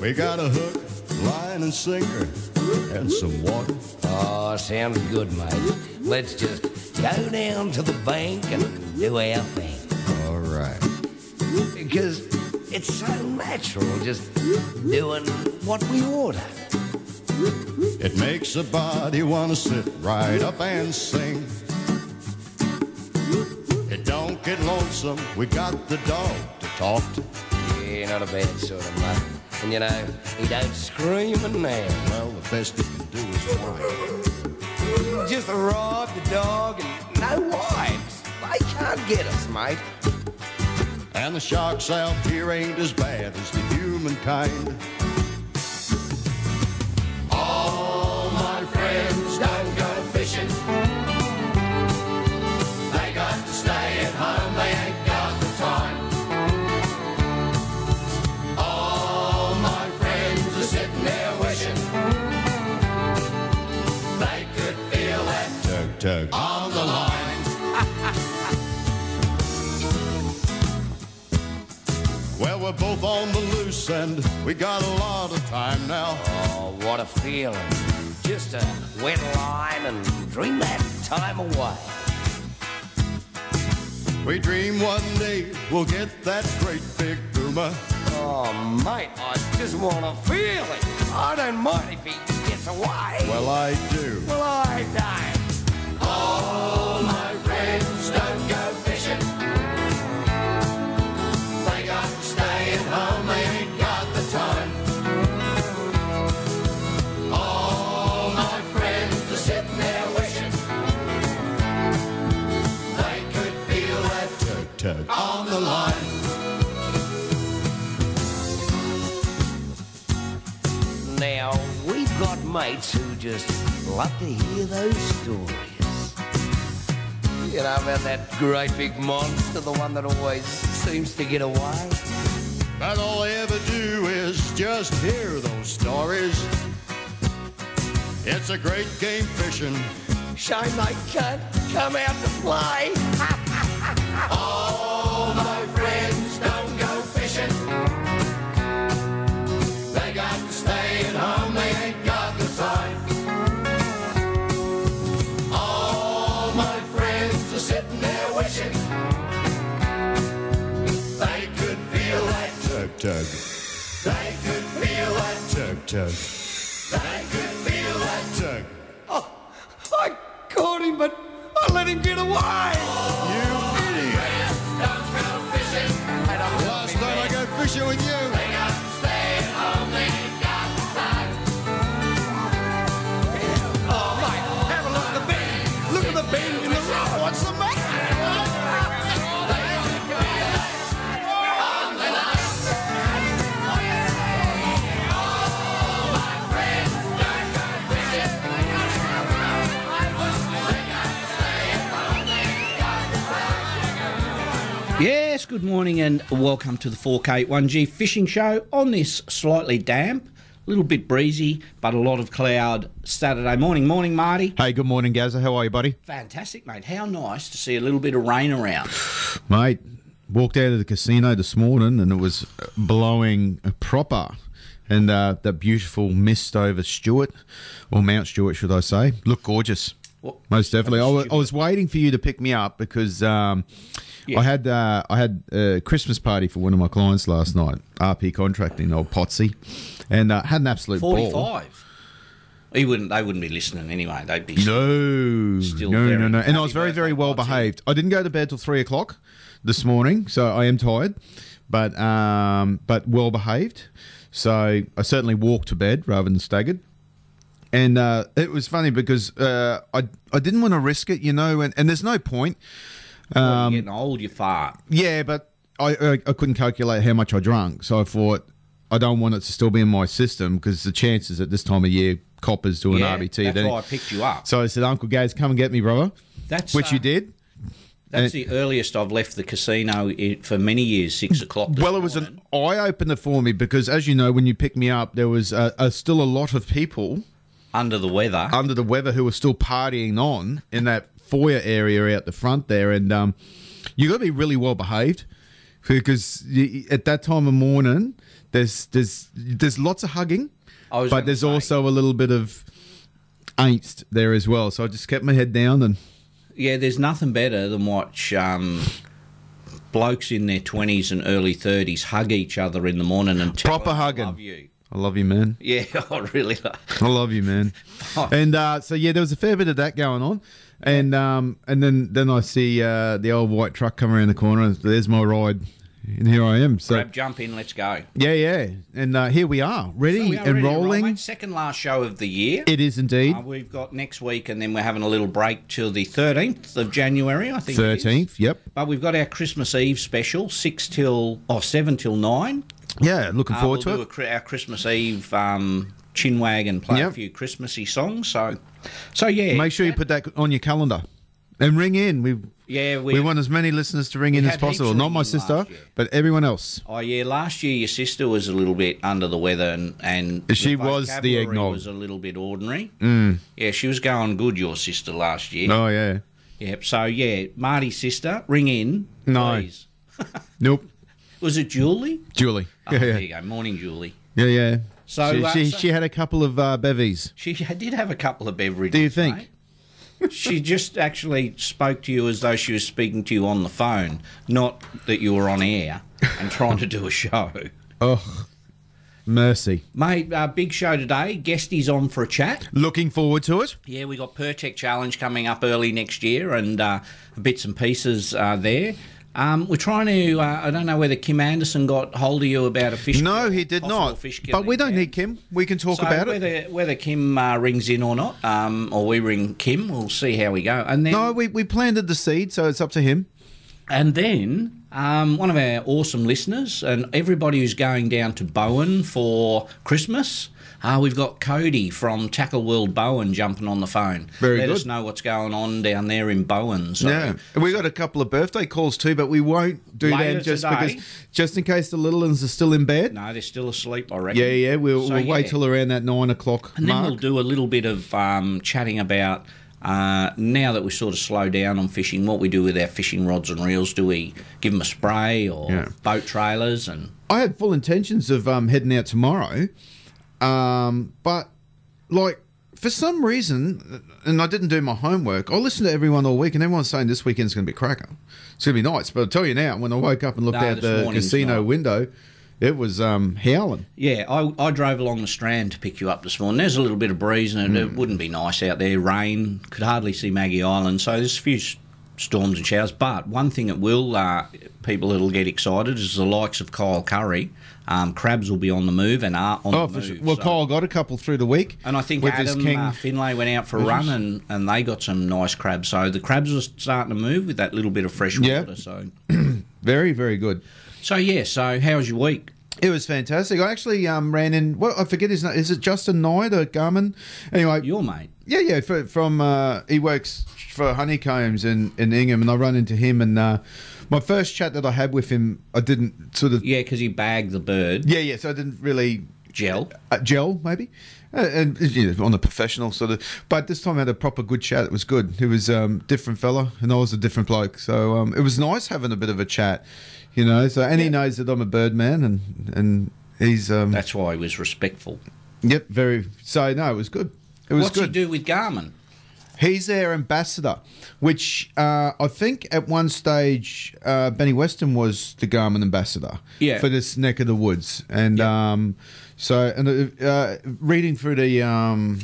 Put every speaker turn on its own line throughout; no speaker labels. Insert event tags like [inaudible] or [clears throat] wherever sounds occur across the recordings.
We got a hook, line, and sinker, and some water.
Oh, sounds good, mate. Let's just go down to the bank and do our thing.
All right.
Because it's so natural just doing what we order.
It makes a body want to sit right up and sing. It don't get lonesome. We got the dog to talk to.
Yeah, not a bad sort of mate. And you know, he don't scream and now.
Well, the best you can do is whine.
Just rob the dog and no wives. They can't get us, mate.
And the sharks out here ain't as bad as the humankind. All my friends don't go fishing. They got to stay at home. They ain't got the time. All my friends are sitting there wishing they could feel that tug tug on the line. Well, we're both on the loose and we got a lot of time now.
Oh, what a feeling. Just a wet line and dream that time away.
We dream one day we'll get that great big boomer.
Oh, mate, I just want to feel it. I don't mind if he gets away.
Well, I do.
Well, I die.
My friends don't go fishing. They got to stay at home. They ain't got the time. All my friends are sitting there wishing they could feel that tug tug on the line.
Now, we've got mates who just love to hear those stories. You know about that great big monster, the one that always seems to get away?
But all I ever do is just hear those stories. It's a great game fishing.
Shame they can't come out to play. [laughs]
All my friends don't go fishing. They got to stay at home. They ain't got the time. All my friends are sitting there wishing they could feel that tug tug. They could feel that tug tug. They could feel that tug.
I caught him, but I let him get away.
You idiot!
And I
Last night I got fishing with you.
Oh, mate, have a look at the bend. Look at the bend in the road. What's the matter?
Yes, good morning and welcome to the 4K1G fishing show on this slightly damp, a little bit breezy, but a lot of cloud Saturday morning. Morning, Marty.
Hey, good morning, Gazza. How are you, buddy?
Fantastic, mate. How nice to see a little bit of rain around.
Mate, walked out of the casino this morning and it was blowing proper. And uh, that beautiful mist over Stewart, or Mount Stewart, should I say, looked gorgeous.
What-
Most definitely. I was, I was waiting for you to pick me up because um,
Yeah.
I had uh, I had a Christmas party for one of my clients last night, RP Contracting, old Potsy, and uh, had an absolute ball.
45. He wouldn't, they wouldn't be listening anyway. They'd be.
No,
Still
no,
very
no, no. And
happy
I was very,
birthday
very well
party.
behaved. I didn't go to bed till three o'clock this morning, so I am tired, but um, but well behaved. So I certainly walked to bed rather than staggered. And uh, it was funny because uh, I I didn't want to risk it, you know, and, and there's no point. um,
you're getting old, you fart.
Yeah, but I, I I couldn't calculate how much I drank, so I thought I don't want it to still be in my system because the chances at this time of year coppers doing
Yeah,
RBT.
that's
then-
why I picked you up.
So I said, Uncle Gaz, come and get me, brother.
That's,
which uh,
uh,
you did.
That's the earliest I've left the casino i for many years, six o'clock. this
Well, it was
morning.
an eye opener for me because, as you know, when you picked me up, there was uh, uh, still a lot of people
under the weather.
under the weather who were still partying on in that foyer area out the front there, and um, you got to be really well behaved because y- at that time of morning, there's there's there's lots of hugging,
I was
but
gonna
there's
say.
also a little bit of angst there as well. So I just kept my head down and
Yeah, there's nothing better than watch um, blokes in their twenties and early thirties hug each other in the morning and tell
Proper
them,
hugging.
I love you.
I love you, man.
Yeah, [laughs] I really. Love.
I love you, man.
Oh.
And uh, so yeah, there was a fair bit of that going on, and um, and then then I see uh, the old white truck come around the corner. And there's my ride, and here I am. So
Grab, jump in, let's go.
yeah, yeah, and uh, here we are, ready
We are
and
ready to roll,
rolling.
mate. Second last show of the year.
it is indeed
Uh, we've got next week, and then we're having a little break till the 13th of January, I think. it is.
thirteenth. Yep.
But we've got our Christmas Eve special, six till or seven till nine.
Yeah, looking
Uh,
forward
we'll do
to
a
it.
cri- our Christmas Eve um, chin wag and play a
Yep.
few Christmassy songs. So, so yeah,
Make sure you put that on your calendar, and ring in. We
yeah, we,
we, want as many listeners to ring in as
had heaps
possible.
ring
Not my
in last
sister,
year.
but everyone else.
Oh yeah, last year your sister was a little bit under the weather, and and
She
the
was the
vocabulary
eggnog.
was a little bit ordinary. Mm. Yeah, she was going good. Your sister last year.
Oh yeah.
Yep. So yeah, Marty's sister, ring in.
No.
please.
Nope.
Was it [laughs] Julie?
Julie. [laughs]
Oh,
yeah,
There
yeah,
you go. Morning, Julie.
yeah, yeah.
So,
she,
uh,
she,
so-
she had a couple of uh, bevies.
She [laughs] did have a couple of beverages.
Do you think?
mate. she just actually spoke to you as though she was speaking to you on the phone, not that you were on air and trying to do a show. [laughs]
Oh, mercy.
Mate, uh, big show today. Guest is on for a chat.
Looking forward to it.
Yeah, we got Pertec Challenge coming up early next year, and uh, bits and pieces uh, there. Um, we're trying to. Uh, I don't know whether Kim Anderson got hold of you about a fish.
No,
kill-
he did
possible
not.
fish
But we
killing,
don't
yeah.
need Kim. We can talk
So
about
whether,
it.
Whether Kim uh, rings in or not, um, or we ring Kim, we'll see how we go. And then,
No, we, we planted the seed, so it's up to him.
and then um, one of our awesome listeners and everybody who's going down to Bowen for Christmas. Uh, we've got Cody from Tackle World Bowen jumping on the phone.
Very
Let
good.
us know what's going on down there in Bowen. So
Yeah, we got a couple of birthday calls too, but we won't do
Later
them just
today.
because, just in case the little ones are still in bed.
No, uh, they're still asleep, I reckon.
Yeah, yeah, we'll,
So,
we'll wait
yeah.
till around that nine o'clock
And then
mark.
we'll do a little bit of um, chatting about uh, now that we sort of slow down on fishing, what we do with our fishing rods and reels. Do we give them a spray or
Yeah.
boat trailers? And
I had full intentions of um, heading out tomorrow, um, but like for some reason, and I didn't do my homework. I listened to everyone all week, and everyone's saying this weekend's going to be cracker. It's going to be nice. But I'll tell you now, when I woke up and looked
No,
out
this
the
morning's
casino
not.
window, it was um, howling.
yeah, I, I drove along the strand to pick you up this morning. There's a little bit of breeze, and
Hmm.
it, it wouldn't be nice out there. Rain could hardly see Maggie Island, so there's a few s- storms and showers. But one thing that will uh, people that'll get excited is the likes of Kyle Curry. Um, crabs will be on the move and are on
Oh,
the
for
move.
sure. well,
so-
Kyle got a couple through the week,
And I think
with his
Adam
king.
uh, Finlay went out for a run and, and they got some nice crabs. So the crabs were starting to move with that little bit of fresh water.
Yeah.
So,
[clears throat] very, very good.
so yeah. So how was your week?
It was fantastic. I actually um, ran in. Well, I forget his name. Is it Justin Knight or Garmin? Anyway,
Your mate.
Yeah, yeah. For, from uh, he works for Honeycombs in, in Ingham, and I run into him. And uh, my first chat that I had with him, I didn't sort of. Yeah,
Yeah, because he bagged the bird
yeah. so I didn't really
gel.
uh, gel, maybe, uh, and you know, on the professional sort of. But this time I had a proper good chat. It was good. He was um, different fella, and I was a different bloke. So um, it was nice having a bit of a chat, you know. So and he knows that I'm a bird man, and and he's um,
That's why he was respectful.
yep, very. So no, it was good. It was
What's
good.
he do with Garmin?
He's their ambassador, which uh, I think at one stage uh, Benny Weston was the Garmin ambassador
Yeah.
for this neck of the woods, and
Yeah.
um, so and uh, uh, reading through the um,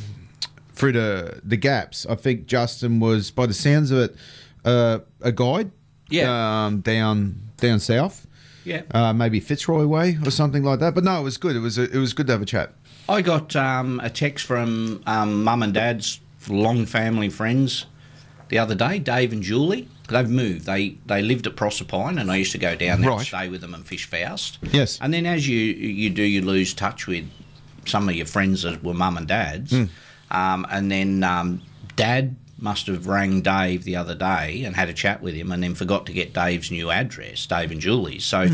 through the the gaps, I think Justin was, by the sounds of it, uh, a guide,
Yeah.
um, down down south,
Yeah.
uh, maybe Fitzroy way or something like that. But no, it was good. It was it was good to have a chat.
I got um, a text from um, mum and dad's long family friends the other day, Dave and Julie. They've moved. They they lived at Proserpine, and I used to go down there and
Right.
stay with them and fish Faust.
Yes.
And then as you you do, you lose touch with some of your friends that were mum and
Hmm.
dad's. Um, and then um, dad must have rang Dave the other day and had a chat with him, and then forgot to get Dave's new address, Dave and Julie's. So.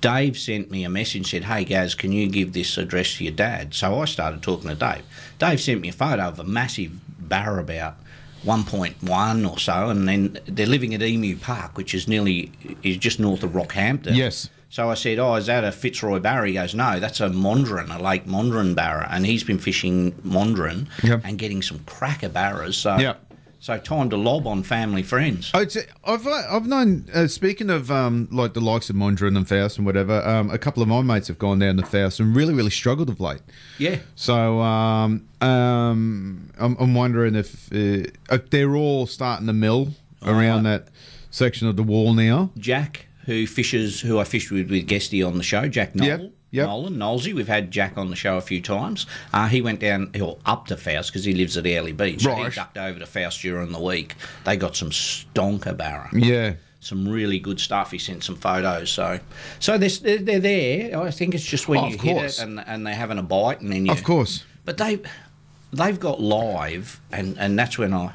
Dave sent me a message said, "Hey Gaz, can you give this address to your dad?" So I started talking to Dave. Dave sent me a photo of a massive barrabout 1.1 or so, and then they're living at Emu Park, which is nearly is just north of Rockhampton.
Yes.
So I said, "Oh, is that a Fitzroy barra?" He goes, "No, that's a Mondrian, a Lake Mondrian barra," and he's been fishing Mondrian
Yep.
and getting some cracker barras. So,
Yep.
so time to lob on family friends.
Oh, it's, I've uh, I've known. Uh, speaking of um, like the likes of Mondrian and Faust and whatever, um, a couple of my mates have gone down to Faust and really really struggled of late.
Yeah.
So um, um, I'm, I'm wondering if, uh, if they're all starting to mill around that section of the wall now.
Jack, who fishes, who I fished with with Guesty on the show, Jack Nolan.
Yep, yep.
Nolan, Nolsey. We've had Jack on the show a few times. Uh, he went down, or up to Faust because he lives at Early Beach. So he
Right.
ducked over to Faust during the week. They got some stonker barra,
Yeah.
some really good stuff. He sent some photos. So, so they're, they're, they're there. I think it's just when
Oh,
you
of
hit
course.
it and and they're having a bite, and then you,
Of course.
But they they've got live, and, and that's when I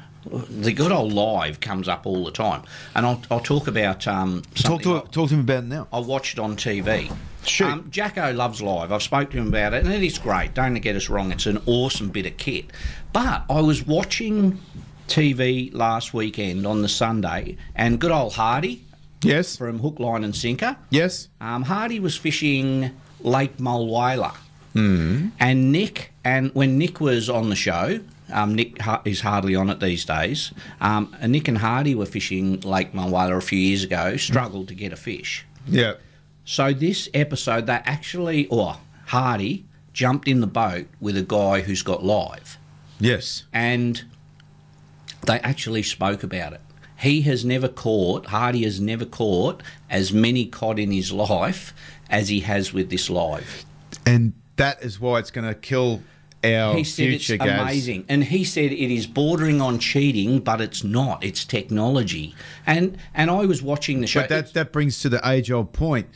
the good old live comes up all the time. And I'll, I'll talk about um,
Talk
something
to
I-
talk to him about it now.
I watched on TV.
Shoot.
Um, Jacko loves live. I've spoke to him about it, and it is great. Don't get us wrong; it's an awesome bit of kit. But I was watching TV last weekend on the Sunday, and good old Hardy
Yes.
from Hook, Line, and Sinker.
Yes.
Um, Hardy was fishing Lake Mulwala, and Nick. And when Nick was on the show, um, Nick ha- is hardly on it these days. Um, and Nick and Hardy were fishing Lake Mulwala a few years ago. Struggled to get a fish.
Yeah.
So this episode, they actually, or Hardy jumped in the boat with a guy who's got live,
Yes.
and they actually spoke about it. He has never caught, Hardy has never caught as many cod in his life as he has with this live.
And that is why it's going to kill our
He said
future
it's
guys.
amazing. And he said it is bordering on cheating, but it's not. It's technology. And and I was watching the show.
But that that brings to the age old point,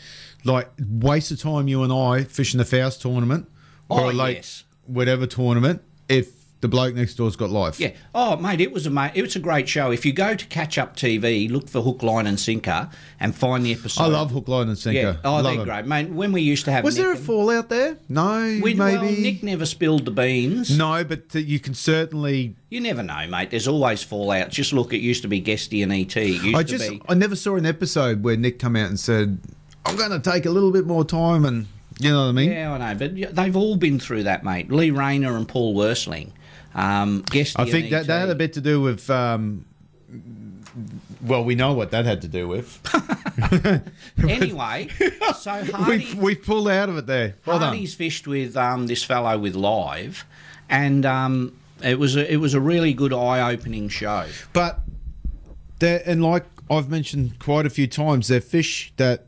like waste of time you and I fishing the Faust tournament or
Oh,
a late
yes.
whatever tournament if the bloke next door's got life.
Yeah. Oh, mate, it was a ma- it was a great show. If you go to Catch Up TV, look for Hook, Line, and Sinker, and find the episode.
I love hook, line, and sinker.
Yeah. Oh,
Love
they're
'em.
great, mate. When we used to have
Was
Nick
there a
and-
fallout there? No,
we,
maybe.
Well, Nick never spilled the beans.
no, but uh, you can certainly.
You never know, mate. There's always fallout. Just look. It used to be Guesty and ET. It used
I
to
just
be.
I never saw an episode where Nick come out and said, "I'm going to take a little bit more time," and you know what I mean.
Yeah, I know, but y- they've all been through that, mate. Lee Rayner and Paul Worsling. Um, Guesty
I
and
think that,
ET.
that had a bit to do with. Um, well, we know what that had to do with. [laughs]
[laughs] Anyway, so Hardy.
we we pulled out of it there. Well done.
Hardy's fished with um, this fellow with live, and um, it was a, it was a really good eye opening show.
But there, and like I've mentioned quite a few times, they're fish that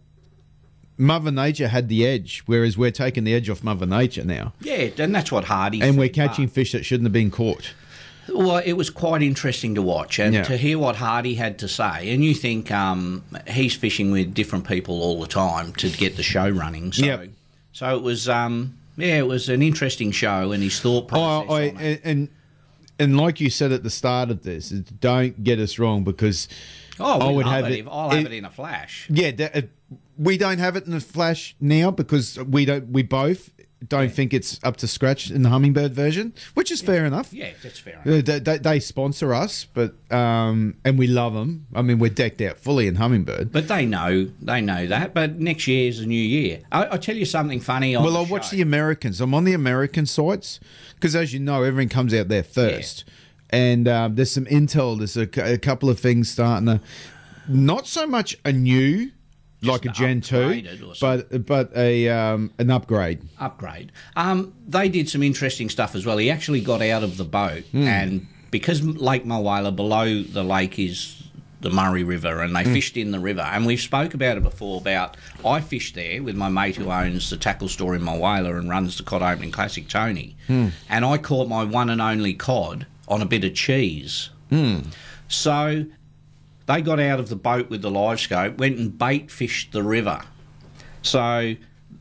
Mother Nature had the edge, whereas we're taking the edge off Mother Nature now,
Yeah, and that's what Hardy.
and we're
said,
catching fish that shouldn't have been caught.
but- Well, it was quite interesting to watch and
Yeah.
to hear what Hardy had to say. And you think um, he's fishing with different people all the time to get the show running. So,
Yep.
so it was. Um, yeah, it was an interesting show, and his thought process.
Oh, I,
on it.
and, and and like you said at the start of this, is don't get us wrong because
oh,
I
we
would
love
have
it.
it-
if- I'll have
it-
it in a flash.
yeah, that, uh, we don't have it in the flash now because we don't. We both don't think it's up to scratch in the hummingbird version, which is fair enough.
Yeah, that's fair. enough.
Uh, They, they, they sponsor us, but um, and we love them. I mean, we're decked out fully in hummingbird.
But they know, they know that. But next year is a new year. I, I tell you something funny. On
Well, I
the
watch
show.
the Americans. I'm on the American sites because, as you know, everything comes out there first. And um, there's some intel. There's a, cou- a couple of things starting to, not so much a new, like a
an
Gen two,
upgraded or something.
but but a um, an upgrade.
upgrade. Um, they did some interesting stuff as well. He actually got out of the boat, and because Lake Mulwala below the lake is the Murray River, and they fished in the river. And we've spoke about it before. About I fished there with my mate who owns the tackle store in Mulwala and runs the cod opening classic, Tony. And I caught my one and only cod on a bit of cheese. So they got out of the boat with the live scope, went and bait fished the river. So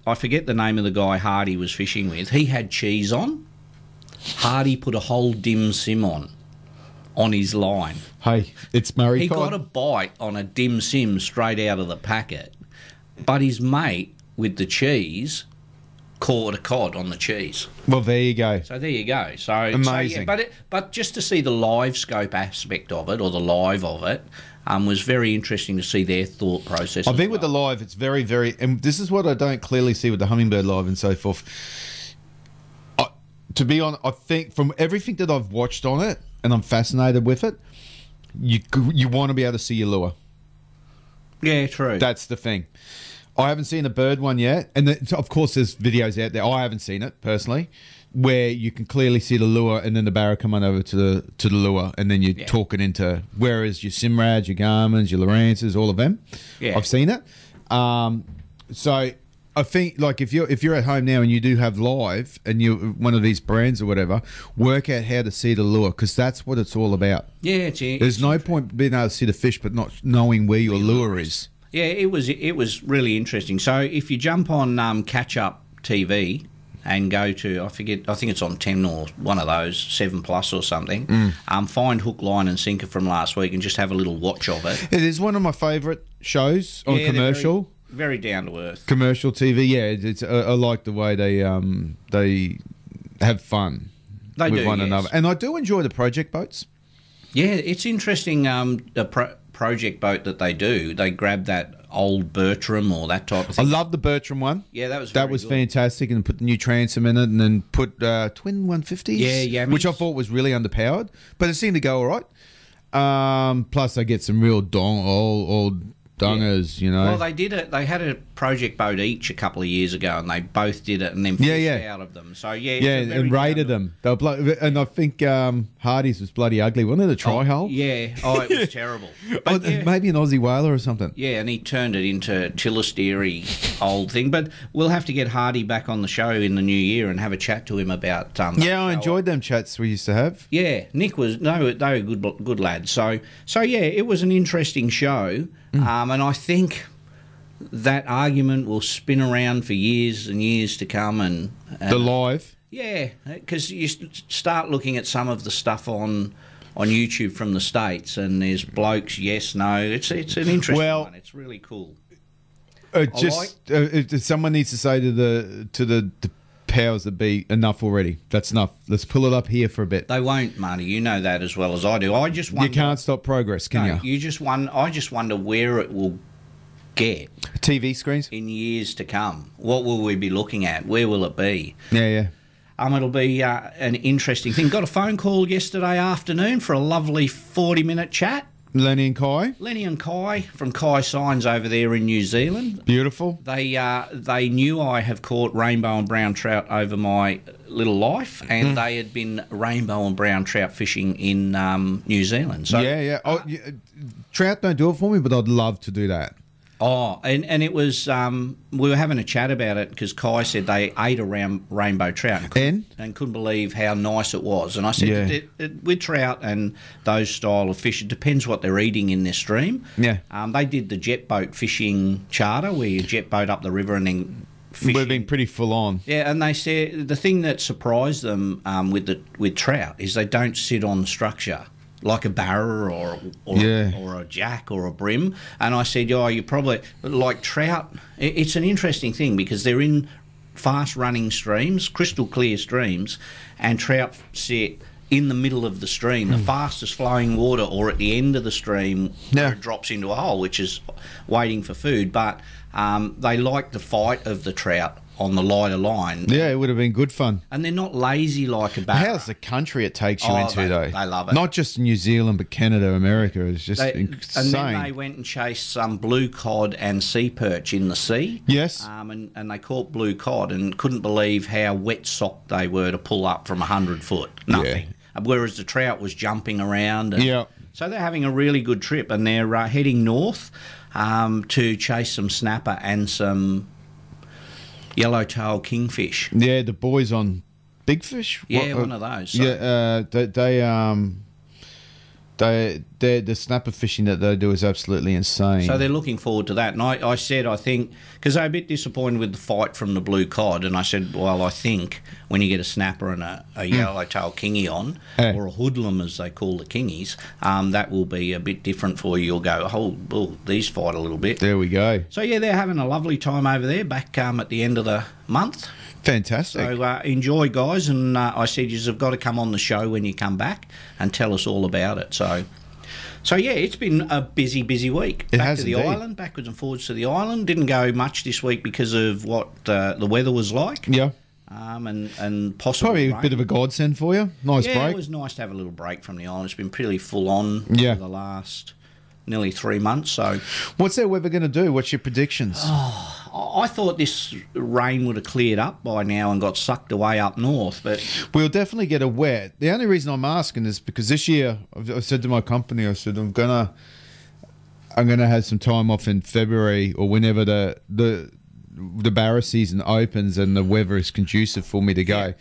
I forget the name of the guy Hardy was fishing with. He had cheese on. Hardy put a whole dim sim on on his line.
Hey, it's Murray.
He
cod.
got a bite on a dim sim straight out of the packet, but his mate with the cheese quarter cod on the cheese.
Well, there you go.
So there you go. So so,
Amazing.
yeah, but it, but just to see the live scope aspect of it or the live of it um, was very interesting to see their thought process.
I
as
think with the
well.
live, it's very, very, and this is what I don't clearly see with the hummingbird live and so forth. I, to be honest, I think from everything that I've watched on it, and I'm fascinated with it, you c- you want to be able to see your lure.
yeah, true.
That's the thing. I haven't seen a bird one yet, and the, so of course, there's videos out there. I haven't seen it personally, where you can clearly see the lure, and then the barra come on over to the to the lure, and then you talk it into. Whereas your Simrads, your Garmins, your Lorances, all of them,
Yeah.
I've seen it. Um, so I think like if you're if you're at home now and you do have live and you one of these brands or whatever, work out how to see the lure because that's what it's all about.
yeah, it's,
There's no point being able to see the fish but not knowing where your lure is.
Yeah, it was it was really interesting. So if you jump on um, Catch Up TV and go to I forget I think it's on ten or one of those seven plus or something,
Mm.
um, find hook, line, and sinker from last week and just have a little watch of it
It is one of my favourite shows on
Yeah, they're
commercial
Very, very down to earth.
commercial TV. Yeah, it's, it's I, I like the way they um they have fun
They
with
do,
one
yes.
another, and I do enjoy the project boats.
Yeah, it's interesting. Um, the pro- project boat that they do, they grab that old Bertram or that type of
I
thing.
love the Bertram one.
Yeah, that was
That
very
was
good.
fantastic, and put the new transom in it, and then put uh, twin one fifties.
Yeah, yeah,
which I
mate.
thought was really underpowered, but it seemed to go all right. Um, plus, they get some real dong old old dongers, you know.
Well, they did it. They had a project boat each a couple of years ago, and they both did it, and then
Yeah,
fished
yeah.
out of them. So yeah, it's
yeah,
a
and,
very
and raided
down to-
them. They were blo- and I think um, Hardy's was bloody ugly. Wasn't it a try hole?
Oh,
[laughs]
Yeah. Oh, it was terrible.
Oh,
But yeah,
maybe an Aussie whaler or something.
yeah, and he turned it into a Tillisteri old thing. But we'll have to get Hardy back on the show in the new year and have a chat to him about. Um, that
Yeah, I
show.
enjoyed them chats we used to have.
Yeah, Nick was no, they were good, good lads. So, so yeah, it was an interesting show,
Mm.
um, and I think that argument will spin around for years and years to come. And, uh, and
The live.
yeah, because you s- start looking at some of the stuff on on YouTube from the states, and there's blokes, yes, no. It's it's an interesting
Well-
one. It's really cool.
Uh, just uh, if- if someone needs to say to the to the, the powers that be, enough already. That's enough. Let's pull it up here for a bit.
They won't, Marty. You know that as well as I do. I just
You
wonder.
can't stop progress, can
no,
you?
you just won. I just wonder where it will get.
TV screens.
in years to come? What will we be looking at? Where will it be?
Yeah, yeah.
Um, it'll be uh, an interesting thing. Got a phone call yesterday afternoon for a lovely 40 minute chat.
Lenny and Kai,
Lenny and Kai from Kai Signs over there in New Zealand.
beautiful.
They uh, they knew I have caught rainbow and brown trout over my little life, and
Mm.
they had been rainbow and brown trout fishing in um, New Zealand. So
yeah, yeah. Oh, yeah. Trout don't do it for me, but I'd love to do that.
Oh, and, and it was um, we were having a chat about it because Kai said they ate a ram, rainbow trout and, couldn't- and couldn't believe how nice it was. And I said,
Yeah.
it, it, with trout and those style of fish, it depends what they're eating in their stream.
Yeah.
um, they did the jet boat fishing charter where you jet boat up the river and then fish.
We've been pretty full on.
yeah, and they said the thing that surprised them um, with the with trout is they don't sit on structure like a barra or or,
Yeah.
or a jack or a brim. And I said, oh, you probably like trout. i- It's an interesting thing because they're in fast running streams, crystal clear streams, and trout sit in the middle of the stream,
Hmm.
the fastest flowing water, or at the end of the stream where
Yeah.
it drops into a hole, which is waiting for food. But um, they like the fight of the trout on the lighter line.
Yeah, it would have been good fun.
And they're not lazy like a barra.
How's the country it takes you
Oh,
into
they-
though?
they love it.
Not just New Zealand, but Canada, America is just
They, and
insane.
then they went and chased some blue cod and sea perch in the sea.
Yes.
Um, and, and they caught blue cod and couldn't believe how wet socked they were to pull up from 100 foot. Nothing. Whereas the trout was jumping around. And,
Yeah.
So they're having a really good trip and they're uh, heading north um, to chase some snapper and some yellowtail kingfish.
Yeah, the boys on Big Fish.
Yeah,
What-
one of those. So-
Yeah, uh, they, they um, they they the snapper fishing that they do is absolutely insane.
So they're looking forward to that. And I, I said, I think, because they're a bit disappointed with the fight from the blue cod. And I said, well, I think when you get a snapper and a,
Hmm.
a yellowtail kingy on,
Eh.
or a hoodlum as they call the kingies, um, that will be a bit different for you. You'll go, oh, well, these fight a little bit.
there we go.
So yeah, they're having a lovely time over there. Back um, at the end of the month.
Fantastic.
So uh, enjoy, guys. And uh, I said, you've got to come on the show when you come back and tell us all about it. So, so yeah, it's been a busy, busy week.
It
back
has
to the
indeed.
island, backwards and forwards to the island. Didn't go much this week because of what uh, the weather was like.
yeah.
Um, and and possible
Probably a
rain.
bit of a godsend for you. Nice
yeah,
break.
it was nice to have a little break from the island. It's been pretty full on
Yeah.
for the last nearly three months. So
What's that weather going to do? What's your predictions?
Oh, I I thought this rain would have cleared up by now and got sucked away up north, but
We'll definitely get a wet. The only reason I'm asking is because this year I've, I said to my company, I said I'm gonna, I'm gonna have some time off in February or whenever the the the barra season opens and the weather is conducive for me to go.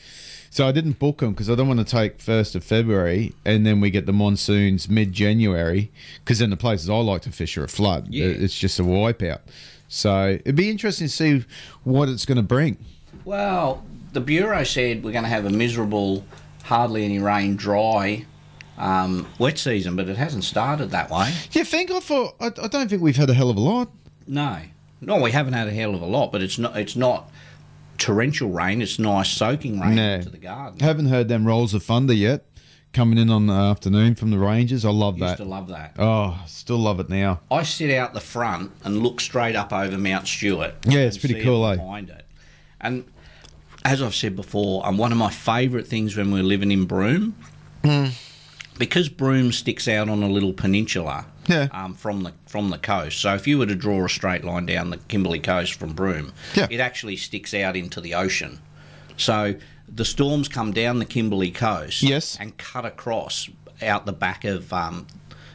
So I didn't book them because I don't want to take first of February and then we get the monsoons mid January because then the places I like to fish are a flood.
Yeah.
It's just a wipeout. So it'd be interesting to see what it's going to bring.
Well, the Bureau said we're going to have a miserable, hardly any rain, dry um, wet season, but it hasn't started that way.
Yeah, thank God for. I, I don't think we've had a hell of a lot.
No. No, we haven't had a hell of a lot, but it's not, it's not torrential rain, it's nice soaking rain
No.
to the garden.
Haven't heard them rolls of thunder yet. Coming in on the afternoon from the Rangers. I love
I
that.
used to love that.
oh, still love it now.
I sit out the front and look straight up over Mount Stewart.
Yeah, it's
and
pretty
see
cool, eh?
it Behind it, and as I've said before, and one of my favourite things when we we're living in Broome, because Broome sticks out on a little peninsula.
Yeah.
Um, from the from the coast. So if you were to draw a straight line down the Kimberley coast from Broome,
Yeah.
it actually sticks out into the ocean. So the storms come down the Kimberley coast
Yes.
and cut across out the back of um,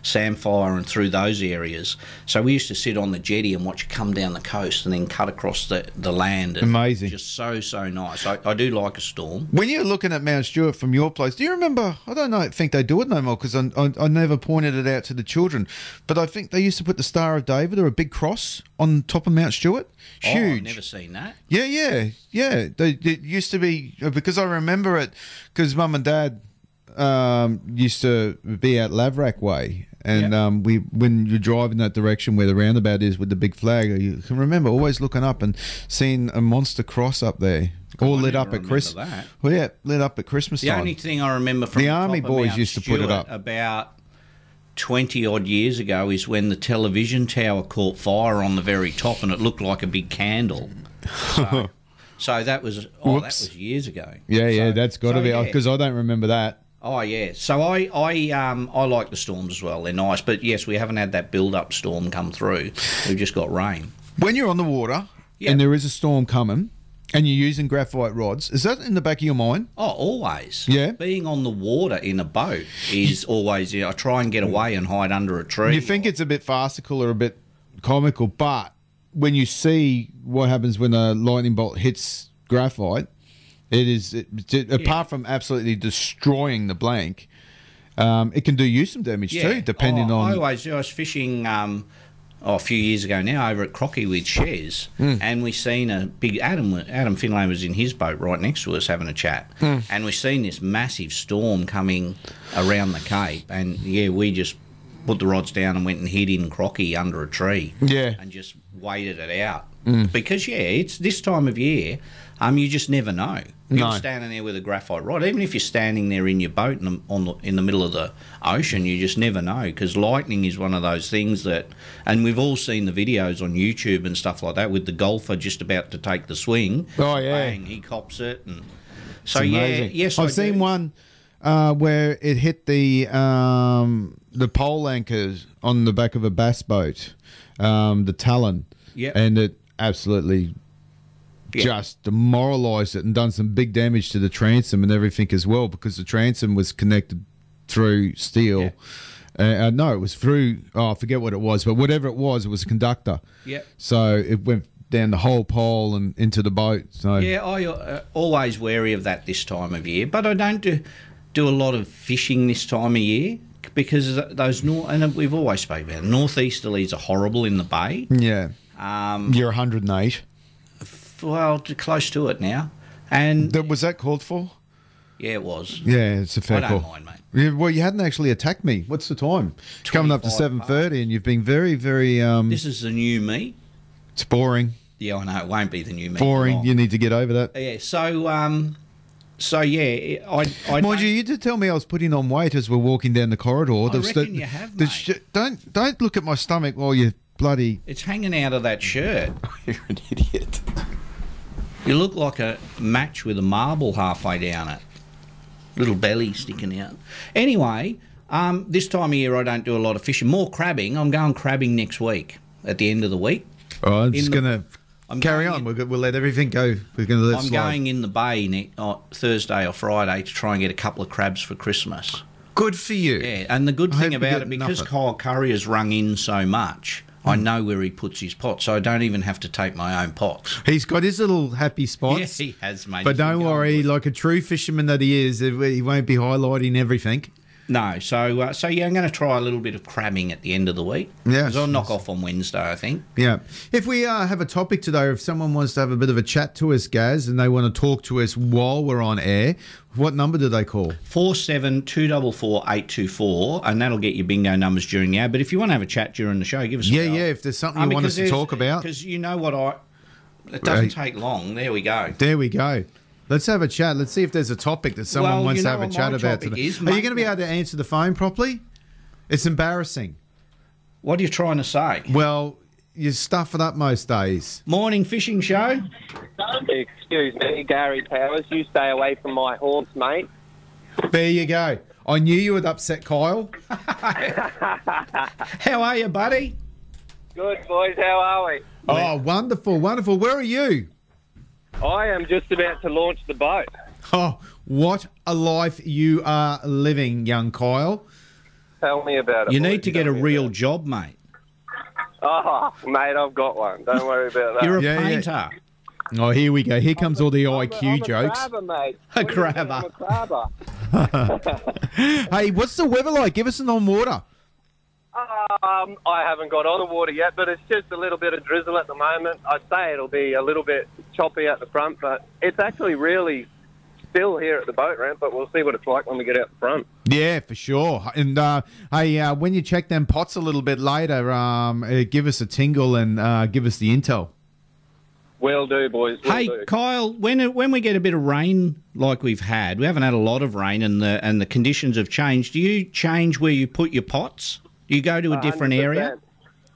Samfire and through those areas. So we used to sit on the jetty and watch it come down the coast and then cut across the, the land. And
Amazing.
Just so, so nice. I, I do like a storm.
When you're looking at Mount Stewart from your place, do you remember? I don't know. Think they do it no more because I, I, I never pointed it out to the children. But I think they used to put the Star of David or a big cross on top of Mount Stewart.
Oh,
Huge.
I've never seen that.
Yeah, yeah, yeah. They, it used to be uh, because I remember it because mum and dad um, used to be out Laverack way, and
Yeah.
um, we when you drive in that direction where the roundabout is with the big flag, you can remember always looking up and seeing a monster cross up there, all
Oh, I
lit
never
up at
remember
Christmas.
that.
Well, yeah, lit up at Christmas
The
time.
only thing I remember from
The
top
army
of
boys
Mount
used to put it
Stewart
up.
about twenty odd years ago is when the television tower caught fire on the very top and it looked like a big candle.
[laughs]
So, so that was oh, that
Whoops.
was years ago.
yeah, yeah,
So-
that's got to
so,
be
yeah.
because I don't remember that.
Oh yeah, so I I um I like the storms as well. They're nice, but yes, we haven't had that build up storm come through. We've just got rain.
When you're on the water
Yeah.
and there is a storm coming, and you're using graphite rods, is that in the back of your mind?
Oh, always.
Yeah.
Being on the water in a boat is always. You know, I try and get away and hide under a tree.
You think it's a bit farcical or a bit comical, but when you see what happens when a lightning bolt hits graphite, it is it, it- apart from absolutely destroying the blank, um, it can do you some damage too, depending
Oh, I
on.
always, I was fishing um, oh, a few years ago now over at Crocky with Shez,
Hmm.
and we seen a big Adam. Adam Finlay was in his boat right next to us having a chat,
Hmm.
and we seen this massive storm coming around the cape, and yeah, we just put the rods down and went and hid in Crocky under a tree,
Yeah.
and just waited it out because yeah, it's this time of year. Um, you just never know. You're
No.
standing there with a graphite rod. Even if you're standing there in your boat in the, on the, in the middle of the ocean, you just never know because lightning is one of those things that, and we've all seen the videos on YouTube and stuff like that with the golfer just about to take the swing.
Oh, yeah.
bang, he cops it. And so
It's
yeah,
amazing.
yes,
I've
I
seen
do.
one uh, where it hit the um, the pole anchors on the back of a bass boat, um, the Talon,
Yep.
and it absolutely
Yeah.
just demoralized it and done some big damage to the transom and everything as well because the transom was connected through steel.
Yeah.
Uh, uh, no, it was through. Oh, I forget what it was, but whatever it was, it was a conductor.
Yep.
So it went down the whole pole and into the boat. So
Yeah, I uh, always wary of that this time of year, but I don't do do a lot of fishing this time of year because th- those north and we've always spoken about it, northeasterlies are horrible in the bay.
yeah,
Um,
you're 108.
well, t- close to it now, and
That was that called for?
yeah, it was.
Yeah, it's a fair
I don't
call.
mind, mate.
Yeah, well, you hadn't actually attacked me. What's the time? It's coming up to
25
7:30, and you've been very, very. Um,
This is the new me.
it's boring.
Yeah, I know. It won't be the new me.
Boring.
Oh.
You need to get over that.
Yeah. So, um, so yeah, I. I
Mind
don't-
you, you did tell me I was putting on weight as we're walking down the corridor. I
reckon you have, mate.
don't don't look at my stomach while you bloody.
it's hanging out of that shirt.
[laughs] You're an idiot.
You look like a match with a marble halfway down it. Little belly sticking out. Anyway, um, this time of year I don't do a lot of fishing. More crabbing. I'm going crabbing next week at the end of the week.
Oh, I'm just
the-
gonna
I'm
carry
going
on.
in-
We'll, go- we'll let everything go. We're gonna let it
I'm
slide.
going in the bay ne- on Thursday or Friday to try and get a couple of crabs for Christmas.
Good for you.
Yeah, and the good
I hope
thing
you
about
get
it, because
nothing. Hmm.
Kyle Curry has rung in so much, I know where he puts his pots, so I don't even have to take my own pots.
He's got his little happy spot.
Yes, [laughs] he has, mate.
But
He's been
don't
going
worry,
with it.
like a true fisherman that he is, he won't be highlighting everything.
No, so uh, so yeah, I'm going to try a little bit of crabbing at the end of the week.
Yeah,
'Cause I'll
yes.
knock off on Wednesday, I think.
Yeah. If we uh, have a topic today, or if someone wants to have a bit of a chat to us, Gaz, and they want to talk to us while we're on air, what number do they call?
Four seven two double four eight two four, and that'll get your bingo numbers during the hour. But if you want to have a chat during the show, give us a
Yeah,
bell.
yeah. If there's something you want us to talk about,
Um, Because you know what I. It doesn't
Right.
take long. There we go.
there we go. Let's have a chat. Let's see if there's a topic that someone
Well,
wants
you
to
know
have a
what
chat
my
about
topic
today.
is,
Are you
mate?
going to be able to answer the phone properly? It's embarrassing.
What are you trying to say?
Well, you stuff it up most days.
Morning fishing show.
Excuse me, Gary Powers. You stay away from my horse,
[laughs]
mate.
There you go. I knew you would upset Kyle.
How are you, buddy?
Good boys, how are we?
Oh, wonderful, wonderful. Where are you?
I am just about to launch the boat.
Oh, what a life you are living, young Kyle.
Tell me about it.
You
boys.
need to get a
Tell me
real job, mate.
about it. Oh, mate, I've got one. Don't worry about that.
You're a
Yeah, yeah.
painter.
Oh, here we go. Here comes all the IQ
I'm a
jokes.
crabber, mate.
A
What do you mean I'm
crabber.
a crabber.
Hey, what's the weather like? Give us an on water.
Um, I haven't got on the water yet, but it's just a little bit of drizzle at the moment. I'd say it'll be a little bit choppy at the front, but it's actually really still here at the boat ramp. But we'll see what it's like when we get out the front.
Yeah, for sure. And uh, hey, uh, when you check them pots a little bit later, um, uh, give us a tingle and uh, give us the intel.
Will do, boys. Will
Hey,
do.
Kyle, when when we get a bit of rain like we've had, we haven't had a lot of rain, and the and the conditions have changed. Do you change where you put your pots? Do you go to a different area?
100%.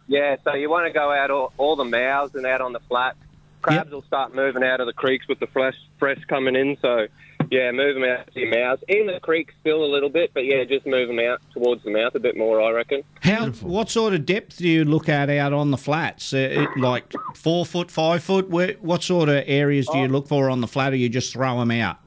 Yeah, so you want to go out all, all the mouths and out on the flat. Crabs
Yep.
will start moving out of the creeks with the fresh fresh coming in. So yeah, move them out to your mouths. In the creek still a little bit, but yeah, just move them out towards the mouth a bit more. I reckon.
How what sort of depth do you look at out on the flats? Uh, it- like four foot, five foot? Where, what sort of areas
Oh.
do you look for on the flat, or you just throw them out?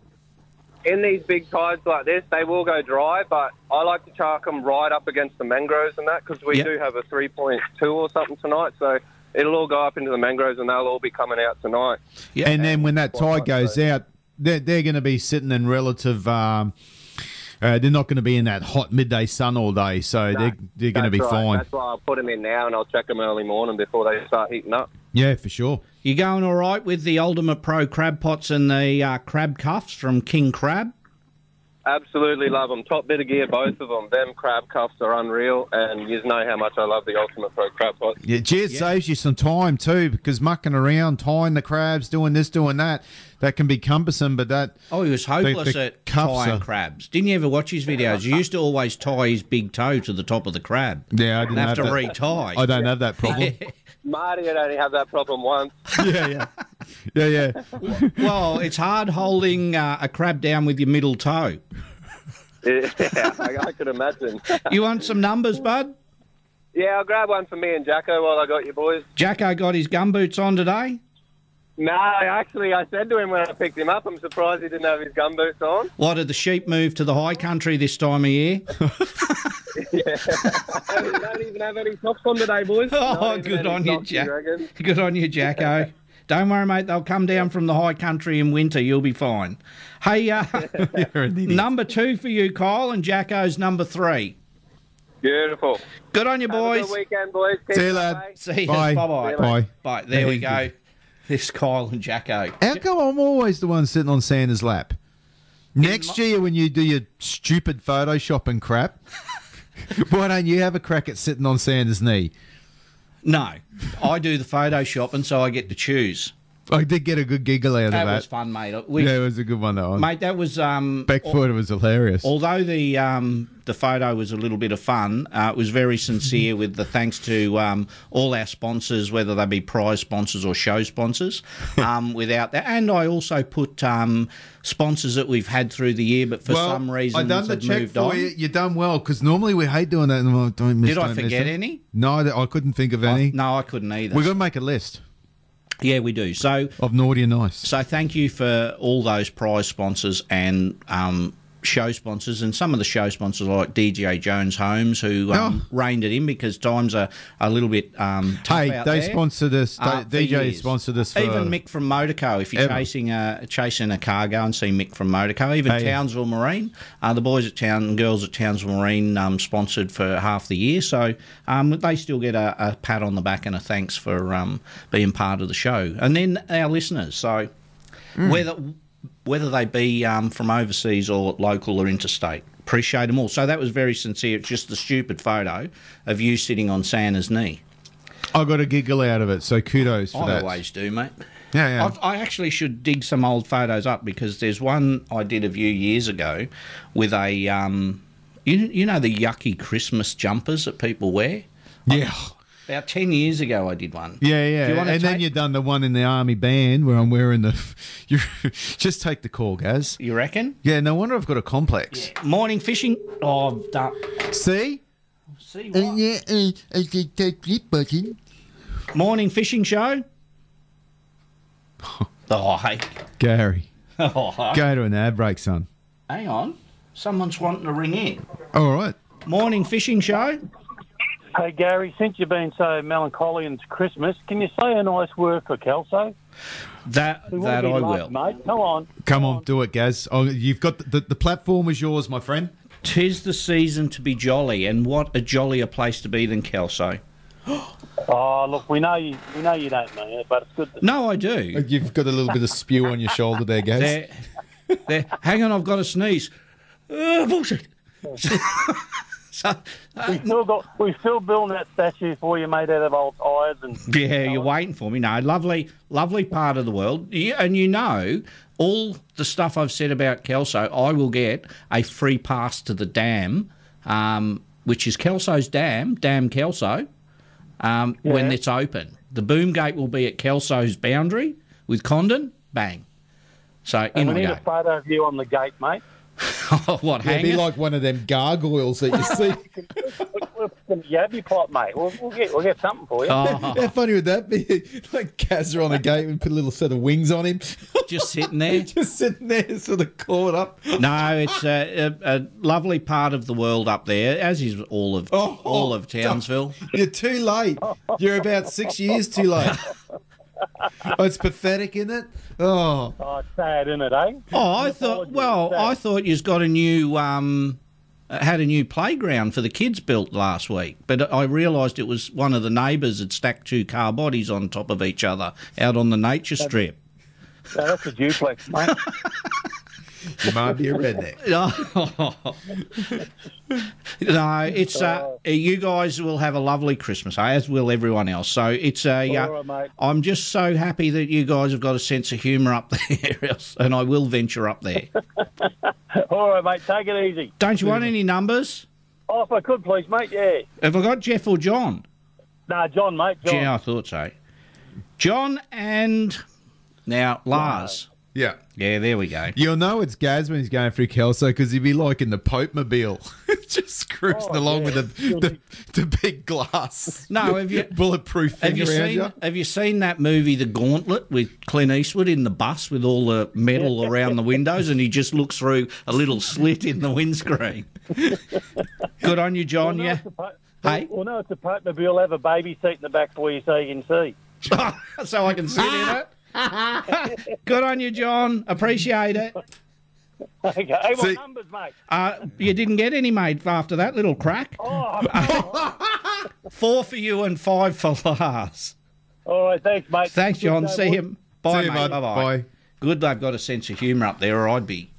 In these big tides like this, they will go dry, but I like to chuck them right up against the mangroves and that because we
Yep.
do have a 3.2 or something tonight. So it'll all go up into the mangroves and they'll all be coming out tonight.
Yeah.
And then when that tide goes out, they're, they're going to be sitting in relative. Um, uh, they're not going to be in that hot midday sun all day, so they're, they're going to
That's
be
right.
fine.
That's why I'll put them in now and I'll check them early morning before they start heating up.
Yeah, for sure.
You going all right with the Ultimate Pro crab pots and the uh, crab cuffs from King Crab?
Absolutely love them. Top bit of gear, both of them. Them crab cuffs are unreal, and you know how much I love the Ultimate Pro crab pot.
Yeah, Jez saves you some time too because mucking around, tying the crabs, doing this, doing that, that can be cumbersome. But that
Oh, he was hopeless
the
at
cuffs
tying
are-
crabs. Didn't you ever watch his videos? He used to always tie his big toe to the top of the crab.
yeah, I didn't
And have,
have that.
to retie.
I don't have that
[laughs]
problem. [laughs]
Marty had only had that problem once.
yeah, yeah, yeah, yeah.
well, it's hard holding uh, a crab down with your middle toe.
Yeah, I, I could imagine.
You want some numbers, bud?
yeah, I'll grab one for me and Jacko while I got you boys.
Jacko got his gumboots on today.
No, actually, I said to him when I picked him up, I'm surprised he didn't have his gum boots on.
Why did the sheep move to the high country this time
[laughs]
of year?
He don't even have any socks on today, boys.
Oh,
Not even
good
any
on you,
socks,
Jack.
reckon?
[laughs] Good on
[laughs]
you, Jacko. Don't worry, mate. They'll come down from the high country in winter. You'll be fine.
[laughs]
Hey, uh, number two for you, Kyle, and Jacko's number three.
Beautiful.
Good on you,
Have a
boys.
good weekend, boys. Keep
See you,
it
lad.
up,
[laughs]
eh?
See you.
Bye.
Bye bye.
Bye.
Bye. There we go. This Kyle and Jacko.
How come I'm always the one sitting on Santa's lap? Next year, when you do your stupid
[laughs]
Photoshop and crap, why don't you have a crack at sitting on Santa's knee?
No, I do the photo shopping, so I get to choose.
I did get a good giggle out of
That,
that.
was fun, mate. We,
yeah, it was a good one that one.
mate, that was um,
Beckford was hilarious.
Although the um, the photo was a little bit of fun, uh, it was very sincere with the thanks to um, all our sponsors, whether they be prize sponsors or
[laughs]
show sponsors. Um, without that, and I also put um, sponsors that we've had through the year, but for some reason
I done the
had
check
moved
for
on.
you. You done well because normally we hate doing that. And I'm like, don't miss.
Did I
don't miss
forget
it.
any?
No, th- I couldn't think of any.
No, I couldn't either.
We're gonna make a list
yeah, we do. So
of naughty and nice.
So thank you for all those prize sponsors and um, show sponsors, and some of the show sponsors like DJ Jones Homes, who um, reined it in because times are a little bit um, tough
Oh. Hey,
out
they
there.
sponsored us.
Uh, for
they, DJ
years.
sponsored us. For,
Even Mick from Motorco, if you're
Ever.
chasing a chasing a car, go and see Mick from Motorco. Even
Hey.
Townsville Marine, uh, the boys at Town and girls at Townsville Marine um, sponsored for half the year, so um, they still get a, a pat on the back and a thanks for um, being part of the show. And then our listeners, so
Mm.
whether whether they be um, from overseas or local or interstate. Appreciate them all. So that was very sincere. It's just the stupid photo of you sitting on Santa's knee.
I got a giggle out of it, so kudos for
I
that.
always do, mate.
Yeah, yeah.
I've, I actually should dig some old photos up because there's one I did a few years ago with a, um, you, you know, the yucky Christmas jumpers that people wear.
yeah.
About ten years ago, I did one.
Yeah,
Do
yeah,
you wanna
and then
take-
you done the one in the army band where I'm wearing the. [laughs] You just take the call, Gaz.
you reckon
Yeah, no wonder I've got a complex.
morning fishing? Oh, I've done.
See,
See
Uh,
what?
yeah, uh, I did that flip button.
Morning
[laughs]
fishing show. oh, hey.
Gary,
Oh, hey.
go to an ad break, son.
hang on. Someone's wanting to ring in.
All right.
Morning fishing show.
Hey Gary, since you've been so melancholy and it's Christmas, can you say a nice word for Kelso?
That
We wanna
that
be
I will.
loved, mate. Come on.
Come on, do it, Gaz. Oh, you've got the, the, the platform is yours, my friend.
Tis the season to be jolly, and what a jollier place to be than Kelso.
Oh, look, we know you. We know you don't mean
[laughs]
it, but it's good. That,
No, I do.
You've got a little bit of spew on your shoulder there, Gaz.
There, [laughs] there. Hang on, I've got a sneeze. Uh, bullshit. so,
we still got. We still building that statue for you, made out of old tires and.
yeah, you're waiting for me. No, lovely, lovely part of the world. You, and you know, all the stuff I've said about Kelso, I will get a free pass to the dam, um, which is Kelso's dam, Dam Kelso. um, when it's open. The boom gate will be at Kelso's boundary with Condon. Bang. So in
We
we
need
go.
a photo of you on the gate, mate.
Oh, what hang? it?
like one of them gargoyles that you see.
We're from the Yabby pot, mate. We'll, we'll get. We'll get something for you. [laughs]
[laughs] Oh,
How funny would that be? [laughs] Like Gaz are on a gate and put a little set of wings on him, [laughs]
just sitting there.
just sitting there, sort of caught up.
No, it's a, a, a lovely part of the world up there, as is all of
Oh,
all of Townsville.
You're too late. You're about six years too late. Oh, it's [laughs] pathetic, isn't it? Oh,
Oh, it's sad, isn't it, eh?
Oh, I thought. Well, I thought you've got a new um, had a new playground for the kids built last week, but I realised it was one of the neighbours had stacked two car bodies on top of each other out on the nature strip.
No, that's a duplex,
[laughs]
mate.
you might be
[laughs]
a redneck.
Oh, no, it's
Oh.
uh, you guys will have a lovely Christmas, eh, as will everyone else. So it's a. Uh,
All right, mate.
I'm just so happy that you guys have got a sense of humour up [laughs] there, else- and I will venture up there.
[laughs] All right, mate. Take it easy.
Don't you want any numbers?
Oh, if I could, please, mate. Yeah.
Have I got Jeff or John?
Nah, John, mate. John.
Yeah, I thought so. John and now Lars.
Yeah.
Yeah, there we go.
You'll know it's Gaz when he's going through Kelso because he'd be like in the Pope mobile, [laughs] just cruising
Oh,
along
yeah.
with the, the, the big glass.
No, have you
[laughs] bulletproof thing
have you
around
seen
you.
have you seen that movie The Gauntlet with Clint Eastwood in the bus with all the metal around the windows and he just looks through a little slit in the windscreen. [laughs] Good on you, John.
no,
Yeah.
it's a po-
Hey.
Well, no, it's a Pope mobile. Have a baby seat in the back for you so you can see.
[laughs] so I can sit in it. eh? Good on you, John. Appreciate it.
Okay. [laughs] Hey, what
See-
numbers, mate?
Uh, you didn't get any, mate, after that little crack.
[laughs]
Oh,
Four for you and five for Lars.
all right. Thanks, mate.
Thanks,
Good
John.
day,
See
boys.
him. Bye,
See you,
mate.
bud.
Bye-bye.
Bye.
Good they've got a sense of humour up there, or I'd be,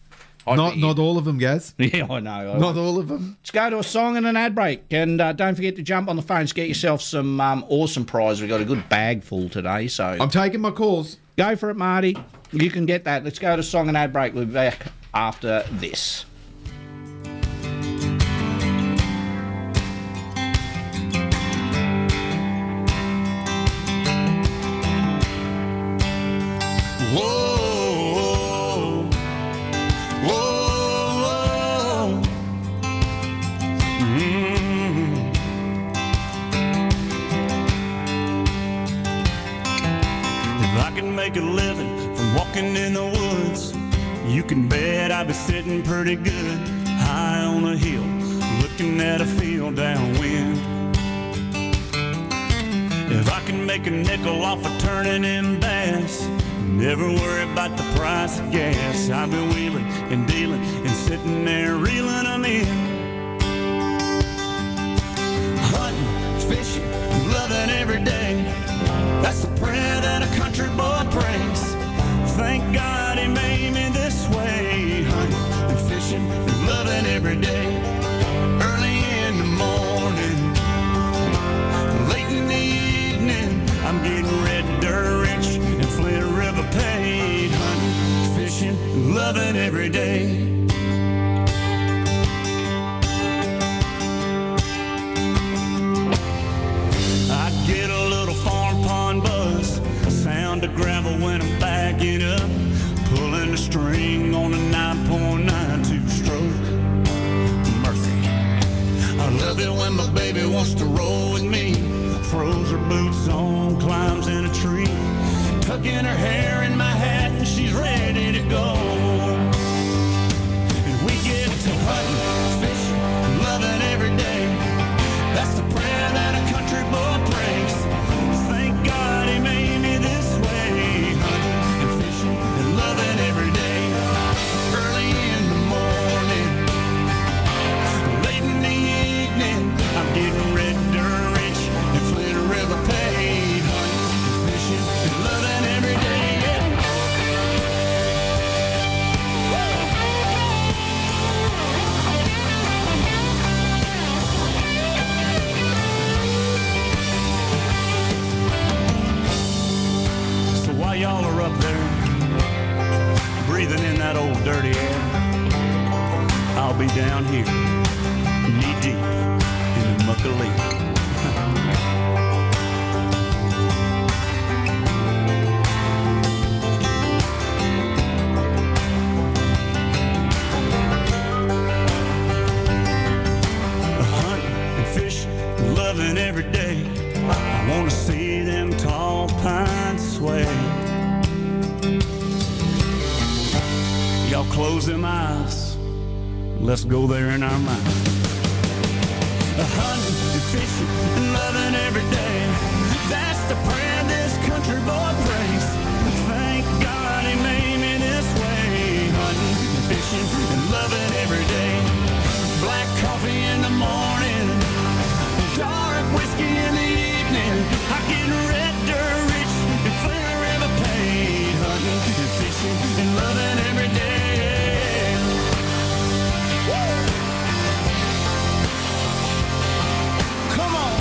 I'd
Not
be-
not all of them, Gaz.
[laughs] Yeah, I know. I
Not all of them.
Let's go to a song and an ad break. And uh, don't forget to jump on the phones, get yourself some um, awesome prize. We've got a good bag full today. So
I'm taking my calls.
go for it, Marty. You can get that. Let's go to song and ad break. We'll be back after this.
Whoa, whoa, whoa. Mm. If I can make a living from walking in the woods, you can bet I'd be sitting pretty good high on a hill, looking at a field downwind. If I can make a nickel off of turning in bass, never worry about the price of gas. I've been wheeling and dealing and sitting there reeling them in. Hunting, fishing, loving every day. That's the prayer that a country boy prays. Thank God he made me this way. Hunting and fishing and loving every day. Early in the morning, late in the evening. I'm getting red dirt rich and Flint River paid. Hunting, fishing, loving every day. I get a little farm pond buzz, a sound of gravel when I'm backing up, pulling the string on a 9.92 stroke. Mercy. I love it when my baby wants to roll with me. Throws her boots on, climbs in a tree, tucking her hair in my hat, and she's ready to go. And we get to hunting, fishing, loving every day. That's the prayer that a country boy prays. Thank God he made me this way. Hunting and fishing and loving every day. Early in the morning, Late in the evening, I'm getting red dirt rich and Flint River paid. Hunting, fishing, and loving every day. Yeah. So while y'all are up there, breathing in that old dirty air, I'll be down here, knee deep in the muck of [laughs] leak. hunt and fish, loving every day. I wanna see them tall pines sway. Y'all close them eyes. Let's go there in our mind. Hunting and fishing and loving every day. That's the prayer this country boy prays. Thank God he made me this way. Hunting and fishing and loving every day. Black coffee in the morning, dark whiskey in the evening. I get red dirt rich and Flint River paid. Hunting and fishing and loving every day. Come on.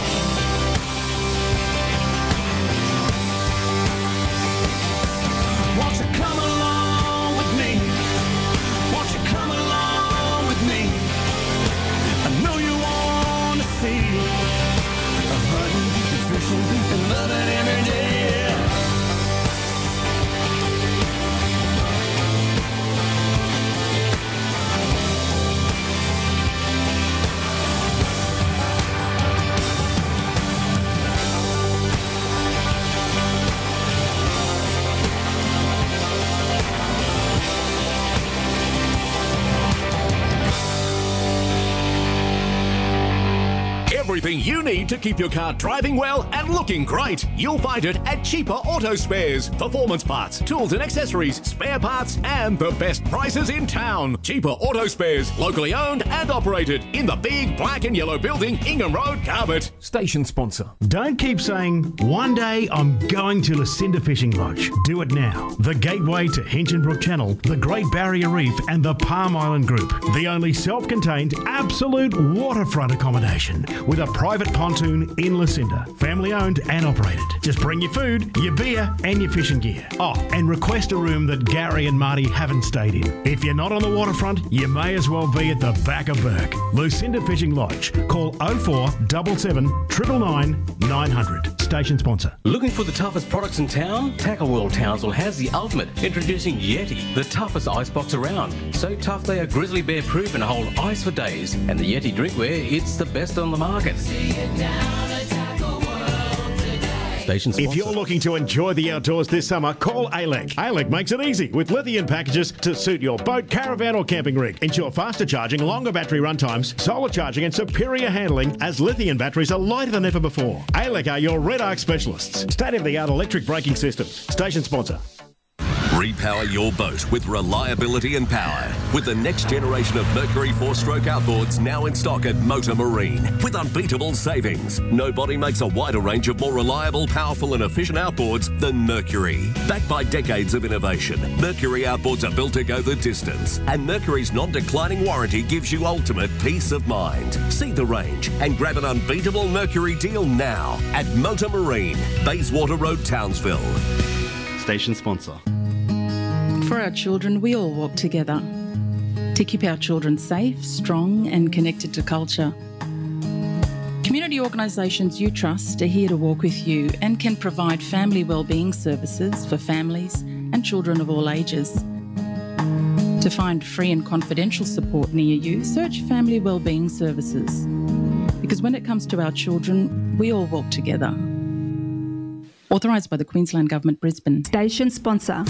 everything you need to keep your car driving well and looking great. You'll find it at Cheaper Auto Spares. Performance parts, tools and accessories, spare parts, and the best prices in town. Cheaper Auto Spares, locally owned and operated in the big black and yellow building, Ingham Road, Carbet.
Station sponsor.
Don't keep saying, one day I'm going to Lucinda Fishing Lodge. Do it now. The gateway to Hinchinbrook Channel, the Great Barrier Reef, and the Palm Island Group. The only self contained, absolute waterfront accommodation with a private pontoon in Lucinda. Family owned and operated. Just bring your food, your beer, and your fishing gear. Oh, and request a room that Gary and Marty haven't stayed in. If you're not on the waterfront, you may as well be at the back of Burke. Lucinda Fishing Lodge. Call 0477 999 900. Station sponsor.
Looking for the toughest products in town? Tackle World Townsville has the ultimate. Introducing Yeti, the toughest icebox around. So tough they are grizzly bear proof and hold ice for days. And the Yeti drinkware, it's the best on the market.
Station
If you're looking to enjoy the outdoors this summer, call E ALEC. ALEC makes it easy with lithium packages to suit your boat, caravan, or camping rig. Ensure faster charging, longer battery run times, solar charging, and superior handling as lithium batteries are lighter than ever before. ALEC are your red arc specialists. State of the art electric braking systems. Station sponsor.
Repower your boat with reliability and power with the next generation of Mercury four stroke outboards now in stock at Motor Marine with unbeatable savings. Nobody makes a wider range of more reliable, powerful, and efficient outboards than Mercury. Backed by decades of innovation, Mercury outboards are built to go the distance, and Mercury's non declining warranty gives you ultimate peace of mind. See the range and grab an unbeatable Mercury deal now at Motor Marine, Bayswater Road, Townsville.
Station sponsor.
For our children, we all walk together to keep our children safe, strong, and connected to culture. Community organisations you trust are here to walk with you and can provide family wellbeing services for families and children of all ages. To find free and confidential support near you, search Family Wellbeing Services. Because when it comes to our children, we all walk together. Authorised by the Queensland Government, Brisbane. Station sponsor.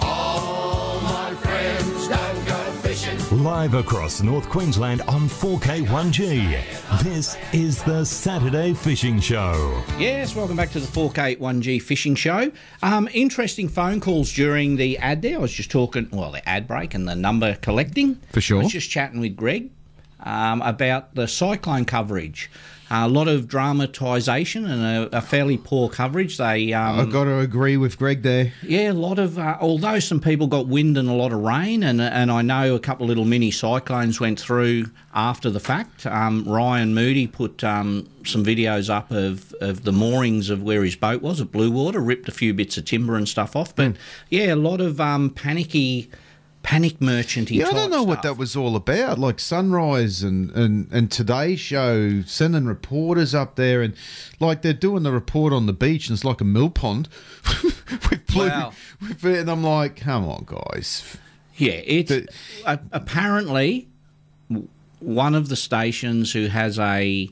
All my friends don't go fishing.
Live across North Queensland on 4K1G. This is the Saturday Fishing Show.
Yes, welcome back to the 4K 1G Fishing Show. Um, interesting phone calls during the ad there. I was just talking, well, the ad break and the number collecting.
For sure.
I was just chatting with Greg um, about the cyclone coverage. a lot of dramatisation and a, a fairly poor coverage. They um,
I've got to agree with Greg there.
Yeah, a lot of uh, although some people got wind and a lot of rain, and and I know a couple little mini cyclones went through after the fact. Um, Ryan Moody put um, some videos up of, of the moorings of where his boat was at Blue Water, ripped a few bits of timber and stuff off.
Hmm.
But yeah, a lot of um, panicky, panic merchanty.
Yeah, I
type
don't know what that was all about. Like Sunrise and, and, and Today Show sending reporters up there, and like they're doing the report on the beach, and it's like a mill pond [laughs] with blue.
Wow.
With, and I'm like, come on, guys.
Yeah, it's a, apparently w- one of the stations who has a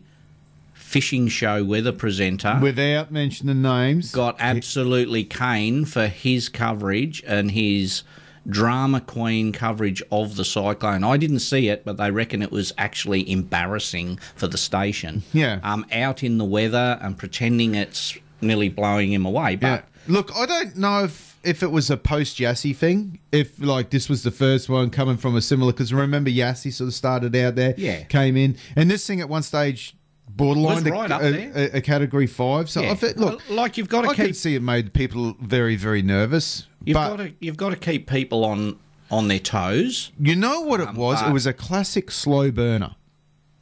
fishing show weather presenter
without mentioning names
got absolutely cane for his coverage and his drama queen coverage of the cyclone. I didn't see it, but they reckon it was actually embarrassing for the station.
Yeah.
Um, out in the weather and pretending it's nearly blowing him away, but.
Look, I don't know if if it was a post Yassi thing, if like this was the first one coming from a similar. Because remember, Yassi sort of started out there,
Yeah.
came in, and this thing at one stage borderline
Was right
a,
up
a-
there.
a- a category five. So
Yeah.
I think, look,
Well, like, you've gotta
I can
keep-
see it made people very very nervous.
You've
but
got to you've got to keep people on on their toes. Um,
You know what it was?
but-
It was a classic slow burner.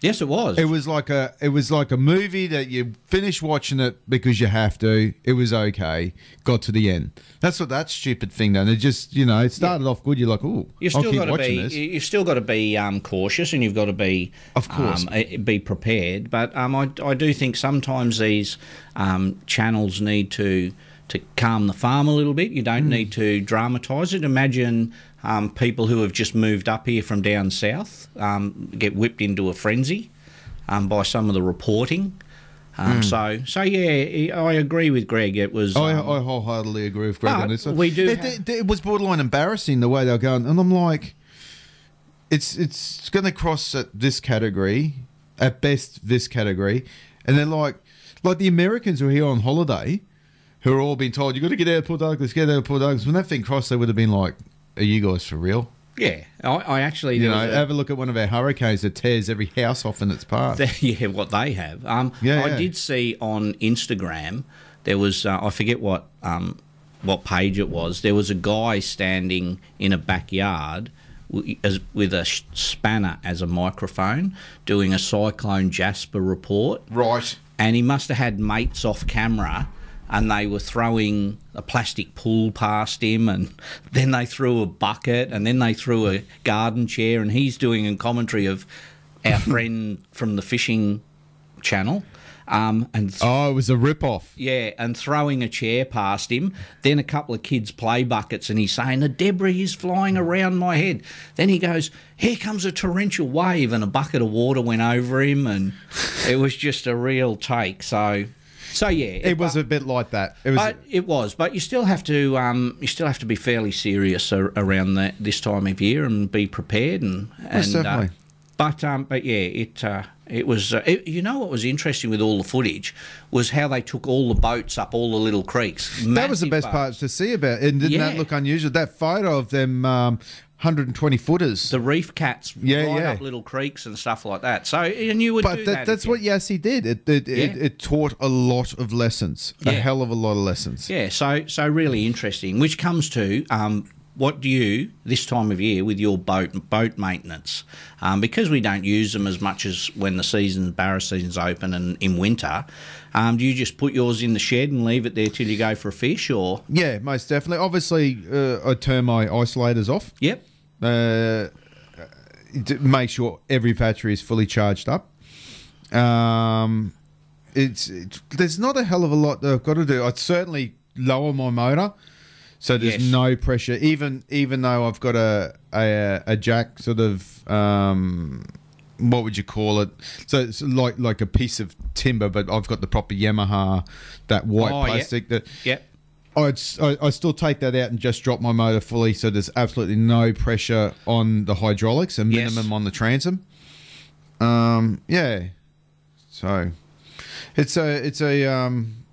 Yes, it was.
It was like a it was like a movie that you finish watching it because you have to. It was okay. Got to the end. That's what that stupid thing done. It just you know it started off good. You're like, oh,
You've
I'll
still
keep
got to
watching
be
this.
you- you've still got to be um, cautious, and you've got to be
Of course.
um, eh, be prepared. But um, I I do think sometimes these um, channels need to to calm the farm a little bit. You don't
Hmm.
need to dramatise it. Imagine. Um, people who have just moved up here from down south um, get whipped into a frenzy um, by some of the reporting. Um,
Mm.
So, so yeah, I agree with Greg. It was.
I,
um,
I wholeheartedly agree with Greg
but
on this one.
we do
It,
have-
it- it was borderline embarrassing the way they were going, and I'm like, it's it's going to cross at this category. at best this category, and they're like, like the Americans who are here on holiday, who are all being told you got to get out of Port Douglas, get out of Port Douglas. When that thing crossed, they would have been like, "Are you guys for real?"
Yeah, I, I actually
You
there
know,
was a-
have a look at one of our hurricanes that tears every house off in its path.
[laughs] yeah, what they have. Um,
Yeah,
I
yeah.
did see on Instagram there was uh, I forget what um, what page it was. There was a guy standing in a backyard wi- as, with a sh- spanner as a microphone, doing a Cyclone Jasper report.
Right.
And he must have had mates off camera. And they were throwing a plastic pool past him, and [laughs] then they threw a bucket, and then they threw a garden chair, and he's doing a commentary of
[laughs]
our friend from the fishing channel. Um, and
oh, it was a rip-off.
Yeah, and throwing a chair past him. Then a couple of kids play buckets, and he's saying, The debris is flying around my head. Then he goes, Here comes a torrential wave, and a bucket of water went over him. And it was just a real take. So, so yeah.
It was a bit like that. It was.
but it was, but you still have to um, you still have to be fairly serious ar- around that this time of year and be prepared and, and
Most
uh,
definitely.
but um, but yeah, it uh, it was. Uh, it, you know what was interesting with all the footage was how they took all the boats up all the little creeks.
that was the best part to see about, and didn't that
Yeah.
look unusual? That photo of them, um, hundred and twenty footers,
the reef cats,
yeah,
right
yeah.
up little creeks and stuff like that. So and you would
but
do
that-
that.
that's
if
what Yassi did. It it, it
Yeah.
it taught a lot of lessons, a
Yeah.
hell of a lot of lessons.
Yeah, so so really interesting. Which comes to um, what do you this time of year with your boat boat maintenance? Um, because we don't use them as much as when the season barra season's open and in winter. Um, do you just put yours in the shed and leave it there till you go for a fish, or
Yeah, most definitely. Obviously, uh, I turn my isolators off.
Yep.
Uh, d- make sure every battery is fully charged up. Um, it's, it's there's not a hell of a lot that I've got to do. I'd certainly lower my motor, so there's
Yes.
no pressure. Even even though I've got a a, a jack sort of um, what would you call it? So it's like like a piece of timber, but I've got the proper Yamaha that white
Oh, yeah.
plastic that
Yep.
I'd, s- I, I still take that out and just drop my motor fully, so there's absolutely no pressure on the hydraulics, a
Yes.
minimum on the transom. Um, yeah, so it's a it's a um,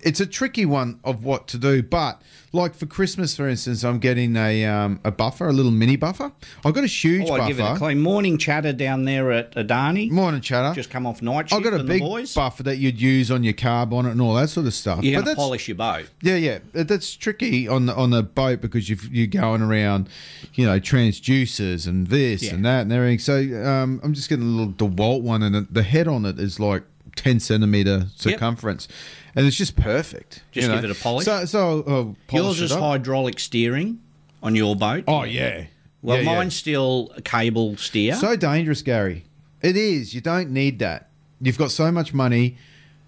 it's a tricky one of what to do, but like for Christmas, for instance, I'm getting a um, a buffer, a little mini buffer. I've got a huge
Oh, I'd
buffer.
give it a clean morning chatter down there at Adani.
Morning chatter.
Just come off night
I've
shift
got a
and
big
the boys.
buffer that you'd use on your car bonnet and all that sort of stuff.
You're
Oh, But
going to
that's-
polish your boat.
yeah, yeah, Uh, that's tricky on the on the boat because you you're going around, you know, transducers and this
Yeah.
and that and everything. So um, I'm just getting a little Dewalt one, and the- the head on it is like ten centimeter circumference, and it's just perfect.
Just
you
give
know.
it a polish.
So, so I'll polish
Yours
it
is
up.
hydraulic steering on your boat.
Oh yeah.
Well,
Yeah, yeah.
mine's still a cable steer.
So dangerous, Gary. It is. You don't need that. You've got so much money.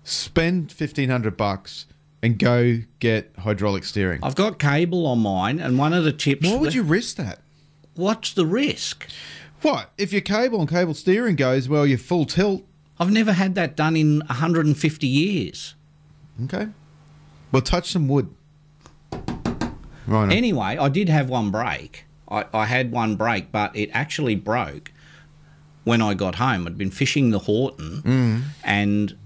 Spend fifteen hundred bucks and go get hydraulic steering.
I've got cable on mine, and one of the tips.
Why would you risk that?
What's the risk?
What if your cable and cable steering goes well? You're full tilt.
I've never had that done in 150 years.
Okay. Well, touch some wood. Right.
Anyway, I did have one break. I, I had one break, but it actually broke when I got home. I'd been fishing the Horton and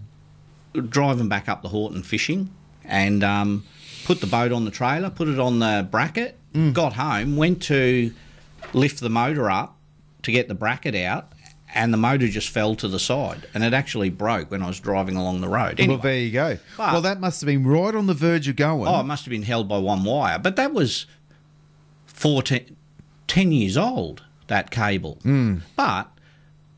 driving back up the Horton fishing and um, put the boat on the trailer, put it on the bracket,
Mm.
got home, went to lift the motor up to get the bracket out, and the motor just fell to the side. And it actually broke when I was driving along the road. Anyway,
well, there you go.
But-
well, that must have been right on the verge of going.
Oh, it must have been held by one wire. But that was 14, 10 years old, that cable.
Mm.
But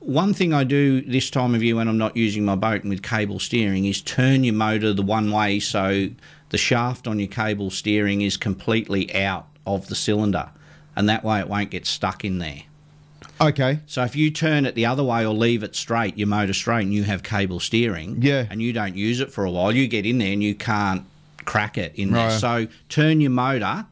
one thing I do this time of year when I'm not using my boat and with cable steering is turn your motor the one way so the shaft on your cable steering is completely out of the cylinder. And that way it won't get stuck in there.
Okay.
So if you turn it the other way or leave it straight, your motor straight, and you have cable steering, yeah, and you don't use it for a while, you get in there and you can't crack it in there.
Right.
So turn your motor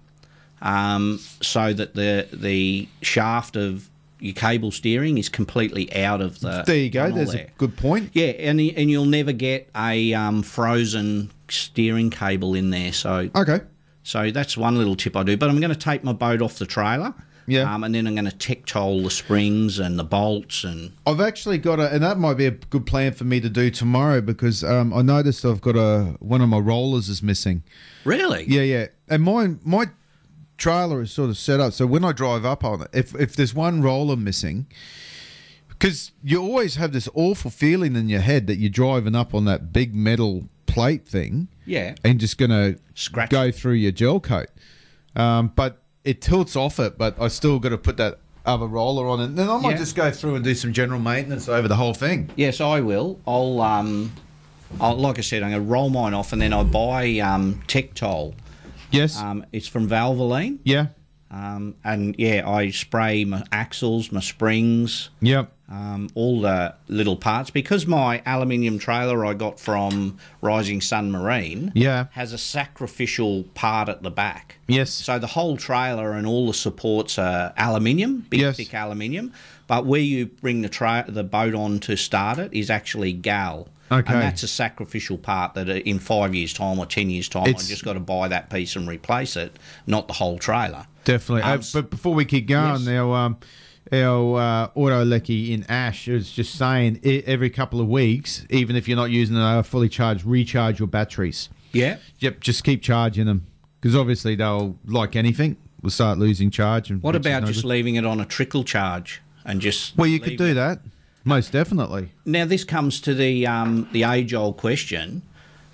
um, so that the the shaft of your cable steering is completely out of the.
there you go.
funnel
There's
there.
a good point.
yeah, and y- and you'll never get a um, frozen steering cable in there. So
okay.
So that's one little tip I do. But I'm going to take my boat off the trailer
Yeah.
Um, and then I'm going to tech toll the springs and the bolts and
I've actually got a, and that might be a good plan for me to do tomorrow because um, I noticed I've got a one of my rollers is missing.
Really?
Yeah, yeah. And my my trailer is sort of set up so when I drive up on it, if if there's one roller missing, because you always have this awful feeling in your head that you're driving up on that big metal plate thing.
Yeah.
And just gonna
Scratch
go through your gel coat. Um, but it tilts off it, but I still got to put that other roller on it. And then I might
Yeah.
just go through and do some general maintenance over the whole thing.
Yes, I will. I'll, um, I'll like I said, I'm going to roll mine off and then I buy um, Tectol.
Yes.
Um, it's from Valvoline.
Yeah.
Um, and yeah, I spray my axles, my springs.
Yep.
Um, all the little parts because my aluminium trailer I got from Rising Sun Marine
Yeah.
has a sacrificial part at the back.
Yes.
So the whole trailer and all the supports are aluminium, big
Yes.
thick aluminium. But where you bring the tra- the boat on to start it is actually gal.
Okay.
And that's a sacrificial part that uh, in five years' time or ten years' time,
It's-
I just got to buy that piece and replace it, not the whole trailer.
Definitely.
Um,
Uh, but before we keep going,
Yes.
now um, our uh, auto lecky in Ash is just saying e every couple of weeks, even if you're not using them, they are fully charged, recharge your batteries.
Yeah.
Yep. Just keep charging them because obviously they'll like anything. We'll start losing charge. And
What
which is
about
no
just
good.
leaving it on a trickle charge and just?
Well, you could
leave
do that. Most definitely.
Now this comes to the um, the age old question,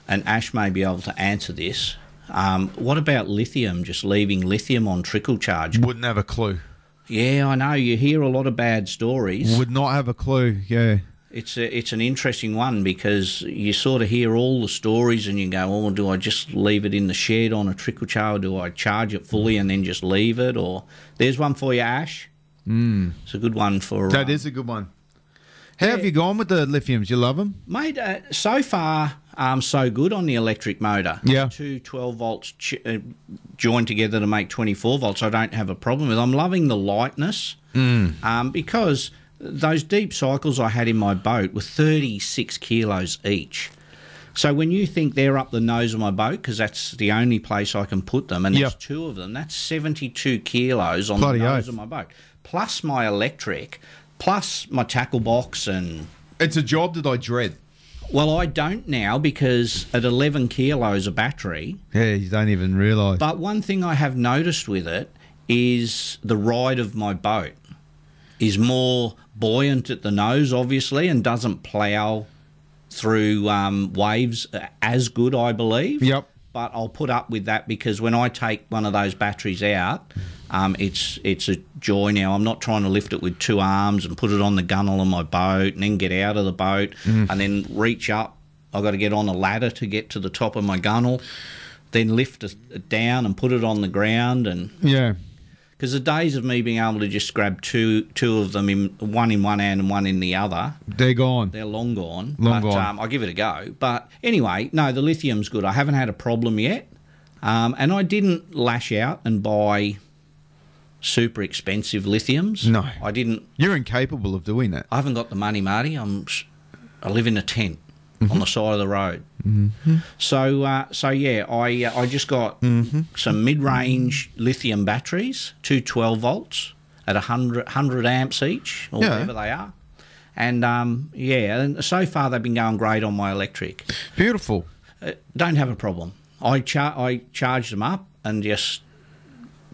and Ash may be able to answer this. Um, what about lithium? Just leaving lithium on trickle charge?
Wouldn't have a clue.
Yeah, I know. You hear a lot of bad stories.
Would not have a clue. Yeah.
It's a, it's an interesting one because you sort of hear all the stories and you go, oh, do I just leave it in the shed on a trickle charge? Or do I charge it fully and then just leave it? Or there's one for you, Ash.
Mm.
It's a good one for
That is a good one. How have you gone with the lithiums? You love them?
Mate, uh, so far, um, so good on the electric motor.
Yeah.
Two 12 volts ch- uh, joined together to make 24 volts, I don't have a problem with. I'm loving the lightness
Mm.
um, because those deep cycles I had in my boat were 36 kilos each. So when you think they're up the nose of my boat, because that's the only place I can put them, and there's
Yeah.
two of them, that's 72 kilos on
Bloody
the nose
oath.
of my boat, plus my electric, plus my tackle box and...
It's a job that I dread.
Well, I don't now because at 11 kilos a battery,
Yeah, you don't even realise.
but one thing I have noticed with it is the ride of my boat is more buoyant at the nose, obviously, and doesn't plough through um, waves a- as good, I believe. Yep. But I'll put up with that because when I take one of those batteries out, um, it's it's a joy now. I'm not trying to lift it with two arms and put it on the gunnel of my boat and then get out of the boat
Mm.
and then reach up. I've got to get on a ladder to get to the top of my gunnel, then lift it it down and put it on the ground and
Yeah.
because the days of me being able to just grab two two of them in one in one hand and one in the other,
They're gone.
they're long gone.
Long
but,
gone.
Um, I give it a go. But anyway, no, the lithium's good. I haven't had a problem yet, um, and I didn't lash out and buy super expensive lithiums. No, I didn't.
You're incapable of doing that.
I haven't got the money, Marty. I'm s- I live in a tent on the side of the road. So uh, so yeah, I uh, I just got some mid-range lithium batteries, two 12 volts at 100, 100 amps each, or
Yeah.
whatever Oh, they are. And um, yeah, and so far they've been going great on my electric.
Beautiful.
Uh, don't have a problem. I char- I charge them up and just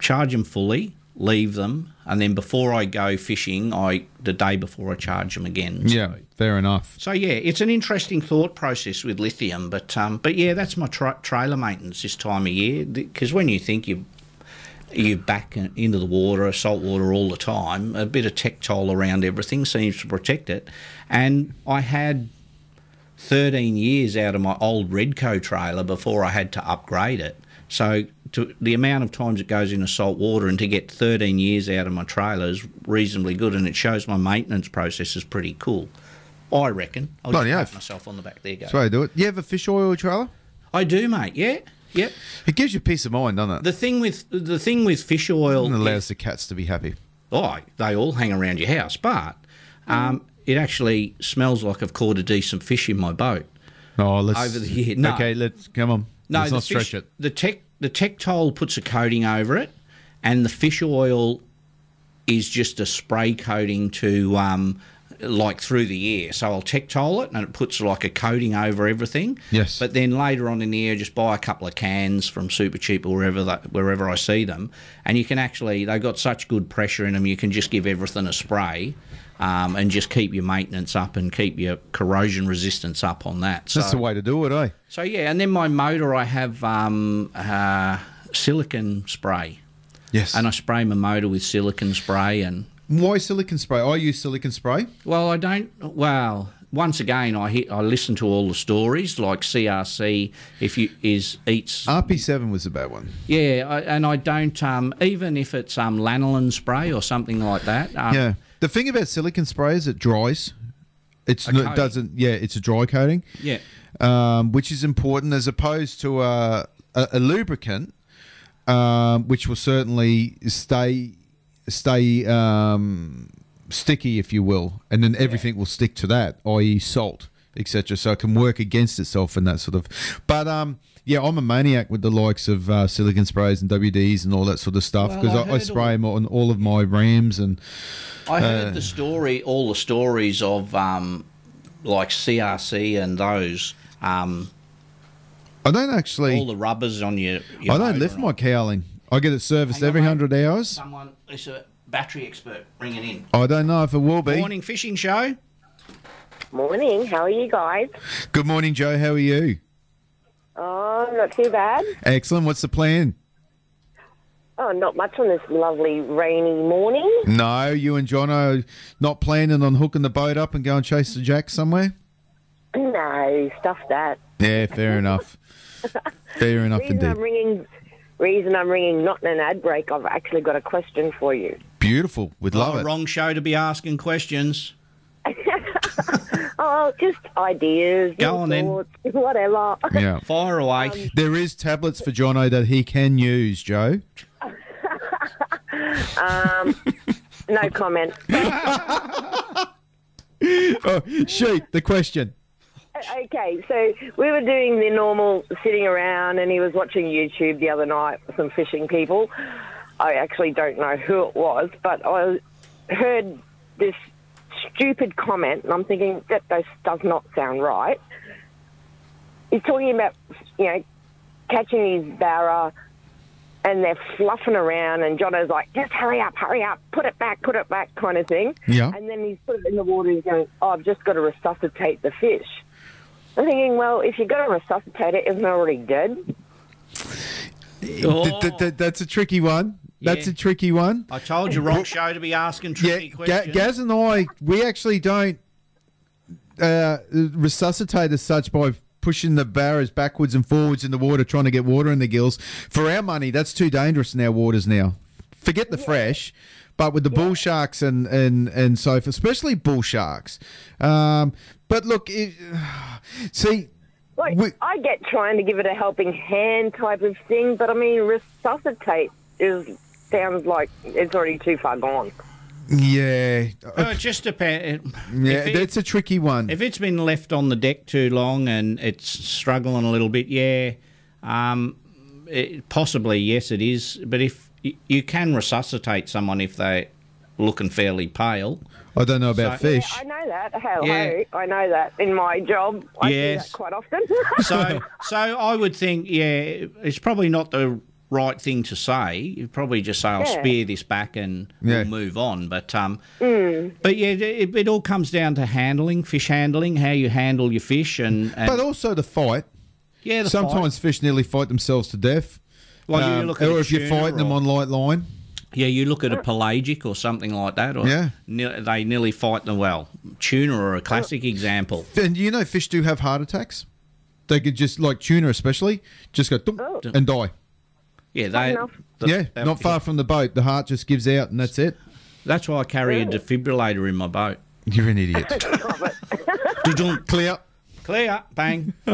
charge them fully, leave them, and then before I go fishing, I the day before I charge them again.
Yeah, fair enough.
So yeah, it's an interesting thought process with lithium, but um, but yeah, that's my tra- trailer maintenance this time of year because when you think you you're back in- into the water, salt water all the time, a bit of tectile around everything seems to protect it, and I had. 13 years out of my old Redco trailer before I had to upgrade it. So to, the amount of times it goes into salt water and to get 13 years out of my trailer is reasonably good and it shows my maintenance process is pretty cool. I reckon. I'll
Bloody
just pat
oath.
myself on the back. There you go.
That's how you do it. You have a fish oil trailer?
I do, mate. Yeah. Yep.
It gives you peace of mind, doesn't it?
The thing with the thing with fish oil
and allows
is-
the cats to be happy.
oh, they all hang around your house, but um, it actually smells like I've caught a decent fish in my boat.
Oh, let's
Over the year. No.
Okay, let's come on.
No,
let's
the
not stretch
fish-
it.
The tech the tectile puts a coating over it, and the fish oil is just a spray coating to um, like through the air. So I'll tectile it and it puts like a coating over everything.
Yes.
But then later on in the year, just buy a couple of cans from Super Cheap or wherever that, wherever I see them, and you can actually they've got such good pressure in them. You can just give everything a spray. Um, and just keep your maintenance up and keep your corrosion resistance up on that.
That's the way to do it, eh?
So yeah, and then my motor, I have um, uh, silicon spray.
Yes.
And I spray my motor with silicon spray, and
Why silicon spray? I use silicon spray.
well, I don't. Well, once again, I hit, I listen to all the stories like CRC. If you is eats
RP7 was a bad one.
yeah, I, and I don't um, even if it's um, lanolin spray or something like that. Um,
yeah. The thing about silicon spray is it dries. It's
A
no, it
coating.
doesn't. Yeah, it's a dry coating.
Yeah.
Um, which is important as opposed to a, a, a lubricant, um, which will certainly stay stay um, sticky, if you will, and then everything will stick to that, i.e., salt, etc. So it can work against itself and that sort of. But um, yeah, I'm a maniac with the likes of uh, silicon sprays and WDs and all that sort of stuff
Well,
because
I
I, I,
heard
spray them on all of my rams and.
I heard
uh,
the story, all the stories of um, like CRC and those. Um,
I don't actually.
all the rubbers on your. your
I don't
motor.
lift my cowling. I get it serviced every hundred hours.
Someone, it's a battery expert. Bring it in.
I don't know if it will be.
Morning fishing show.
Morning. How are you guys?
Good morning, Joe. How are you?
Oh, not too bad.
Excellent. What's the plan?
Oh, not much on this lovely rainy morning. [clears throat]
No, you and John are not planning on hooking the boat up and go and chase the jack somewhere.
No, stuff that.
Yeah, fair
[laughs]
enough. Fair enough
uh,
reason I'm
indeed.
ringing. Reason I'm ringing. Not in an ad break. I've actually got a question for you.
Beautiful. We'd love
oh,
it.
Wrong show to be asking questions.
Oh, just ideas.
Go
your
on then.
thoughts, [laughs] Whatever.
Yeah. Um,
Fire away.
there is tablets for Jono that he can use, Joe. [laughs]
Um, no comment.
oh, shoot, the question.
Okay, so we were doing the normal sitting around, and he was watching YouTube the other night with some fishing people. I actually don't know who it was, but I heard this stupid comment, and I'm thinking that this does not sound right. He's talking about, you know, catching his barra, and they're fluffing around, and Jono's like, just hurry up, hurry up, put it back, put it back, kind of thing.
Yeah.
And then he's put it in the water, he's going, oh, I've just got to resuscitate the fish. I'm thinking, well, if you're going to resuscitate it, isn't it already dead?
Th- th- th- that's a tricky one. That's
Oh. Yeah.
a tricky one.
I told you, wrong show to be asking tricky
Ga-
questions.
Gaz and I, we actually don't uh, resuscitate as such by pushing the barrows backwards and forwards in the water, trying to get water in the gills. For our money, that's too dangerous in our waters now. Forget the fresh, but with the bull sharks and and and so forth, especially bull sharks. Um, but look, it, [sighs] see,
Like, I get trying to give it a helping hand type of thing, but I mean, resuscitate is sounds like it's already too far gone.
yeah,
Oh, it just [laughs] depends.
yeah, that's a tricky one.
If it's been left on the deck too long and it's struggling a little bit, yeah, um, it, possibly yes, it is. But if y- you can resuscitate someone if they're looking fairly pale,
I don't know about
so-
fish.
I know that. Hello,
Yeah.
I know that in my job. I
Yes.
do that quite often.
[laughs] so so I would think, yeah, it's probably not the right thing to say. You probably just say, "I'll
Yeah.
spear this back and
Yeah.
we'll move on." But um,
Mm.
but yeah, it, it all comes down to handling, fish handling, how you handle your fish, and, and
but also the fight.
Yeah, the
sometimes fish nearly fight themselves to death. Um,
Well, you look at
or
a
if you're
tuna
fighting them
or-
on light line.
Yeah, you look at a pelagic or something like that, or
Yeah.
ne- they nearly fight the well. Tuna are a classic example.
And you know, fish do have heart attacks. They could just like tuna, especially, just go thump and die.
Yeah, they. th-
yeah,
they-
not far from the boat. The heart just gives out, and that's it.
That's why I carry a defibrillator in my boat.
You're an idiot.
[laughs]
Clear.
Clear. Bang.
[laughs]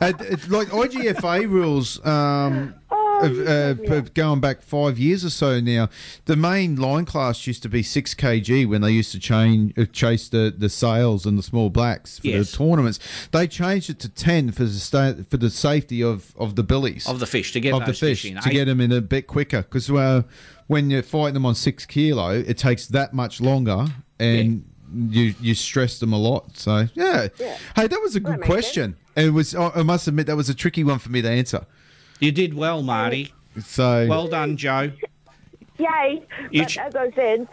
Uh, it's like IGFA rules, um, of, uh, p- going back five years or so now, the main line class used to be six kg when they used to change uh, chase the, the sails and the small blacks for
Yes.
the tournaments. They changed it to ten for the sta- for the safety of, of the billies
Of the fish, to get
of the
those
fish
fish in.
to
Eight-
get them in a bit quicker because uh, when you're fighting them on six kilo, it takes that much longer, and you you stress them a lot. So yeah, hey, that was a good question. It was. I I must admit that was a tricky one for me to answer.
You did well, Marty.
So
Well done, Joe.
[laughs] Yay!
You
But
ch-
as I said,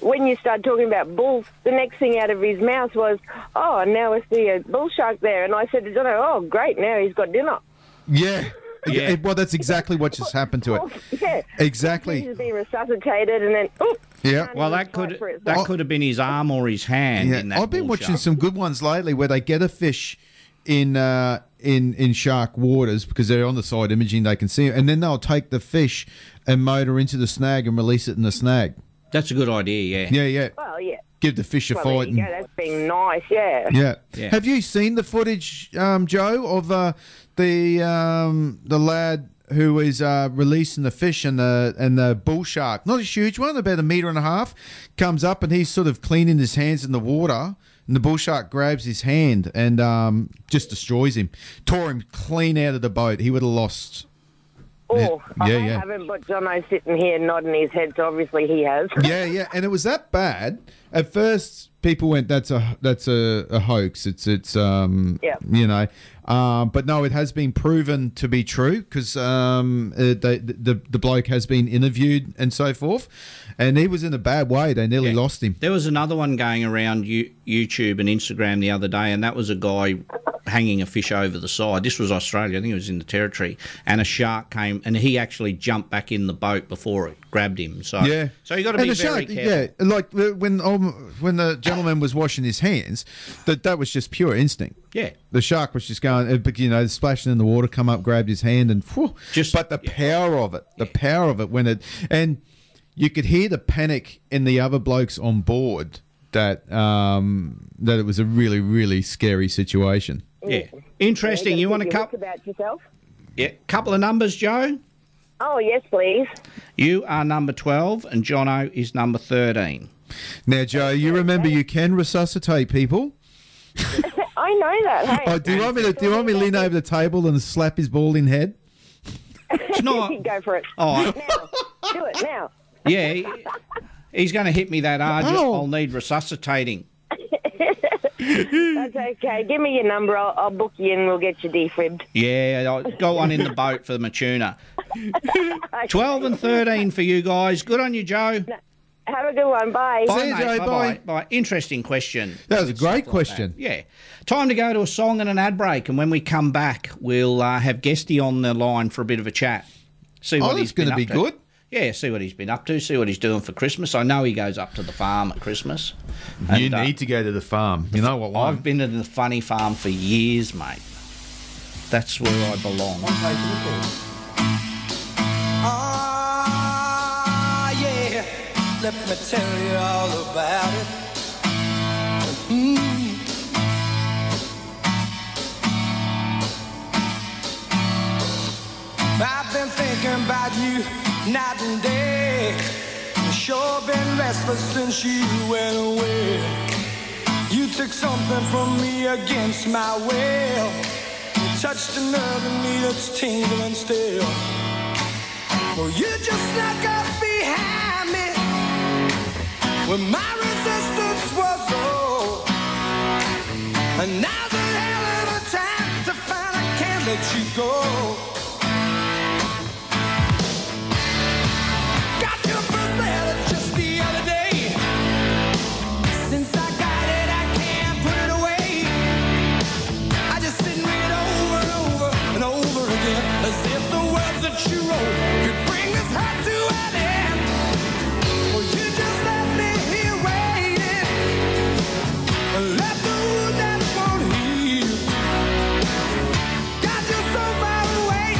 when you started talking about bulls, the next thing out of his mouth was, "Oh, now I see a bull shark there," and I said to Jono, "Oh, great! Now he's got dinner." [laughs]
Yeah. Yeah. Well, that's exactly what just happened to it.
Yeah,
Exactly.
He's been resuscitated, and then oh,
Yeah.
Well, that could that could have been his arm or his hand.
Yeah,
In that
I've been
bull
watching
shark.
some good ones lately where they get a fish in uh, in in shark waters because they're on the side imaging they can see it, and then they'll take the fish and motor into the snag and release it in the snag.
That's a good idea. Yeah.
Yeah, yeah.
well, Oh, yeah.
Give the fish a
well,
fight.
There you go.
and-
That's been nice. Yeah.
yeah. Have you seen the footage, um, Joe, of uh, the um, the lad who is uh, releasing the fish and the and the bull shark? Not a huge one, about a meter and a half. Comes up and he's sort of cleaning his hands in the water, and the bull shark grabs his hand and um, just destroys him. Tore him clean out of the boat. He would have lost.
Oh, I
Yeah, yeah.
haven't, but Jono's sitting here nodding his head, so obviously he has.
yeah, yeah, and it was that bad. At first, people went, "That's a that's a, a hoax. It's it's um
Yeah.
you know," um, but no, it has been proven to be true because um uh, they, the the bloke has been interviewed and so forth, and he was in a bad way. They nearly lost him.
There was another one going around you, YouTube and Instagram the other day, and that was a guy hanging a fish over the side. This was Australia, I think it was in the territory, and a shark came, and he actually jumped back in the boat before it grabbed him. So
yeah.
so you got to
And
be
the
very
shark,
careful.
yeah, like uh, when um, when the gentleman was washing his hands, that that was just pure instinct.
Yeah.
The shark was just going, uh, but, you know, splashing in the water, come up, grabbed his hand, and whew, just but the power of it, the power of it when it, and you could hear the panic in the other blokes on board that um, that it was a really really scary situation.
Yeah. Interesting. You want a
cup
couple,
about yourself?
yeah, couple of numbers, Joe?
Oh yes, please.
You are number 12, and Jono is number 13.
Now, Joe, you remember you can resuscitate people.
I know that. Hey. [laughs]
Oh, do you want me to do you want me to lean over the table and slap his balding head?
not-
Go for it.
Oh.
Now. Do it now.
Yeah, he- he's going to hit me that hard.
Ow.
I'll need resuscitating.
That's okay. Give me your number. I'll, I'll book you in. We'll get you defibbed.
Yeah, I'll go on in the boat for the Matuna. 12 and 13 for you guys. Good on you, Joe.
Have a good one. Bye.
Bye, mate. Bye-bye. Bye. Interesting question.
That was a great
Good stuff like that.
question.
Yeah. Time to go to a song and an ad break. And when we come back, we'll uh, have Guesty on the line for a bit of a chat. See
Oh,
what
that's
he's been
gonna
up
be
to.
good.
Yeah, see what he's been up to, see what he's doing for Christmas. I know he goes up to the farm at Christmas. uh,
You need to go to the farm. You know what?
I've been to the funny farm for years, mate. That's where I belong.
Ah, yeah, let me tell you all about it. Mm. I've been thinking about you night and day. Sure been restless since you went away. You took something from me against my will. You touched a nerve in me that's tingling still. Well, you just snuck up behind me when my resistance was low. And now's a hell of a time to find I can't let you go. Got your first letter just the other day. Since I got it, I can't put it away. I just sit and read over and over and over again as if the words that you wrote could bring this heart to an end. Well, you just left me here waiting and left the wound that won't heal. Got you so far away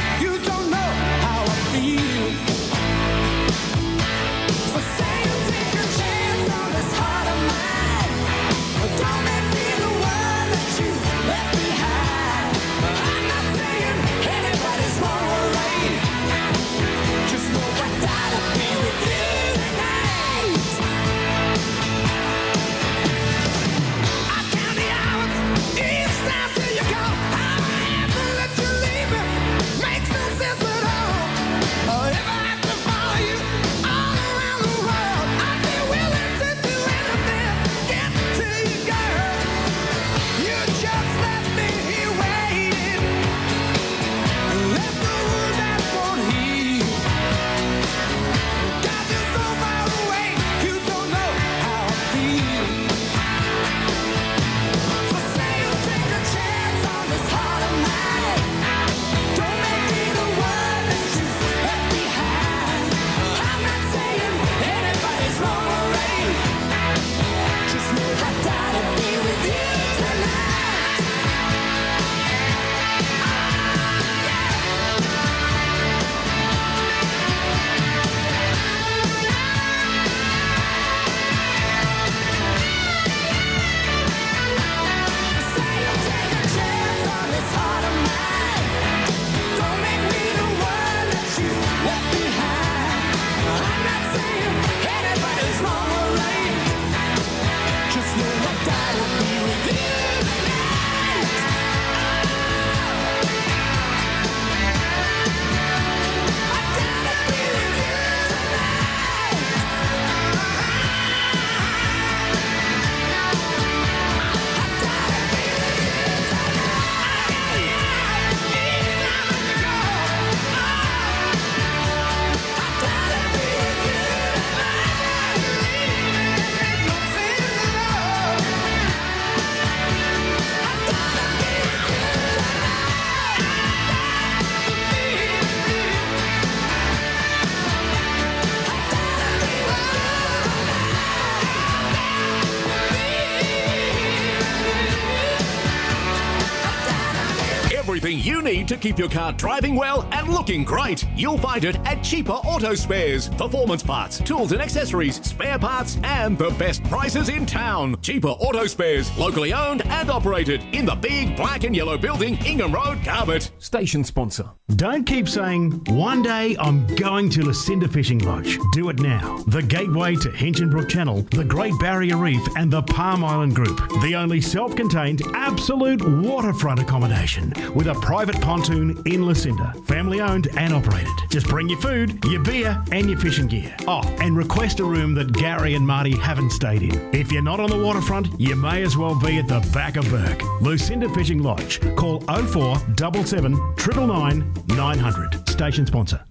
you need to keep your car driving well and looking great. You'll find it at cheaper auto spares, performance parts, tools and accessories, spare parts, and the best prices in town. Cheaper auto spares, locally owned and operated in the big black and yellow building, Ingham Road, Garbutt.
Station sponsor. Don't keep saying, one day I'm going to Lucinda Fishing Lodge. Do it now. The gateway to Hinchinbrook Channel, the Great Barrier Reef, and the Palm Island Group. The only self contained, absolute waterfront accommodation with a private pontoon in Lucinda. Family owned and operated. Just bring your food, your beer, and your fishing gear. Oh, and request a room that Gary and Marty haven't stayed in. If you're not on the waterfront, you may as well be at the back of Burke. Lucinda Fishing Lodge. Call 04 77 999 900. Station sponsor.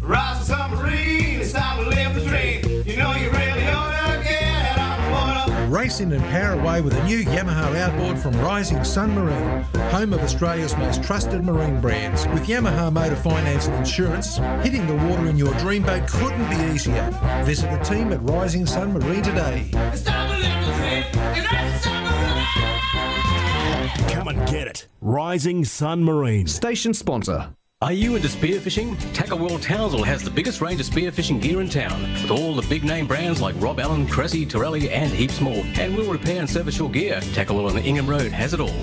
Rise to submarine, it's time to live the dream. You know you really ought to get out of water.
Race in and power away with a new Yamaha outboard from Rising Sun Marine, home of Australia's most trusted marine brands. With Yamaha Motor Finance and Insurance, hitting the water in your dream boat couldn't be easier. Visit the team at Rising Sun Marine today.
Come and get it. Rising Sun Marine.
Station sponsor. Are you into spearfishing? Tackle World Townsville has the biggest range of spearfishing gear in town, with all the big name brands like Rob Allen, Cressy, Torelli, and heaps more. And we'll repair and service your gear. Tackle World on Ingham Road has it all.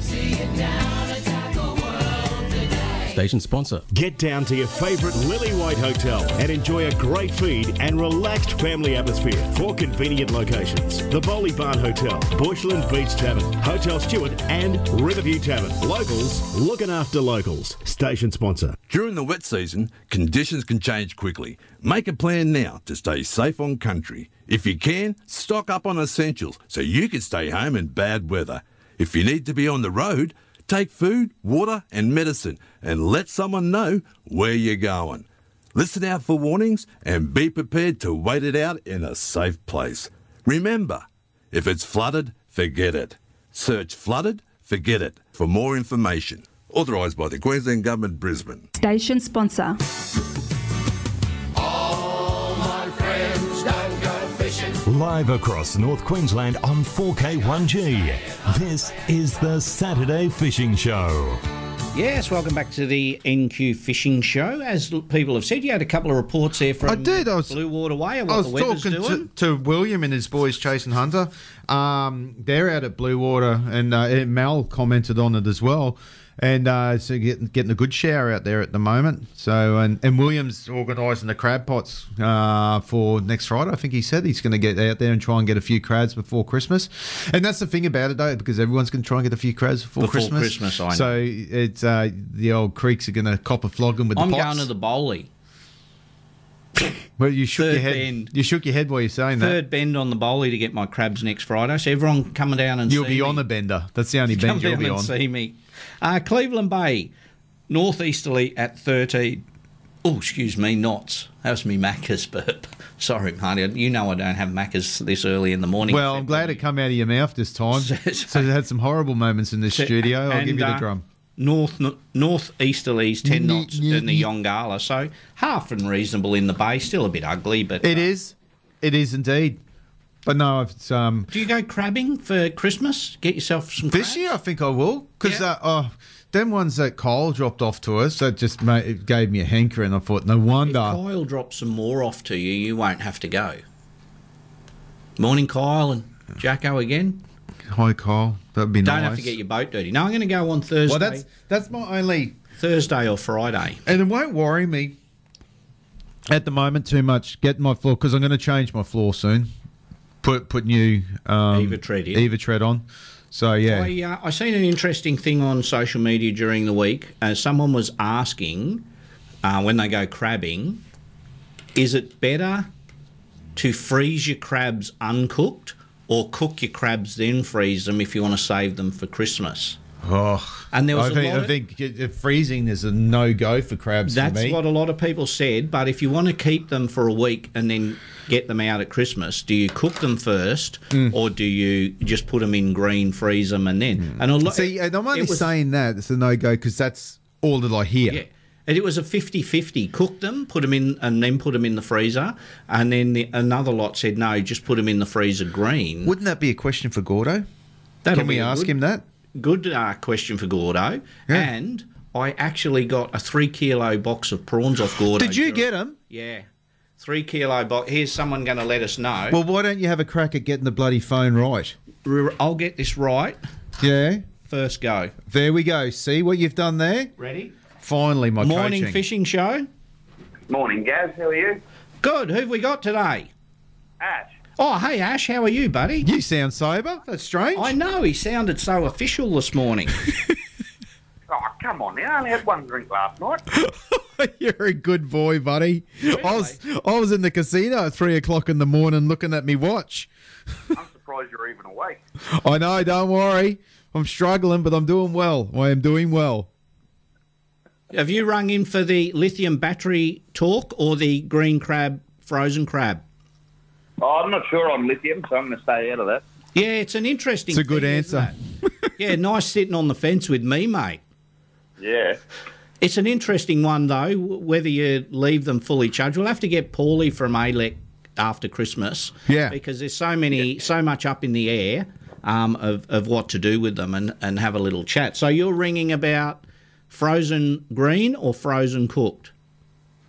Station sponsor.
Get down to your favourite Lily White Hotel and enjoy a great feed and relaxed family atmosphere. Four convenient locations the Bowley Barn Hotel, Bushland Beach Tavern, Hotel Stewart, and Riverview Tavern. Locals looking after locals. Station sponsor.
During the wet season, conditions can change quickly. Make a plan now to stay safe on country. If you can, stock up on essentials so you can stay home in bad weather. If you need to be on the road, take food, water, and medicine and let someone know where you're going. Listen out for warnings and be prepared to wait it out in a safe place. Remember, if it's flooded, forget it. Search flooded, forget it for more information. Authorised by the Queensland Government, Brisbane.
Station sponsor.
All my friends don't go fishing.
Live across North Queensland on 4K1G, this is the Saturday Fishing Show.
Yes, welcome back to the NQ Fishing Show. As l- people have said, you had a couple of reports there from
I did. I was
Blue Water Way and
I
what
was
the weather's
talking
doing.
to, to William and his boys, Chase and Hunter. Um, they're out at Blue Water, and, uh, and Mal commented on it as well. And uh, so getting, getting a good shower out there at the moment. So and, and Williams organising the crab pots uh, for next Friday. I think he said he's going to get out there and try and get a few crabs before Christmas. And that's the thing about it though, because everyone's going to try and get a few crabs before,
Before Christmas, I know.
So it's uh, the old creeks are going to cop a flogging with
I'm
the pots.
going to the bowley.
Well, you shook your
Third
head.
bend.
You shook your head while you're saying that.
Third bend on the bowley to get my crabs next Friday. So everyone coming down and
You'll
see
be
me.
on the bender. That's the only
Come
bend you'll
down
be
and
on.
see me. Uh, Cleveland Bay, northeasterly at 13. Oh, excuse me, knots. That was me Macca's burp. [laughs] Sorry, Marty. You know I don't have Macca's this early in the morning.
Well, I'm glad it come out of your mouth this
[laughs]
time. so you had some horrible moments in this
So-
studio. I'll
and,
give you the
uh,
drum.
North northeasterlies, ten knots in the Yongala, so half and reasonable in the bay. Still a bit ugly, but uh,
It is. It is indeed. But no, it's um.
Do you go crabbing for Christmas? Get yourself some.
This year, I think I will because uh, oh, them ones that Kyle dropped off to us that just made, it gave me a hanker, and I thought, no wonder.
Kyle drops some more off to you. You won't have to go. Morning, Kyle and Jacko again.
Hi, Kyle. That'd be
Don't
nice.
have to get your boat dirty. No, I'm going to go on Thursday.
Well, that's that's my only
Thursday or Friday.
and it won't worry me at the moment too much. Get my floor because I'm going to change my floor soon. Put put new um, Eva
tread in.
Eva tread on. So yeah,
I, uh, I seen an interesting thing on social media during the week. Uh, someone was asking uh, when they go crabbing, is it better to freeze your crabs uncooked or cook your crabs then freeze them if you want to save them for Christmas?
oh,
And there
I
was a
think,
lot
I
of-
think it- it- freezing is a no go for crabs. for
That's
me.
what a lot of people said. But if you want to keep them for a week and then get them out at Christmas, do you cook them first,
Mm.
or do you just put them in green, freeze them, and then? And a lot.
Mm. See, and I'm only
it was,
saying that it's a no go because that's all that I hear.
Yeah. And it was a 50-50. Cook them, put them in, and then put them in the freezer. And then the, another lot said no, just put them in the freezer green.
Wouldn't that be a question for Gordo?
That'll
Can
be
we
a
ask
good-
him that?
good uh, question for Gordo. And I actually got a three kilo box of prawns off Gordo.
Did you get
them? Yeah. Three kilo box. Here's someone going to let us know.
Well, why don't you have a crack at getting the bloody phone right?
I'll get this right.
Yeah.
First go.
There we go. See what you've done there?
Ready?
Finally, my
Morning
coaching.
fishing show.
Morning, Gaz. How are you?
Good. Who've we got today?
Ash.
Oh, hey Ash, how are you, buddy?
You sound sober. That's strange.
I know. He sounded so official
[laughs]
this morning.
Oh, come on now. I only had one drink last
[laughs]
night.
[laughs] You're a good boy, buddy. I was I was in the casino at three o'clock in the morning looking at me watch.
I'm surprised you're even awake.
I know. Don't worry. I'm struggling, but I'm doing well. I am doing well.
Have you rung in for the lithium battery talk or the green crab, frozen crab?
Oh, I'm not sure on lithium, so I'm going to stay out of that.
Yeah, it's an interesting. It's a good answer.
[laughs]
yeah, nice sitting on the fence with me, mate.
Yeah.
It's an interesting one though. w- Whether you leave them fully charged, we'll have to get Paulie from ALEC after Christmas.
Yeah.
because there's so many, so much up in the air um, of of what to do with them, and and have a little chat. So you're ringing about frozen green or frozen cooked?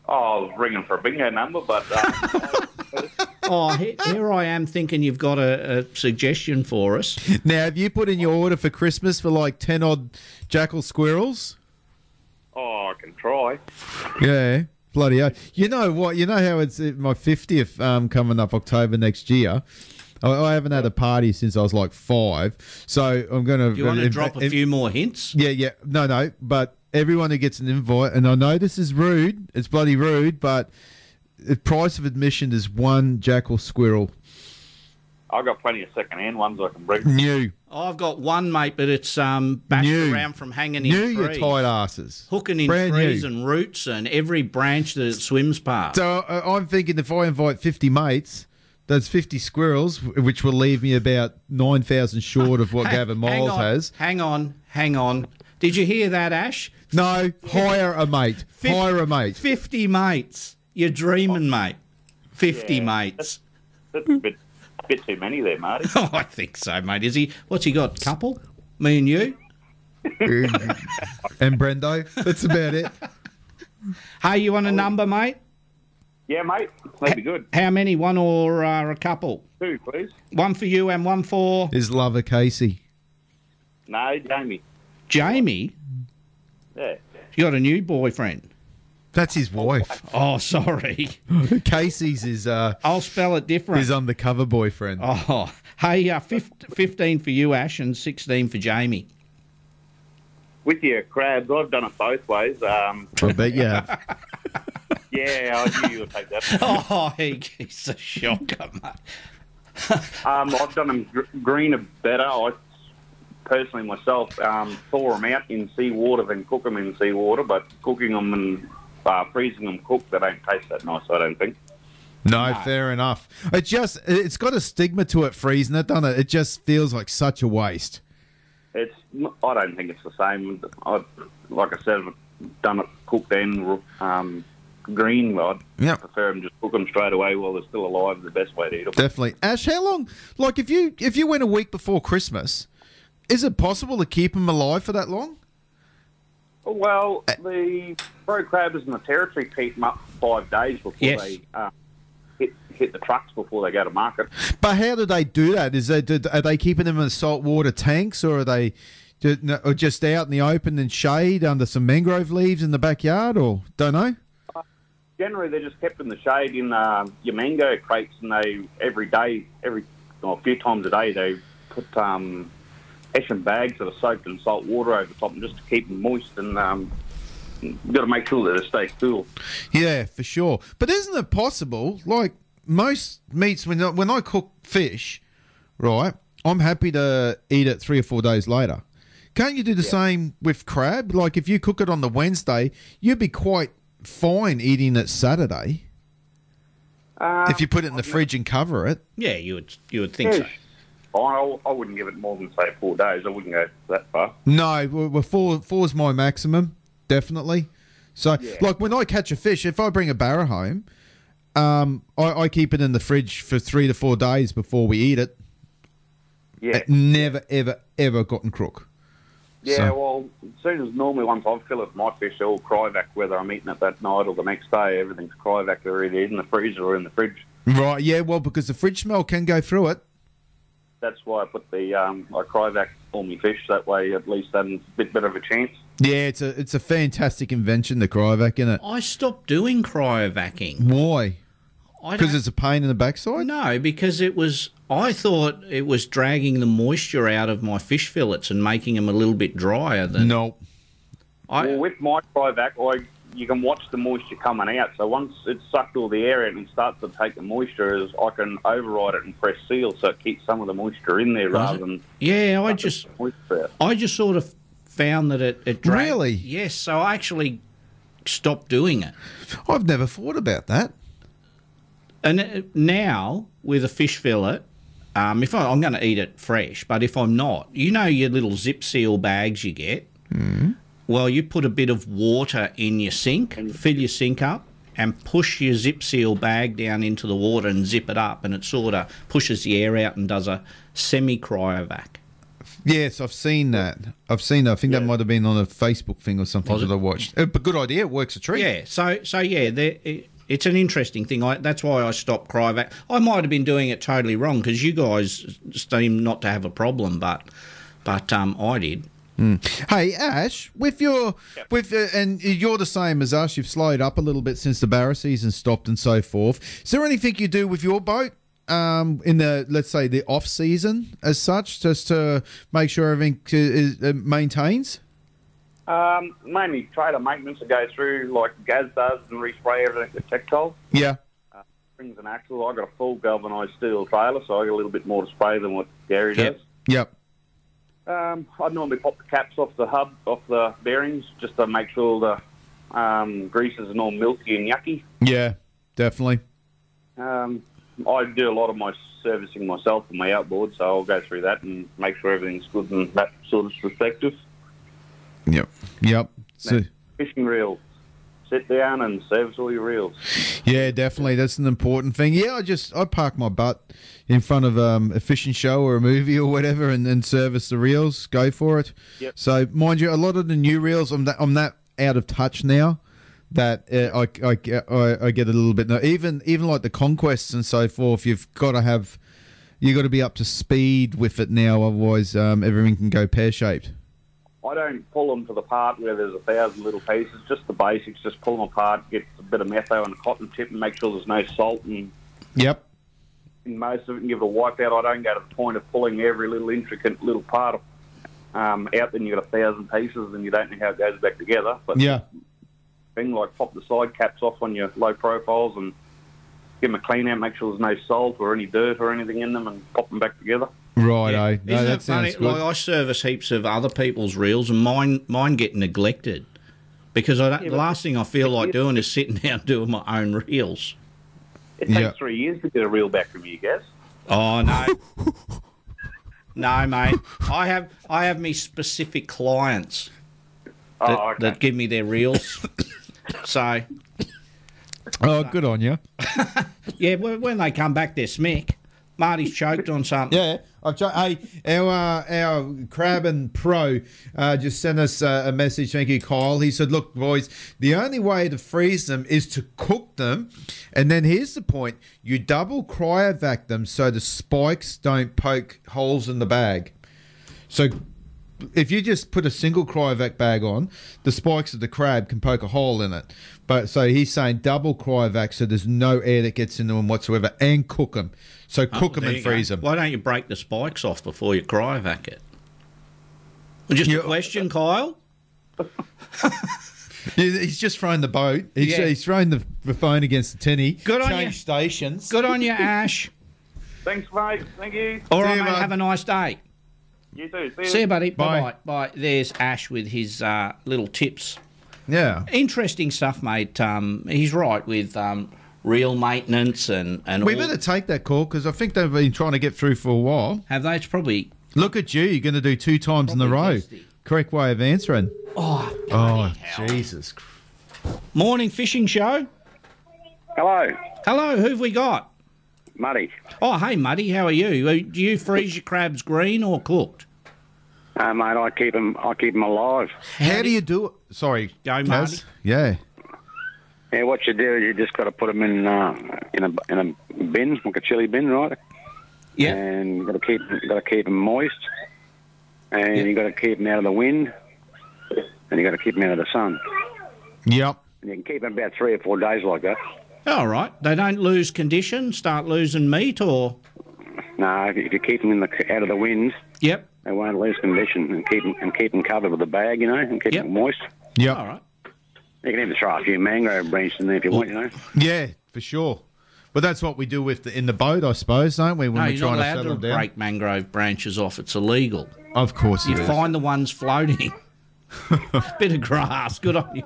Oh, I was ringing for a bingo number, but
[laughs]
uh,
oh, he- here I am thinking you've got a, a suggestion for us.
Now, have you put in your order for Christmas for like ten odd jackal squirrels?
oh, I can try.
Yeah, bloody hell. You know what? You know how it's uh, my 50th um, coming up October next year? I, I haven't had a party since I was like five. So I'm going to.
Do you want to drop a few more hints?
Yeah, yeah. No, no. But everyone who gets an invite, and I know this is rude, it's bloody rude, but the price of admission is one jackal squirrel.
I've got plenty of second-hand ones I can bring.
New.
Oh, I've got one mate, but it's um, bashed
New.
around from hanging in
New,
trees,
you tight asses.
hooking in
Brand
trees
new.
and roots, and every branch that it swims past.
So I, I'm thinking if I invite 50 mates, that's 50 squirrels, which will leave me about 9,000 short of what
Hey,
Gavin
[laughs] hang
Miles
on, [laughs]
has.
Hang on, hang on. Did you hear that, Ash?
No, hire a mate.
Fif-
hire a mate.
Fifty mates. You're dreaming, mate. Fifty mates.
That's a bit, bit too many there, Marty.
[laughs] Oh, I think so, mate. Is he? What's he got? Couple? Me and you.
and Brendo. That's about it.
Hey, you
Oh.
want a number, mate?
Yeah, mate. That'd be good.
How many? One or uh, a couple?
Two, please.
One for you and one for
His lover, Casey.
No, Jamie.
Jamie.
Yeah.
You got a new boyfriend.
That's his wife.
Oh, sorry.
[laughs] Casey's is. Uh,
I'll spell it different.
His undercover boyfriend.
Oh, hey, uh, fif- 15 for you, Ash, and 16 for Jamie.
With your crabs, I've done it both ways. Um,
I bet you
[laughs]
have.
yeah, I knew you would take that.
Oh, he, he's a shocker, mate.
Um, I've done them gr- greener better. I personally myself um, thaw them out in sea water than cook them in sea water, but cooking them and uh, freezing them cooked, they don't taste that nice. I don't think.
No, fair enough. It just it's got a stigma to it freezing it, doesn't it? It just feels like such a waste.
It's. I don't think it's the same. I, like I said, I've done it cooked and um, green. I
Yep.
prefer them just cook them straight away while they're still alive. The best way to eat them.
Definitely. Ash, how long like if you if you went a week before Christmas, is it possible to keep them alive for that long?
Well,
Uh,
the pro crabbers and the territory keep them up five days before
Yes.
they uh, hit, hit the trucks before they go to market.
But how do they do that? Is they do, are they keeping them in saltwater tanks or are they ju- no, or just out in the open in shade under some mangrove leaves in the backyard or don't know?
Generally, they're just kept in the shade in uh, your mango crates, and they every day, every or a few times a day, they put um, hessian bags that are soaked in salt water over top, them just to keep them moist. And um, you've got to make sure that they stay cool.
Yeah, for sure. But isn't it possible? Like most meats, when I, when I cook fish, right, I'm happy to eat it three or four days later. Can't you do the same with crab? Like if you cook it on the Wednesday, you'd be quite fine eating it Saturday if you put it in the fridge and cover it.
Yeah, you would you would think so.
I, I- I wouldn't give it more than say four days. I wouldn't go that far.
No, well, well, four four's my maximum, definitely. So, like when I catch a fish, if I bring a barra home, um, I, I keep it in the fridge for three to four days before we eat it.
Yeah.
Never, ever, ever gotten crook.
Yeah,
So-
well, as soon as normally once I've filled my fish, they're all cryovac, whether I'm eating it that night or the next day, everything's cryovac. They're either in the freezer or in the fridge.
Right, yeah, well, because the fridge smell can go through it.
That's why I put the um, I cryovac all my fish. That way, at least that's a bit better of a chance.
Yeah, it's a it's a fantastic invention, the cryovac, isn't it?
I stopped doing cryovacking.
Why?
I
Because it's a pain in the backside?
No, because it was. I thought it was dragging the moisture out of my fish fillets and making them a little bit drier than.
No.
well, with my cryovac, I you can watch the moisture coming out. So once it's sucked all the air out and starts to take the moisture, is I can override it and press seal, so it keeps some of the moisture in there rather than
Yeah, I just.
moisture out.
I just sort of found that it, it dragged. Really? Yes, so I actually stopped doing it.
I've never thought about that.
And uh, now, with a fish fillet, um, if I, I'm going to eat it fresh, but if I'm not, you know your little zip seal bags you get? Well, you put a bit of water in your sink, fill your sink up, and push your zip seal bag down into the water and zip it up, and it sort of pushes the air out and does a semi cryovac.
Yes, I've seen that. I've seen that. I think that might have been on a Facebook thing or something that I watched. Uh, But good idea. It works a treat.
Yeah, so so yeah, there, it, it's an interesting thing. I, that's why I stopped cryovac. I might have been doing it totally wrong because you guys seem not to have a problem, but but um, I did.
Hey Ash, with your with uh, and you're the same as us. You've slowed up a little bit since the barra season stopped and so forth. Is there anything you do with your boat um, in the let's say the off season as such, just to make sure everything c- is, uh, maintains?
Um, mainly trailer maintenance that goes through, like Gaz does, and respray everything with Tectol.
Yeah.
Uh, springs and axle. I got a full galvanised steel trailer, so I got a little bit more to spray than what Gary does.
Yep.
Um, I'd normally pop the caps off the hub, off the bearings, just to make sure the um, greases are all milky and yucky.
Yeah, definitely.
Um, I do a lot of my servicing myself on my outboard, so I'll go through that and make sure everything's good in that sort of perspective.
Yep. Yep. So,
Fishing reel. Sit down and service all your reels.
yeah, definitely. That's an important thing. Yeah, I just I park my butt in front of um, a fishing show or a movie or whatever, and then service the reels. Go for it.
Yep.
So, mind you, a lot of the new reels, I'm that I'm that out of touch now that uh, I, I, I I get a little bit. No, even even like the conquests and so forth, you've got to have you got to be up to speed with it now, otherwise um, everything can go pear shaped.
I don't pull them to the part where there's a thousand little pieces, just the basics, just pull them apart, get a bit of metho and a cotton tip and make sure there's no salt and
Yep.
in most of it and give it a wipe out. I don't go to the point of pulling every little intricate little part um, out, then you've got a thousand pieces and you don't know how it goes back together. But
Yeah.
thing like pop the side caps off on your low profiles and give them a clean out, make sure there's no salt or any dirt or anything in them and pop them back together.
Right, eh? No, that
Isn't it funny?
sounds good.
Like I service heaps of other people's reels, and mine mine get neglected because I don't, the last thing I feel like doing is sitting [laughs] down doing my own reels.
It takes three years to get a reel back from you guys.
Oh no,
[laughs]
no, mate. I have I have me specific clients that,
Oh, okay.
that give me their reels. so
Oh, good on you.
yeah, when when they come back, they're smick. Marty's choked on something.
Yeah, I've cho- hey our uh, our crab and pro uh, just sent us uh, a message. Thank you, Kyle. He said, "Look, boys, the only way to freeze them is to cook them, and then here's the point: you double cryovac them so the spikes don't poke holes in the bag. So." If you just put a single cryovac bag on, the spikes of the crab can poke a hole in it. But so he's saying double cryovac, so there's no air that gets into them whatsoever, and cook them. So cook them
Oh, There
and
you go.
freeze them.
Why don't you break the spikes off before you cryovac it? Just a question, Kyle.
Yeah, He's just thrown the boat. He's,
Yeah.
he's thrown the, the phone against the tinny.
Good on you.
Changed stations.
Good on you, Ash.
Thanks, mate. Thank you.
All right, mate. Have a nice day.
You too. See,
See you, buddy. Bye. Bye. There's Ash with his uh, little tips.
Yeah.
Interesting stuff, mate. Um, he's right with um, real maintenance and and
we
all-
better take that call because I think they've been trying to get through for a while.
Have they? It's probably.
Look at you. You're going to do two times in a row. Correct way of answering.
Oh,
oh Jesus.
Morning fishing show.
Hello.
Hello. Who've we got?
Muddy.
Oh, hey, Muddy. How are you? Uh, Do you freeze your crabs green or cooked?
Uh, mate, I keep them. I keep them alive.
How do you do it? Sorry, Kaz. Yeah.
Yeah, what you do is you just got to put them in uh, in a in a bin, like a chili bin, right? Yeah. And you got to keep you got to keep them moist, and you got to keep them out of the wind, and you got to keep them out of the sun.
Yep.
And you can keep them about three or four days like that.
All right. They don't lose condition, start losing meat, or
No, if if you keep them in the out of the wind,
yep,
they won't lose condition, and keep them and keep them covered with a bag, you know, and keep them moist.
Yep.
All right.
You can even throw a few mangrove branches in there if you want, you know.
Yeah, for sure. But that's what we do with the, in the boat, I suppose, don't we? When
no,
we're
you're
trying
not
to
allowed
settle
to,
them down.
break mangrove branches off. It's illegal.
Of course,
you
it is.
find the
[laughs]
ones floating. Bit of grass. Good on you.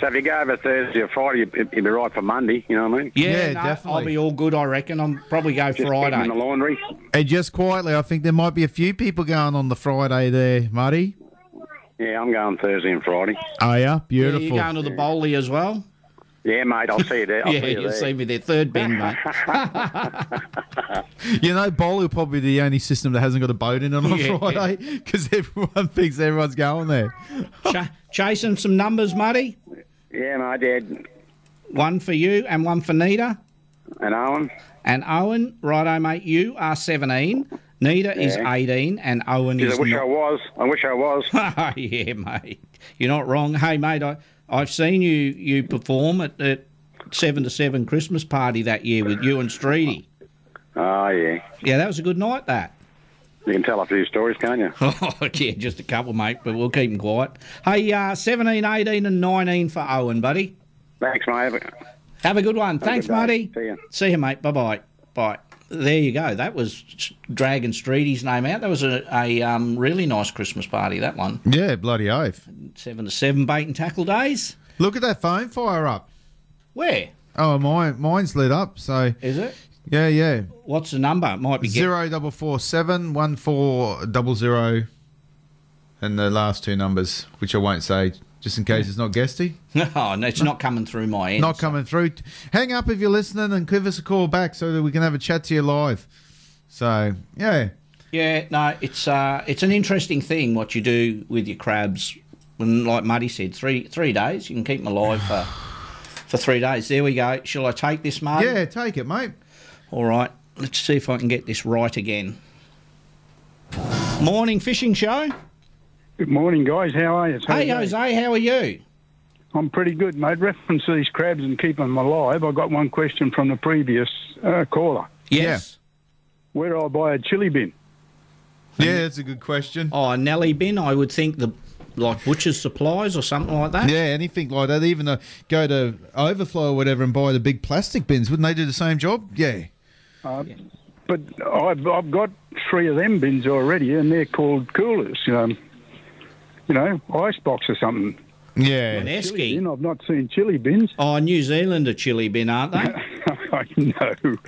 So if you go over Thursday or Friday, you- you'll be right for Monday. You know what I mean?
Yeah, no, I'll be all good. I reckon. I'm probably go
Just keep 'em
Friday.
in the laundry.
And just quietly, I think there might be a few people going on the Friday there, Marty.
Yeah, I'm going Thursday and Friday.
Are ya? Beautiful.
Oh, Yeah, you going to the bowley as well?
Yeah, mate, I'll see you there. I'll
[laughs] yeah,
see you
will
there.
see me there. Third
[laughs]
bin, mate.
You know, bowling will probably be the only system that hasn't got a boat in it on
Yeah.
a Friday because everyone [laughs] thinks everyone's going there.
Ch- chasing some numbers, Marty.
Yeah, mate, dad.
One for you and one for Nita.
And Owen.
And Owen, righto, mate. You are 17. Nita is
Yeah.
18, and Owen
Geez,
is.
I wish
not.
I was. I wish I was.
[laughs] Oh, yeah, [laughs] mate. You're not wrong. Hey, mate, I, I've seen you you perform at, at seven to seven Christmas party that year with you and Streety.
Oh, yeah.
Yeah, that was a good night. That. [laughs]
You can tell a few stories, can't you?
Oh, yeah, just a couple, mate. But we'll keep them quiet. Hey, uh, 17, 18, and 19 for Owen, buddy.
Thanks, mate. Have a,
Have a good one.
have a
Thanks,
good day.
Marty.
See you.
See you, mate. Bye bye. Bye. There you go. That was Dragon Streety's name out. That was a, a um, really nice Christmas party, that one.
Yeah, bloody oath.
Seven to seven bait and tackle days.
Look at that phone fire up.
Where? [laughs]
Oh, mine, mine's lit up. So
is it?
Yeah, yeah.
What's the number? It might be get-
zero double four seven one four double zero, and the last two numbers, which I won't say, just in case it's not
[laughs]
guesty.
No, Oh, no, it's not coming through my end.
Not coming through. Hang up if you're listening and give us a call back so that we can have a chat to you live. So yeah,
Yeah, no, it's uh, it's an interesting thing what you do with your crabs. And like Muddy said, three three days you can keep them alive for for three days. There we go. Shall I take this, Marty?
Yeah, take it, mate.
All right. Let's see if I can get this right again. Morning fishing show.
Good morning, guys. How are you?
Hey, Jose, how are you?
I'm pretty good, mate. Reference to these crabs and keep them alive. I got one question from the previous uh, caller.
Yes.
Where do I buy a chili bin?
Yeah, that's a good question.
Oh, a Nelly bin, I would think the like butcher's supplies or something like that.
Yeah, anything like that. Even uh, go to Overflow or whatever and buy the big plastic bins. Wouldn't they do the same job? Yeah.
Uh, But I've, I've got three of them bins already, and they're called coolers. Um, you know, icebox or something.
Yeah.
An Esky.
I've not seen chili bins.
Oh, New Zealand are chili bin, aren't they?
I [laughs] know.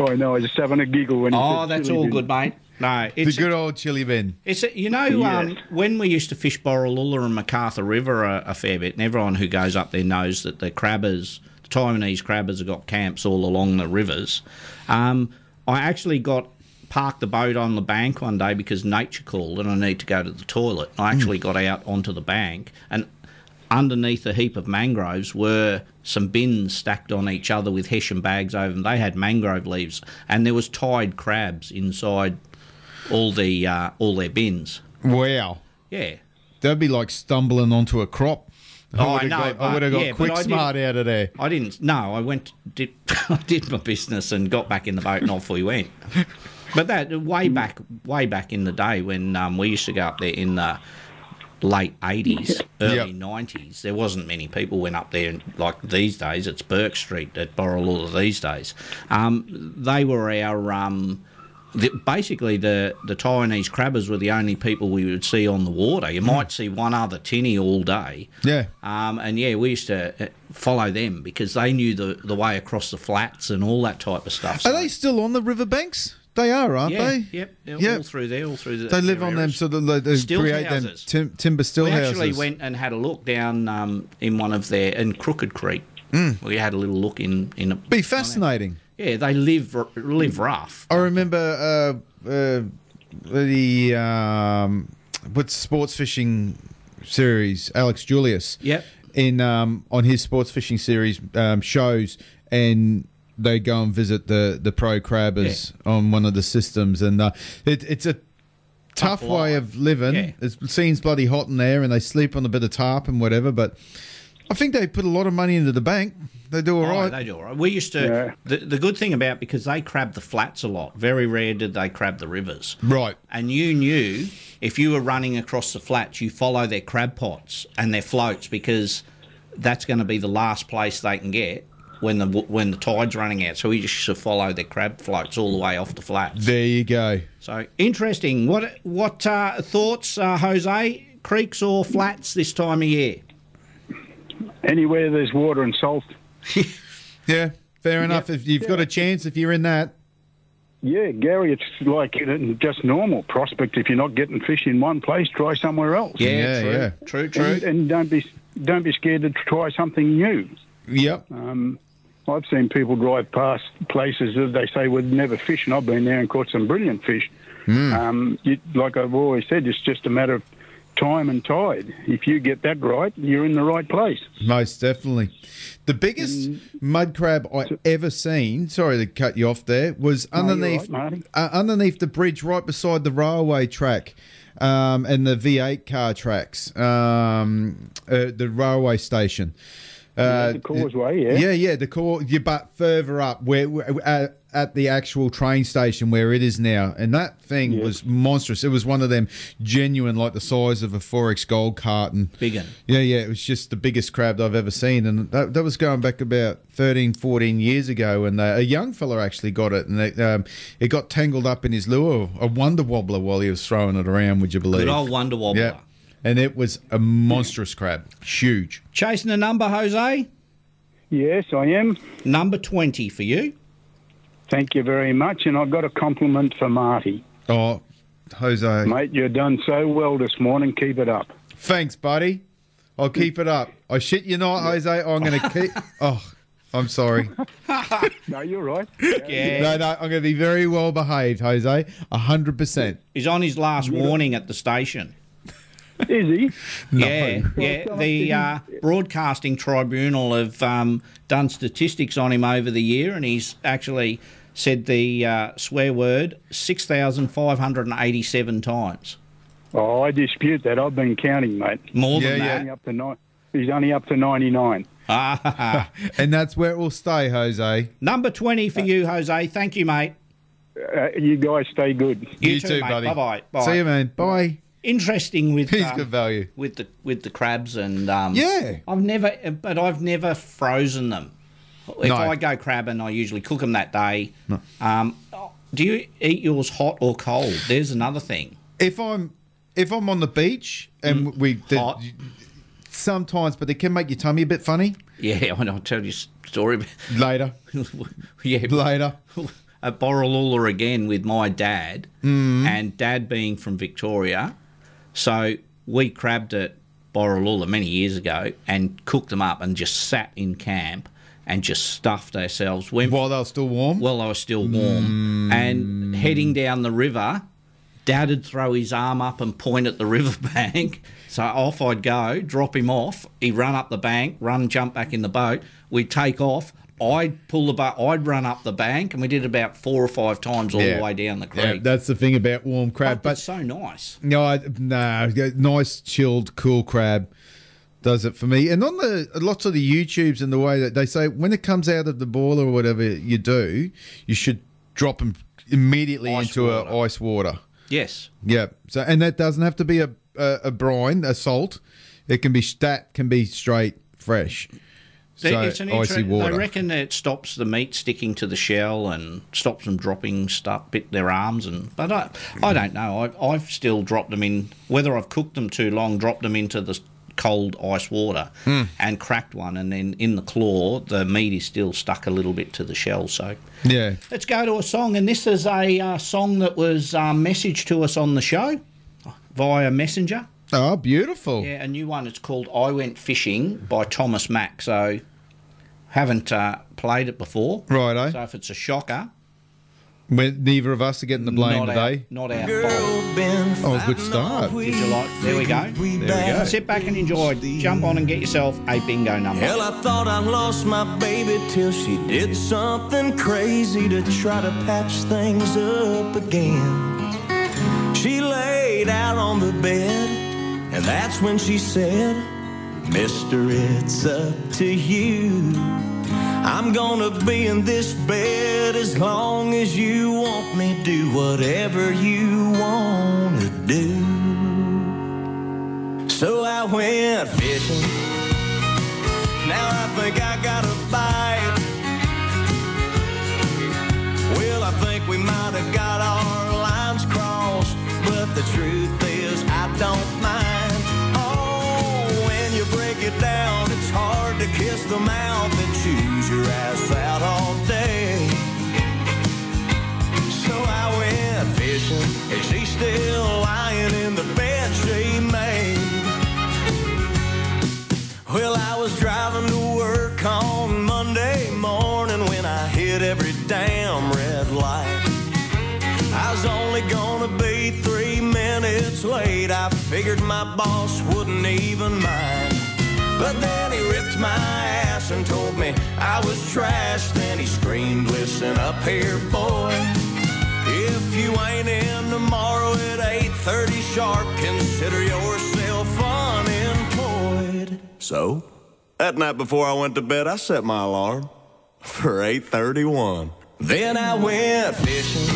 I know. I was just having a giggle when you
Oh,
said
that's
chili
all
bin.
good, mate. No, it's
the good old chili bin.
It's a, you know um,
Yes.
when we used to fish Borroloola and Macarthur River a, a fair bit, and everyone who goes up there knows that the crabbers, the Taiwanese crabbers, have got camps all along the rivers. Um, I actually got parked the boat on the bank one day because nature called and I need to go to the toilet.
Mm.
I actually got out onto the bank and underneath a heap of mangroves were some bins stacked on each other with hessian bags over them. They had mangrove leaves and there was tied crabs inside all the uh, all their bins.
Wow.
Yeah.
That'd be like stumbling onto a crop.
Oh,
would've
I know,
got- I
but-
would have got
yeah, but
quick
I didn't-
smart out of there.
I didn't. No, I went did [laughs] I did my business and got back in the boat and off
[laughs]
we went. But that way back, way back in the day when um, we used to go up there in the late eighties, early nineties, there wasn't many people went up there. Like these days, it's Burke Street at Borroloola. These days, um, they were our. Um, the, basically, the, the Taiwanese crabbers were the only people we would see on the water.
Hmm.
You might see one other tinny all day,
Yeah.
um, and yeah, we used to uh, follow them because they knew the, the way across the flats and all that type of stuff.
Are they still on the riverbanks? They are, aren't
yeah,
they?
Yep, yeah, all
Yep.
through there, all through. The,
They live
their
on them,
areas.
so they, they
Stilt
create
houses.
them tim- timber still
we
houses.
actually went and had a look down um, in one of their in Crooked Creek.
Mm.
We had a little look in in. A,
Be fascinating.
yeah, they live r- live rough.
I remember uh, uh, the um, what's sports fishing series? Alex Julius.
Yep.
In um, on his sports fishing series um, shows, and they go and visit the the pro crabbers on one of the systems, and uh, it, it's a tough way of living. It seems bloody hot in there, and they sleep on a bit of tarp and whatever. But I think they put a lot of money into the bank. They do all right.
Oh, they do all right. We used to.
Yeah.
The, the good thing about because they crab the flats a lot. Very rare did they crab the rivers.
Right.
And you knew if you were running across the flats, you follow their crab pots and their floats because that's going to be the last place they can get when the when the tide's running out. So we just should follow their crab floats all the way off the flats.
There you go.
So interesting. What what uh, thoughts, uh, Jose? Creeks or flats this time of year?
Anywhere there's water and salt.
yeah, fair enough. If you've got a chance, if you're in that.
Yeah, Gary, it's like you know, just normal prospect. If you're not getting fish in one place, try somewhere else.
Yeah, Yeah, true. yeah. True, true.
And, and don't be don't be scared to try something new.
Yep.
Um, I've seen people drive past places that they say would never fish, and I've been there and caught some brilliant fish.
Hmm.
Um, you, like I've always said, it's just a matter of time and tide. If you get that right, you're in the right place.
Most definitely. The
Mm.
biggest mud crab I ever seen, sorry to cut you off there, was
No, you're
underneath
right, Marty.
uh, underneath the bridge right beside the railway track um, and the V8 car tracks, um, uh, the railway station. Uh,
the causeway, yeah.
Yeah, yeah, the core, you but further up where, where at, at the actual train station where it is now, and that thing was monstrous. It was one of them genuine, like the size of a forex gold carton.
Big un.
Yeah, yeah, it was just the biggest crab I've ever seen, and that, that was going back about 13, 14 years ago, and uh, a young fella actually got it, and it, um, it got tangled up in his lure, a wonder wobbler, while he was throwing it around. Would you believe?
Good old wonder wobbler.
Yeah, and it was a monstrous crab, huge.
Chasing a number, Jose?
Yes, I am.
Number 20 for you.
Thank you very much, and I've got a compliment for Marty.
Oh, Jose.
Mate, you've done so well this morning. Keep it up.
Thanks, buddy. I'll keep it up. I shit you not, Jose. I'm
[laughs]
going to keep. Oh, I'm sorry.
No, you're
[laughs]
right.
No, no, I'm going to be very well behaved, Jose. hundred percent.
He's on his last warning at the station.
Is
[laughs]
he?
[laughs] No.
Yeah, yeah. The uh, broadcasting tribunal have um, done statistics on him over the year, and he's actually said the uh, swear word six thousand five hundred and eighty-seven times.
Oh, I dispute that. I've been counting, mate.
More
than Yeah,
he's
yeah.
Only up to ni- he's only up to 99.
[laughs] and that's where it will stay, Jose.
Number twenty for you, Jose. Thank you, mate.
Uh, you guys stay good.
You, too, mate. Bye-bye. Bye.
See you, man. Bye.
Interesting with
He's
um,
good value.
with the with the crabs and um,
Yeah.
I've never, but I've never frozen them. If
No.
I go crabbing, I usually cook them that day. Um, do you eat yours hot or cold? There's another thing.
If I'm if I'm on the beach and
Mm.
we the- sometimes, but they can make your tummy a bit funny.
Yeah, [laughs] I know, I'll tell you a story about-
Later.
[laughs] yeah, [laughs]
later
at Borroloola again with my dad,
Mm.
and dad being from Victoria, so we crabbed at Borroloola many years ago and cooked them up and just sat in camp and just stuffed ourselves. Went
while they were still warm. Mm.
While they were still warm, and heading down the river. Dad'd throw his arm up and point at the [laughs] riverbank. So off I'd go, drop him off. He'd run up the bank, run, jump back in the boat. We'd take off. I'd pull the boat. I'd run up the bank, and we did about four or five times all
Yeah.
the way down the
Yeah,
creek.
that's the thing about warm crab. But
it's so nice.
No, I, no, nice chilled cool crab does it for me. And on the lots of the YouTubes and the way that they say when it comes out of the boiler or whatever you do, you should drop them immediately into A ice water.
Yes.
Yeah. So and that doesn't have to be a a, a brine, a salt. It can be that can be straight fresh. So
They- it's an
icy
inter-
water.
They reckon that it stops the meat sticking to the shell and stops them dropping stuff, bit their arms and. But I, I don't know. I, I've still dropped them in whether I've cooked them too long. Dropped them into the s- cold ice water
Hmm.
and cracked one, and then in the claw, the meat is still stuck a little bit to the shell. So
yeah.
Let's go to a song, and this is a uh, song that was uh, messaged to us on the show via Messenger.
Oh, beautiful.
Yeah, a new one. It's called I Went Fishing by Thomas Mack. So, haven't uh, played it before.
Righto.
So, if it's a shocker,
When neither of us are getting the blame
Not our-
today.
not our
fault. Oh, good start.
Did you like? There we go.
we go.
Sit back and enjoy. Jump on and get yourself a bingo number.
Hell, I thought I lost my baby till she did something crazy to try to patch things up again. She laid out on the bed, and that's when she said, Mister, it's up to you. I'm gonna be in this bed as long as you want me. Do whatever you wanna do. So I went fishing. Now I think I got a bite. Well, I think we might have got our lines crossed, but the truth is I don't mind. Oh, when you break it down, it's hard to kiss the mouth and choose your ass out all day. So I went fishing, and she's still lying in the bed she made. Well, I was driving to work on Monday morning when I hit every damn red light. I was only gonna be three minutes late. I figured my boss wouldn't even mind. But then he ripped my ass and told me I was trash. Then he screamed, Listen up here, boy. If you ain't in tomorrow at 8.30 sharp, consider yourself unemployed. So, that night before I went to bed, I set my alarm for 8:31. Then I went fishing.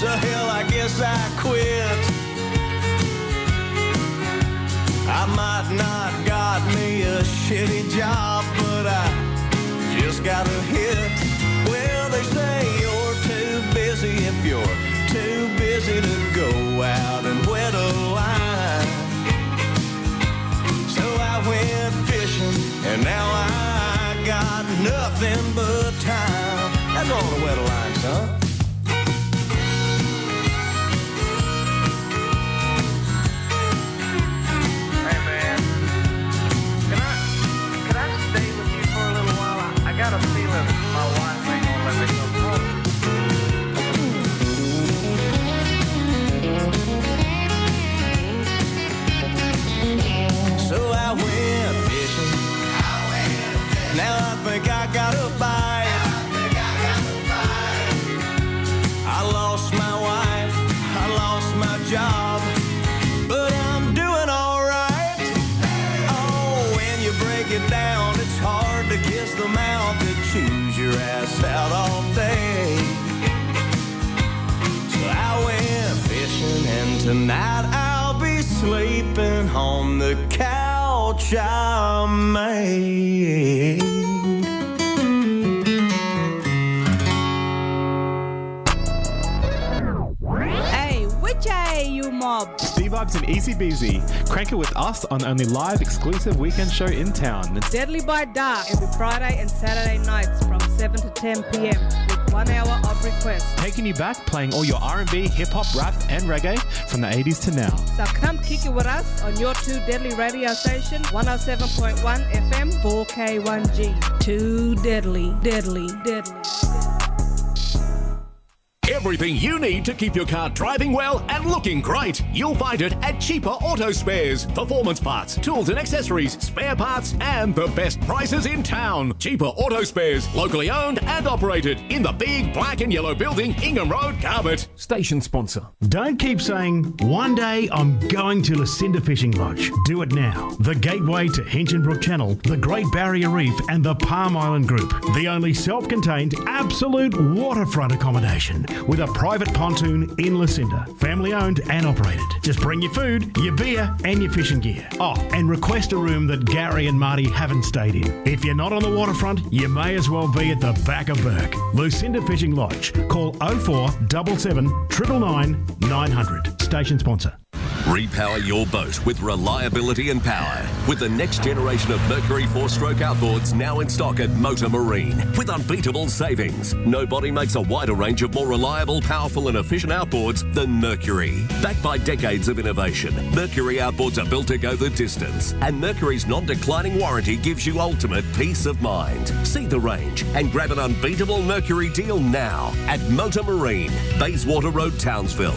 So hell, I guess I quit. I might not got me a shitty job, but I just got a hit. Well, they say you're too busy if you're too busy to go out and wet a line. So I went fishing, and now I got nothing but time. That's all the wet line, son.
Hey man, can I can I stay with you for a little while? I, I got a feeling my wife ain't gonna let me go.
So I went fishing. Now I think I got a bite. I lost my wife, I lost my job, but I'm doing alright. Oh, when you break it down, it's hard to kiss the mouth that chews your ass out all day. So I went fishing, and tonight I'll be sleeping on the couch I made.
Hey, which A, you mob?
D Vibes and Easy Beasy. Crank it with us on only live exclusive weekend show in town.
Deadly by Dar every Friday and Saturday nights from 7 to 10 pm with one hour of requests.
Taking you back, playing all your R&B, hip hop, rap, and reggae from the 80s to now.
So come kick it with us on your 2 Deadly radio oh station 107.1 FM 4K1G. 2 Deadly, Deadly, Deadly.
Everything you need to keep your car driving well and looking great. You'll find it at Cheaper Auto Spares. Performance parts, tools and accessories, spare parts, and the best prices in town. Cheaper Auto Spares, locally owned and operated in the big black and yellow building, Ingham Road, Carbet.
Station sponsor. Don't keep saying, one day I'm going to Lucinda Fishing Lodge. Do it now. The gateway to Hinchinbrook Channel, the Great Barrier Reef, and the Palm Island Group. The only self contained, absolute waterfront accommodation with a private pontoon in Lucinda. Family owned and operated. Just bring your food, your beer, and your fishing gear. Oh, and request a room that Gary and Marty haven't stayed in. If you're not on the waterfront, you may as well be at the back of Burke. Lucinda Fishing oh Lodge. Call 04 77 999 900. Station sponsor.
Repower your boat with reliability and power with the next generation of Mercury four stroke outboards now in stock at Motor Marine with unbeatable savings. Nobody makes a wider range of more reliable, powerful, and efficient outboards than Mercury. Backed by decades of innovation, Mercury outboards are built to go the distance, and Mercury's non declining warranty gives you ultimate peace of mind. See the range and grab an unbeatable Mercury deal now at Motor Marine, Bayswater Road, Townsville.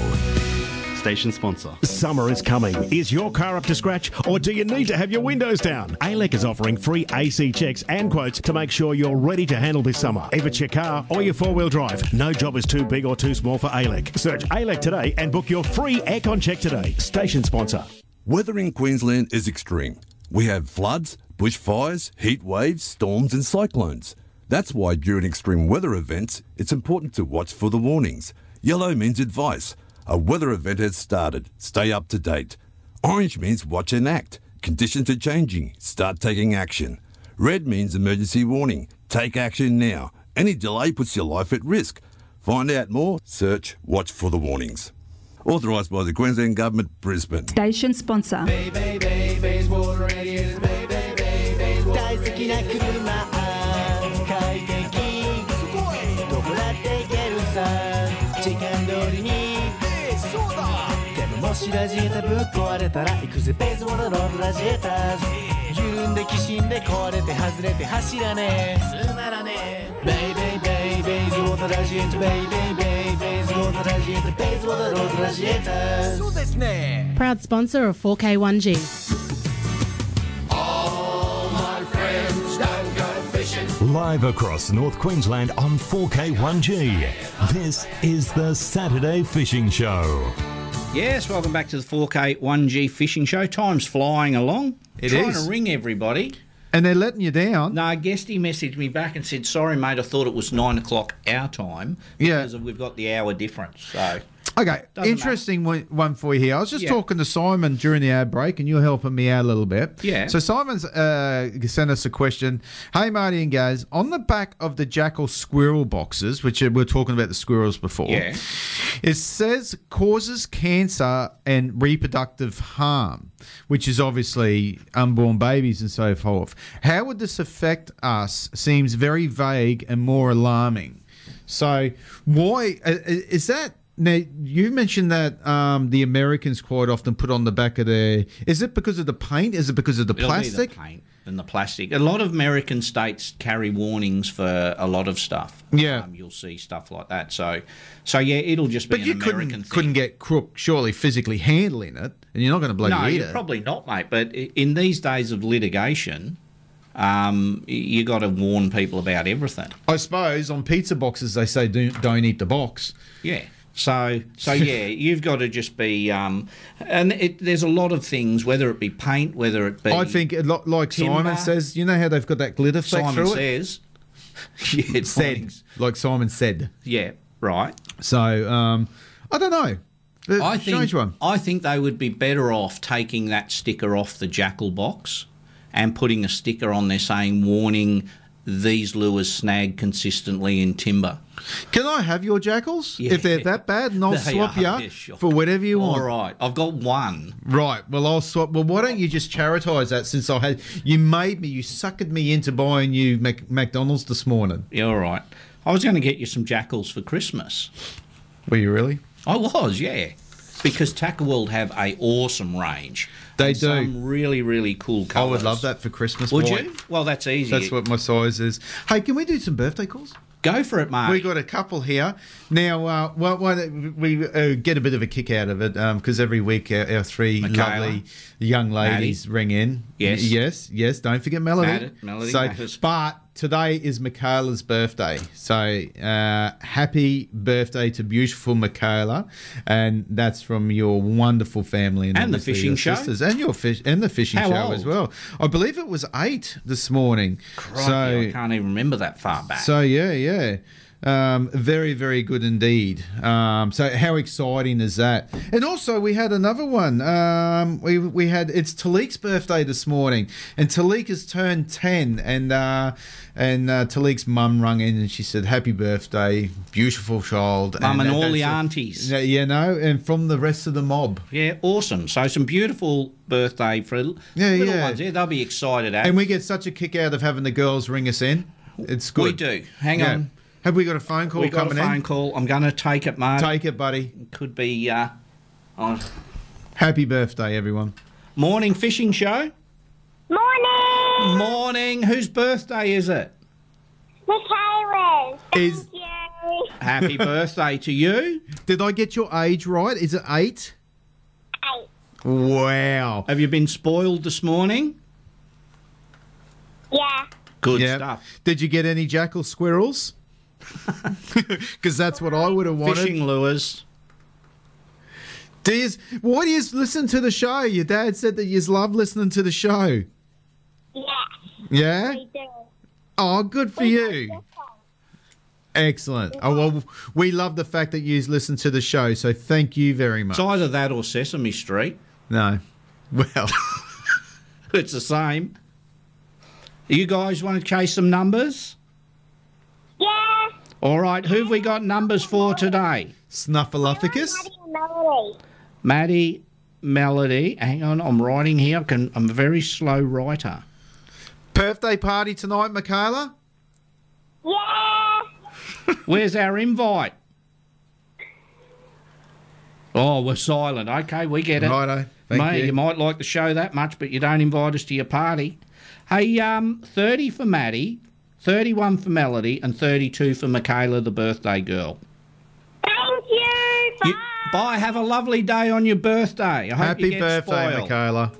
Station sponsor.
Summer is coming. Is your car up to scratch or do you need to have your windows down? ALEC is offering free AC checks and quotes to make sure you're ready to handle this summer. If it's your car or your four wheel drive, no job is too big or too small for ALEC. Search ALEC today and book your free aircon check today. Station sponsor.
Weather in Queensland is extreme. We have floods, bushfires, heat waves, storms, and cyclones. That's why during extreme weather events, it's important to watch for the warnings. Yellow means advice. A weather event has started. Stay up to date. Orange means watch and act. Conditions are changing. Start taking action. Red means emergency warning. Take action now. Any delay puts your life at risk. Find out more. Search Watch for the Warnings. Authorised by the Queensland Government, Brisbane.
Station sponsor.
Proud sponsor of 4K1G.
All my friends don't go fishing.
Live across North Queensland on 4K1G, this is the Saturday Fishing Show.
Yes, welcome back to the 4K 1G Fishing Show. Time's flying along.
It
Trying
is.
to ring everybody.
And they're letting you down.
No, I guess he messaged me back and said, "Sorry, mate, I thought it was nine o'clock our time
Yeah.
because we've got the hour difference." So
Okay,
Doesn't
interesting one one for you here. I was just
Yeah.
talking to Simon during the ad break, and you're helping me out a little bit.
Yeah.
So Simon's uh, sent us a question. Hey, Marty and guys, on the back of the jackal squirrel boxes, which we are talking about the squirrels before,
Yeah.
it says causes cancer and reproductive harm, which is obviously unborn babies and so forth. How would this affect us? Seems very vague and more alarming. So why i- i- is that? Now you mentioned that um, the Americans quite often put on the back of their. Is it because of the paint? Is it because of the
It'll be
plastic?
the paint and the plastic. A lot of American states carry warnings for a lot of stuff.
Yeah.
um, you'll see stuff like that. So, so yeah, it'll just be
But
an
you
American
couldn't couldn't get crook surely physically handling it, and you're not going to bloody
no,
eat
you're
it.
probably not, mate. But i- in these days of litigation, um, y- you got to warn people about everything.
I suppose on pizza boxes they say don't, don't eat the box.
Yeah. So,
[laughs]
so yeah, you've got to just be, um, and it, there's a lot of things, whether it be paint, whether it be.
I think it, lo- like
timber.
Simon says, you know how they've got that glitter fleck
Simon
through
says. [laughs] it. yeah,
said like Simon said.
Yeah, right.
So um, I don't know. The
I think,
strange one.
I think they would be better off taking that sticker off the jackal box and putting a sticker on there saying warning these lures snag consistently in timber.
Can I have your jackals if they're that bad? And I'll
[laughs] They
swap
are,
you
they're shocking.
for whatever you want.
All right, I've got one.
Right. Well, I'll swap. Well, why don't you just charitise that since I had you made me, you suckered me into buying you Mac- McDonald's this morning.
Yeah, all right. I was going to get you some jackals for Christmas.
Were you really?
I was, yeah. Because Tackle World have a awesome range.
They
And
do.
Some really, really cool colours.
I would love that for Christmas.
Would
boy.
you? Well, that's easy.
That's what my size is. Hey, can we do some birthday calls?
Go for it, Mark.
We got a couple here now. Uh, why, why don't we uh, get a bit of a kick out of it because every week our, our three
Michaela.
lovely young ladies ring in.
Yes.
Y- yes, yes. Don't forget Melody.
Mad- Melody,
So,
Matters.
but today is Michaela's birthday, so uh, happy birthday to beautiful Michaela, and that's from your wonderful family
And the
obviously
fishing
your
show.
sisters and your fish and the fishing
How
show
old?
as well. I believe it was eight this morning.
Crikey, I
so
can't even remember that far back.
so yeah, yeah. Um, very, very good indeed. Um, so, how exciting is that? And also, we had another one. Um, we, we had it's Taliq's birthday this morning, and Taliq has turned ten. And uh, and uh, Taliq's mum rung in and she said, "Happy birthday, beautiful child,
Mum and
that-
all
that's
the
it.
aunties.
Yeah, you know, and from the rest of the mob.
Yeah, awesome. So some beautiful birthday for little
Yeah,
little
yeah.
ones. Yeah, they'll be excited eh? at.
And we get such a kick out of having the girls ring us in. It's good.
We do. Hang
Yeah.
on.
Have we got a phone call
we got a
coming
phone
in?
call. I'm going to take it, Mark.
Take it, buddy.
Could be. Uh, on.
Happy birthday, everyone.
Morning fishing show. Morning. Morning. Whose birthday is it?
Michaela's.
Is
Yay.
Happy birthday to you.
Did I get your age right? Is it eight? Eight. Wow.
Have you been spoiled this morning?
Yeah.
Good stuff.
Did you get any jackal
[laughs]
squirrels? Because that's what I would have wanted.
Fishing lures.
Do you, why do you listen to the show? Your dad said that you love listening to the show. Yeah. Yeah?
We do.
Oh, good for you. Excellent. Oh, well, we love the fact that you listen to the show, so thank you very much.
It's either that or Sesame Street.
No. Well,
[laughs] It's the same. You guys want to chase some numbers?
Yeah.
All right. Who have we got numbers for today?
Snuffleupagus.
Melody.
Maddie, Melody. Hang on, I'm writing here. I can, I'm a very slow writer.
birthday party tonight, Michaela?
Yeah.
[laughs] Where's our invite? Oh, we're silent. Okay, we get it.
Righto. Thank
Mate,
you.
might like the show that much, but you don't invite us to your party. Hey, um, 30 for Maddie, 31 for Melody, and 32 for Michaela, the birthday girl.
Thank you. Bye.
You- bye. Have a lovely day on your birthday. I hope you
Happy
get
birthday,
spoiled.
Michaela.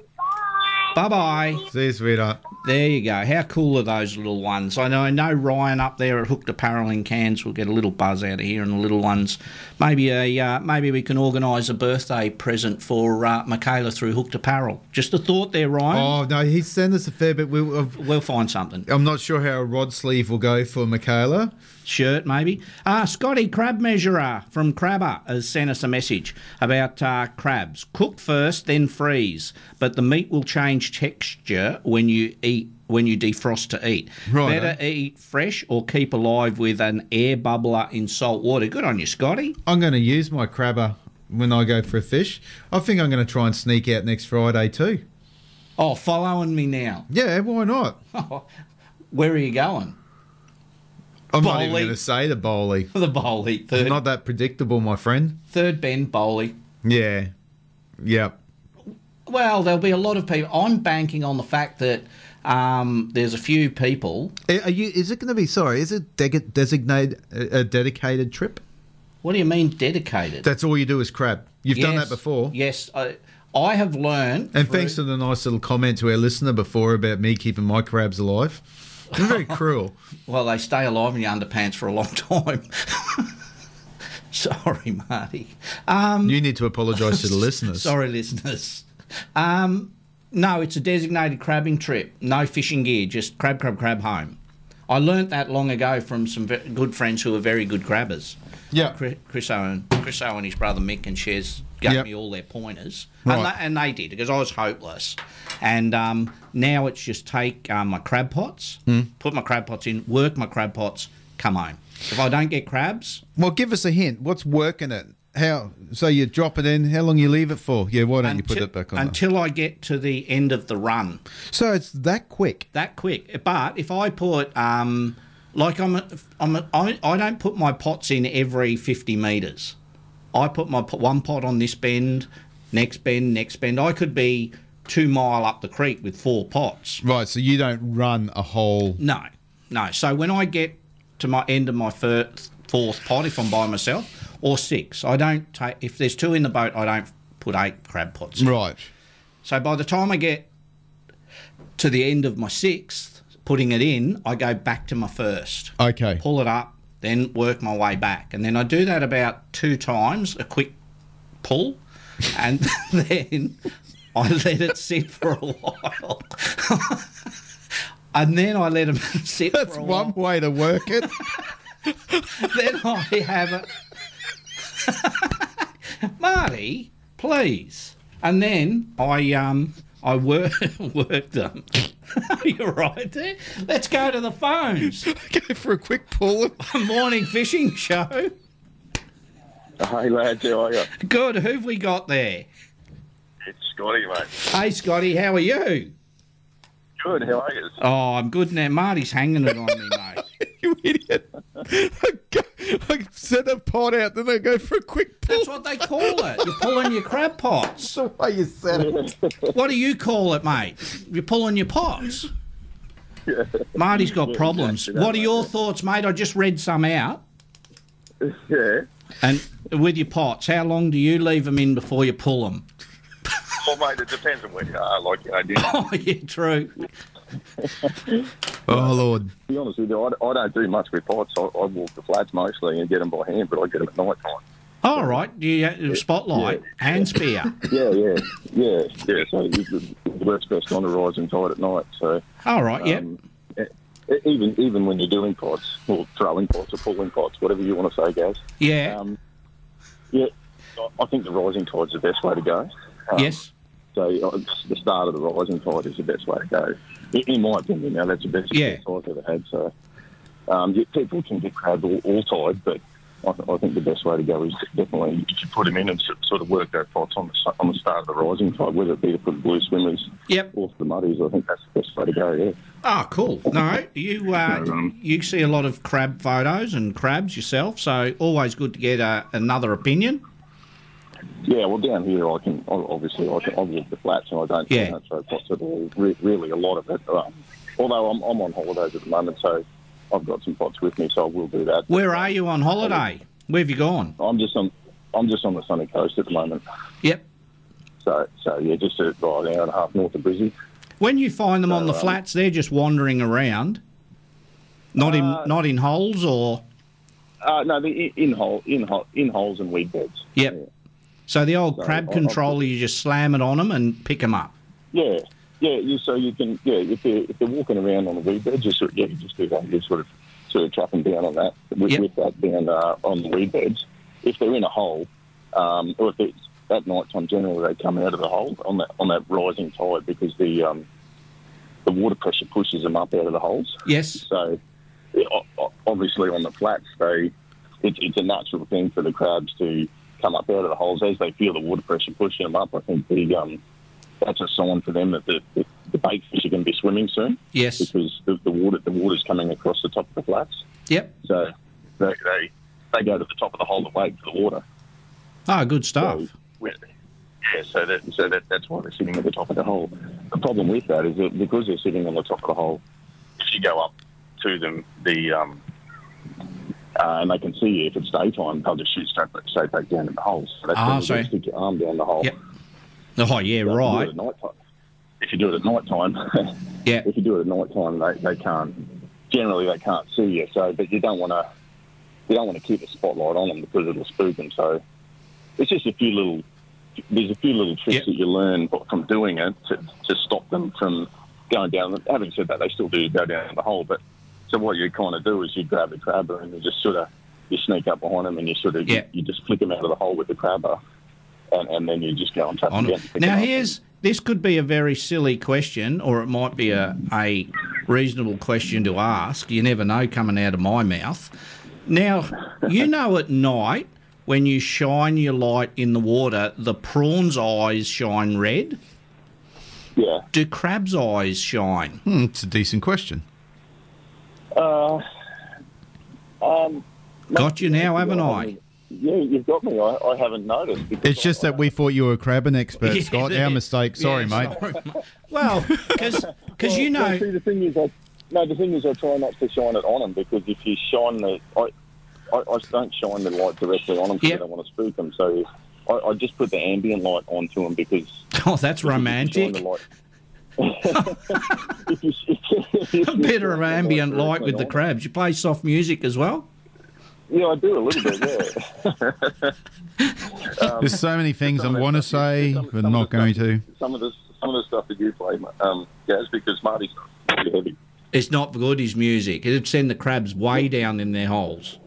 Bye bye.
See you, sweetheart.
There you go. How cool are those little ones? I know, I know Ryan up there at Hooked Apparel in Cairns will get a little buzz out of here, and the little ones. Maybe a uh, maybe we can organise a birthday present for uh, Michaela through Hooked Apparel. Just a thought there, Ryan.
Oh, no, he sent us a fair bit. We,
we'll find something.
I'm not sure how a rod sleeve will go for Michaela.
Shirt, maybe. Uh, Scotty Crab Measurer from Crabber has sent us a message about uh, crabs. Cook first, then freeze, but the meat will change texture when you eat when you defrost to eat.
Righto.
Better eat fresh or keep alive with an air bubbler in salt water. Good on you, Scotty.
I'm going to use my crabber when I go for a fish. I think I'm going to try and sneak out next Friday, too.
Oh, following me now.
Yeah, why not?
Where are you going?
I'm not even
Bowley.
going to say the bowley.
[laughs] The bowley. Third,
Not that predictable, my friend.
third bend bowley.
Yeah. Yep.
[laughs] Well, there'll be a lot of people. I'm banking on the fact that um, there's a few people.
Are you? Is it going to be? Sorry, is it deg- designated a a dedicated trip?
What do you mean dedicated?
That's all you do is crab. You've done that
Yes,
before.
Yes, I, I have learned.
And thanks to the nice little comment to our listener before about me keeping my crabs alive. It's
[laughs]
very cruel.
Well, they stay alive in your underpants for a long [laughs] time. Sorry, Marty. Um,
you need to apologise to the listeners.
[laughs] Sorry, listeners. Um, no, it's a designated crabbing trip. No fishing gear, just crab, crab, crab home. I learnt that long ago from some ve- good friends who are very good crabbers.
Yeah.
Chris, Chris Owen, Chris Owen, his brother Mick and Shares gave
Yep.
me all their pointers, and,
Right.
they, and they did because I was hopeless. And um, now it's just take um, my crab pots,
Hmm?
put my crab pots in, work my crab pots, come home. If I don't get crabs,
Well, give us a hint. What's working it? How? So you drop it in. How long you leave it for? Yeah. Why don't you put it back on? there?
until I get to the end of the run.
So it's that quick.
That quick. But if I put, um, like, I'm, a, I'm a, I, I don't put my pots in every 50 metres. I put my po- one pot on this bend, next bend, next bend. I could be two mile up the creek with four pots.
Right. So you don't run a whole.
No, no. So when I get to my end of my fir- fourth pot, if I'm by myself, or six, I don't take. If there's two in the boat, I don't put eight crab pots. In.
Right.
So by the time I get to the end of my sixth, putting it in, I go back to my first.
Okay.
Pull it up, then work my way back, and then I do that about two times. A quick pull, [laughs] and then I let it sit for a while. [laughs] And then I let them sit [laughs]
That's
for a
one
while.
way to work it.
[laughs] then I have a [laughs] Marty, please. And then I um I [laughs] work work them. [laughs] You're right there. Let's go to the
[laughs]
phones.
go for a quick pull.
Morning fishing show.
[laughs] Hey lads, how are you?
Good. Who've we got there?
It's Scotty, mate.
Hey Scotty, how are you?
Good. How are you?
Oh, I'm good now. Marty's hanging it on me, mate.
[laughs] you idiot. I set a pot out, then I go for a quick pull.
That's what they call it. You're pulling your crab
That's
pots.
the way you said it.
What do you call it, mate? You're pulling your pots. Marty's got
Yeah,
problems.
exactly that,
what are your thoughts, mate? I just read some out.
Yeah.
And with your pots, how long do you leave them in before you pull them?
Well, mate, it depends on where you are. Like, you know, do you-
[laughs] Oh, yeah, true.
Oh, Lord.
to be honest with you, I, I don't do much with pots. I, I walk the flats mostly and get them by hand, but I get them at night time.
All right. Do you uh, spotlight hand spear?
Yeah, yeah, yeah, yeah. So it it works best on a rising tide at night. So.
All right. yep.
Um,
yeah. Even even when you're doing pots or throwing pots or pulling pots, whatever you want to say, guys.
Yeah.
Um, yeah. I- I think the rising tide's the best way to go. Um,
yes.
So uh, it's the start of the rising tide is the best way to go, in, in my opinion. Now that's the best
Yeah.
tide I've ever had. So um, yeah, people can get crab all, all tide, but I, th- I think the best way to go is definitely if you put them in and s- sort of work their pots on the s- on the start of the rising tide, whether it be to put blue swimmers
yep.
off the muddies. I think that's the best way to go. Yeah.
Oh, cool. No, you uh, you see a lot of crab photos and crabs yourself, so always good to get uh, another opinion.
Yeah, well, down here, I can o- obviously I, can, I walk the flats, and I don't
Yeah.
I don't throw pots at all. Re- really, a lot of it. Um, although I'm, I'm on holidays at the moment, so I've got some pots with me, so I will do that.
Where are you on holiday? Where have you gone?
I'm just on I'm just on the sunny coast at the moment.
Yep.
So so yeah, just uh, about an hour and a half north of Brisbane.
When you find them on the
Uh,
flats, they're just wandering around, not in not in holes or
Uh, no, the in, in hole in hole in holes and weed beds.
yep. So the old
So
crab
I- I-
controller, you just slam it on them and pick them up.
Yeah, yeah. You, so you can yeah if they're if they're walking around on the weed bed, just sort of- yeah, you just do that. You sort of sort of trap them down on that with, with that down uh, on the weed beds. If they're in a hole, um, or if it's at night time, generally they come out of the hole on that on that rising tide because the um, the water pressure pushes them up out of the holes.
Yes.
So yeah, o- o- obviously on the flats, they it, it's a natural thing for the crabs to come up out of the holes as they feel the water pressure pushing them up. I think the um, that's a sign for them that the, the, the bait fish are going to be swimming soon.
Yes.
Because the, the water the water's coming across the top of the flats.
Yep.
So they, they they go to the top of the hole to wait for the water.
Ah, good stuff.
With- Yeah, so that so that, that's why they're sitting at the top of the hole. The problem with that is that because they're sitting on the top of the hole, if you go up to them, the um, uh, and they can see you if it's daytime, they'll just shoot straight, back- straight back down in the hole. So that's
Ah,
when you
sorry.
stick your arm down the hole.
Oh yeah, right.
If you do it at night time, if you do it at night time, [laughs]
yeah.
If you do it at night time, they, they can't. Generally, they can't see you. So, but you don't want to. You don't want to keep the spotlight on them because it'll spook them. So, it's just a few little. There's a few little tricks that you learn from doing it to, to stop them from going down. Having said that, they still do go down the hole. But so what you kind of do is you grab the crabber and you just sort of you sneak up behind them and you sort of you, you just flick them out of the hole with the crabber, and, and then you just go and trap them down.
Now, here's this could be a very silly question, or it might be a, a reasonable question to ask. You never know coming out of my mouth. Now, you know at night when you shine your light in the water, the prawn's eyes shine red.
Yeah.
Do crabs' eyes shine?
Hmm, it's a decent question.
Uh, um,
Got you now, haven't I?
Yeah, you've got me. I, I haven't noticed. Because
It's just that we thought you were a crabbing
[laughs]
expert,
Yeah,
Scott.
yeah.
Our mistake. Sorry,
Yeah,
mate. [laughs]
Well,
[laughs]
because you know.
see, the thing is, I, no, the thing is, I try not to shine it on them because if you shine the, I, I, I don't shine the light directly on them because I don't want to spook them. So I, I just put the ambient light onto them because
Oh, that's romantic.
[laughs]
A bit of ambient light with the crabs. You play soft music as well?
yeah, I do a little bit. Yeah. [laughs] Um,
There's so many things I want to say, but I'm not going to.
some of the some of the stuff that you play, um, Gaz, because Marty's not really heavy.
It's not good, his music. It'd send the crabs way down in their holes.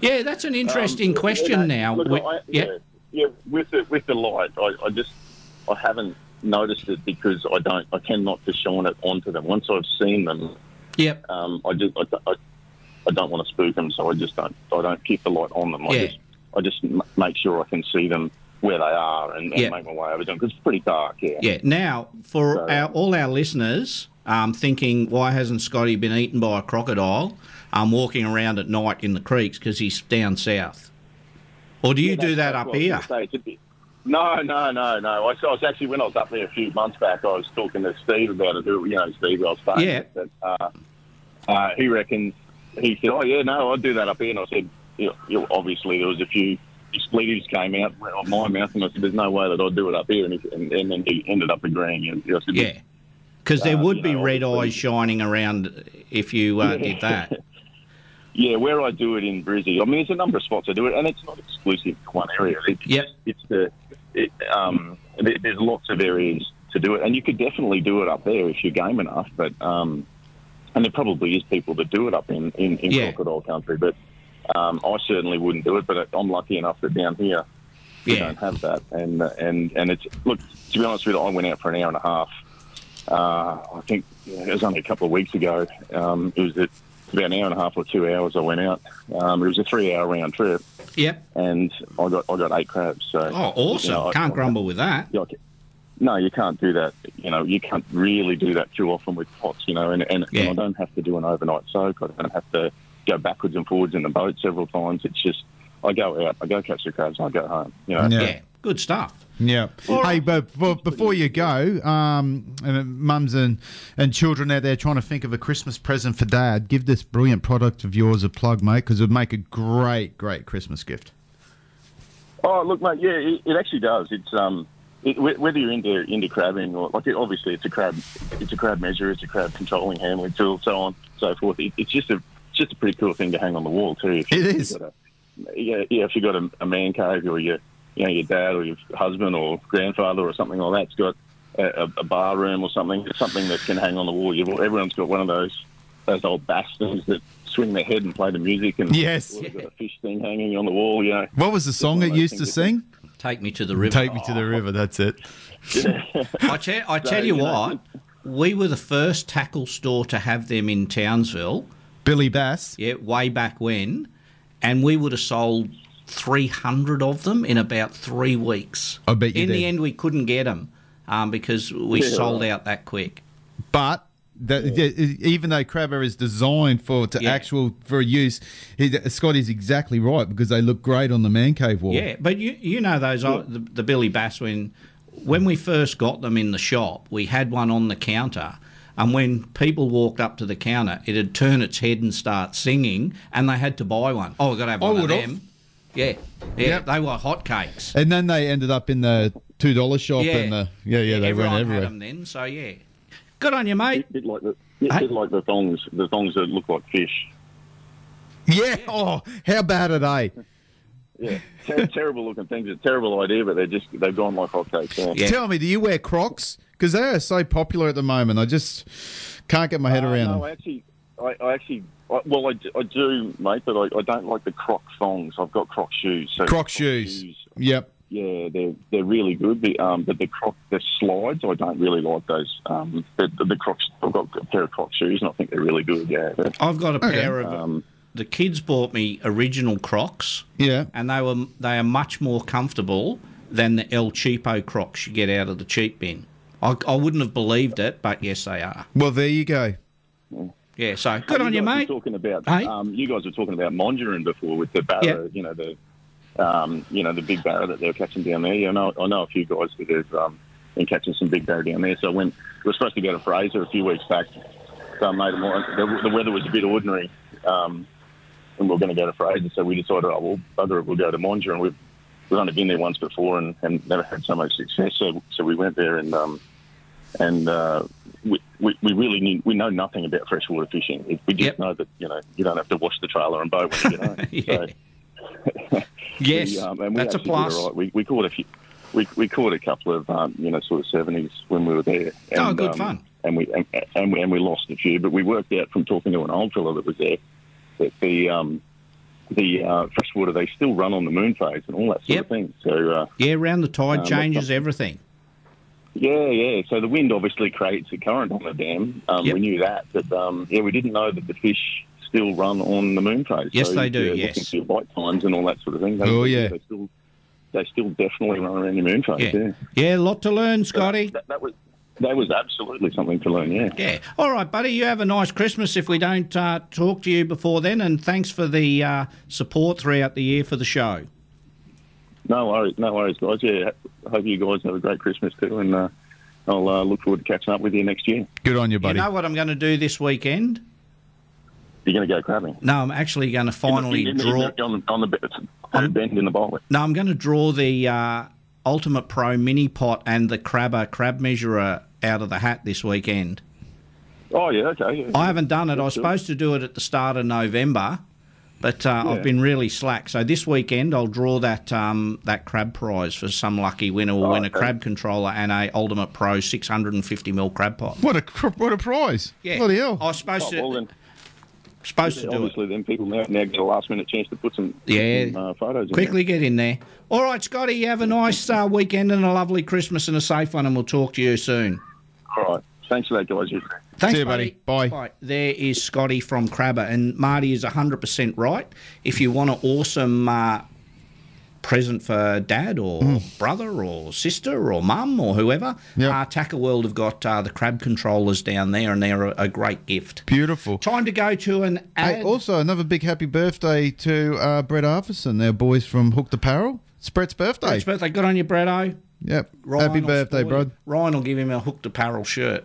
yeah, that's an interesting
Um,
question
yeah,
now.
look,
We-
I-
yeah.
yeah, with the, with the light, I, I just I haven't noticed it because I don't I cannot just shine it onto them. Once I've seen them,
yep.
um, I just I, don't- I, I don't want to spook them, so I just don't I don't keep the light on them. I
Yeah.
just I just m- make sure I can see them where they are and, and
Yeah.
make my way over to them because it's pretty dark. Yeah.
Yeah. Now, for our, all our listeners um, thinking, why hasn't Scotty been eaten by a crocodile? um, walking around at night in the creeks because he's down south. Or do you do that up
Well, I was
here?
gonna say, it's a bit- No, no, no, no. I, I was actually when I was up there a few months back, I was talking to Steve about it. Who you know, Steve, I was saying
Yeah.
that uh, uh, he reckons he said, "Oh yeah, no, I do that up here." And I said, you know, you know, "Obviously, there was a few expletives came out of my mouth, and I said, there's no way that I'd do it up here.'" And, he, and, and then he ended up agreeing. And I said,
Yeah. Because there
Um,
would
you
be
know,
red eyes shining around if you uh,
Yeah. [laughs]
did that.
Yeah, where I do it in Brizzy. I mean, there's a number of spots I do it, and it's not exclusive to one area. It,
yep.
It's the it, um, there- there's lots of areas to do it, and you could definitely do it up there if you're game enough. But um, and there probably is people that do it up in in, in
Yeah.
crocodile country, but um, I certainly wouldn't do it. But I'm lucky enough that down here we don't have that, and and and it's look to be honest with you, I went out for an hour and a half. Uh, I think it was only a couple of weeks ago. Um, it was at about an hour and a half or two hours. I went out. Um, it was a three-hour round trip.
Yep.
And I got I got eight crabs. So
Oh, awesome.
you know, I-
Can't grumble with that.
yeah, I ca- no, you can't do that. You know, you can't really do that too often with pots. You know, and and, and I don't have to do an overnight soak. I don't have to go backwards and forwards in the boat several times. It's just I go out, I go catch the crabs, I go home. You know,
Yeah. Yeah.
Good stuff.
Yeah. Hey, but but before you go, um, and, uh, mums and, and children out there trying to think of a Christmas present for dad, give this brilliant product of yours a plug, mate, because it would make a great, great Christmas gift.
Oh, look, mate. Yeah, it, it actually does. It's um, it, wh- whether you're into into crabbing or like, it, obviously, it's a crab, it's a crab measure, it's a crab controlling handling tool, so on, so forth. It, it's just a it's just a pretty cool thing to hang on the wall too. If it is. Got a, yeah, yeah. If you've got a, a man cave or your you know your dad or your husband or grandfather or something like that's got a, a- a bar room or something, it's something that can hang on the wall. You've, everyone's got one of those those old bastards that swing their head and play the music and
Yes.
or they've got a fish thing hanging on the wall. You know.
What was the song it used to
[laughs]
sing?
Take me to the river. Oh.
Take me to the river. That's it.
I, te- I
So,
tell you
you know-
what, we were the first tackle store to have them in Townsville.
Billy Bass.
Yeah, way back when. And we would have sold 300 of them in about three weeks.
I bet you
In
did.
the end, we couldn't get them um, because we
Yeah.
sold out that quick.
But that, e- even though Crabber is designed for to actual for use, he, Scotty's exactly right because they look great on the man cave wall.
Yeah, but you you know those old, the, the Billy Bass when when we first got them in the shop, we had one on the counter, and when people walked up to the counter, it'd turn its head and start singing, and they had to buy one. Oh, we got to have
I
one of
would have.
them. Yeah, yeah, they were hotcakes.
And then they ended up in the two dollar shop
Yeah.
and the yeah yeah they
Everyone
went
had
everywhere.
them then, so yeah. Good on you, mate.
Bit like the bit, bit like the thongs, the thongs that look like fish.
Yeah. Oh, how bad are they?
Yeah, [laughs] Ter- terrible looking things. It's a terrible idea, but they're just they've gone like hotcakes. Yeah.
Tell me, do you wear Crocs? Because they are so popular at the moment. I just can't get my head
Uh,
around
no,
them.
I actually, I, I actually, I, well, I, d- I do, mate, but I, I don't like the Croc thongs. I've got Croc shoes. So
Croc shoes. Yep.
Yeah, they're they're really good. The, um, but the Croc, the slides, I don't really like those. Um, the, the, the Crocs. I've got a pair of Croc shoes, and I think they're really good. Yeah.
I've got a pair of
Um,
the kids bought me original Crocs.
Yeah.
and they were they are much more comfortable than the El Cheapo Crocs you get out of the cheap bin. I, I wouldn't have believed it, but yes, they are.
Well, there you go.
Yeah, so good
Hey,
on you,
Um, guys were
mate.
Talking about,
Hey?
um, you guys were talking about Mondrian before with the barra, you know the, um, you know the big barra that they're catching down there. You know, I know a few guys that have um, been catching some big barra down there. So when we were supposed to go to Fraser a few weeks back, so I made them all, the, the weather was a bit ordinary, um, and we were going to go to Fraser. So we decided, oh well, bugger it, we'll go to Mondrian. We've we've only been there once before and, and never had so much success. So so we went there and. Um, and uh, we, we, we really need, we know nothing about freshwater fishing. We- We just know that you know you don't have to wash the trailer and boat when you
[laughs]
get home. So,
Yes,
we,
that's a
actually did all
plus.
right. We, we caught a few, we, we caught a couple of um, you know sort of seventies when we were there.
Oh, good
um,
fun.
and we and, and we and we lost a few. But we worked out from talking to an old fella that was there that the um, the uh, freshwater they still run on the moon phase and all that sort of thing. So uh,
Yeah, round the tide
Um,
changes everything.
yeah, yeah. So the wind obviously creates a current on the dam. Um, We knew that, but um, yeah, we didn't know that the fish still run on the moon phase.
Yes,
so
they
if
do,
you're looking
yes.
for your bite times and all that sort of thing. They,
Oh, yeah.
They still, they still definitely run around the moon phase. Yeah.
Yeah. Yeah, a lot to learn, Scotty.
That, that was that was absolutely something to learn. Yeah.
Yeah. All right, buddy. You have a nice Christmas if we don't uh, talk to you before then. And thanks for the uh, support throughout the year for the show.
No worries, no worries, guys. Yeah, hope you guys have a great Christmas too, and uh, I'll uh, look forward to catching up with you next year.
Good on
You know what I'm going to do this weekend?
You're going to go crabbing.
No, I'm actually going to finally
in,
draw.
on, on the bit- third bend in the bowling.
No, I'm going to draw the uh, Ultimate Pro Mini Pot and the Crabber Crab Measurer out of the hat this weekend.
Oh yeah, okay. Yeah.
I haven't done it. I was
Sure.
supposed to do it at the start of November, but uh,
Yeah.
I've been really slack. So this weekend I'll draw that um, that crab prize for some lucky winner
Oh,
will win a crab controller and a Ultimate Pro 650ml crab pot.
What a cr- what a prize!
Yeah.
Bloody hell!
I was supposed to. supposed to do it.
Oh, obviously then people now, now get a last minute chance to put some, put
Yeah.
some, uh, photos in
Quickly get in there. All right, Scotty, you have a nice uh, weekend and a lovely Christmas and a safe one, and we'll talk to you soon.
There. All right. Thanks for that, guys.
Thanks, buddy. Bye. There is Scotty from Crabber, and Marty is 100% right. If you want an awesome uh, present for dad or
Mm.
brother or sister or mum or whoever, uh, Tackle World have got uh, the crab controllers down there, and they're a, a great gift.
Beautiful.
Time to go to an ad.
Hey, oh, also another big happy birthday to uh, Brett Arfison, our boys from Hooked Apparel. It's Brett's birthday.
Happy birthday. Good on you, Bretto.
Yep.
Ryan
happy
will
birthday,
spoil
bro.
him. Ryan will give him a hooked apparel shirt.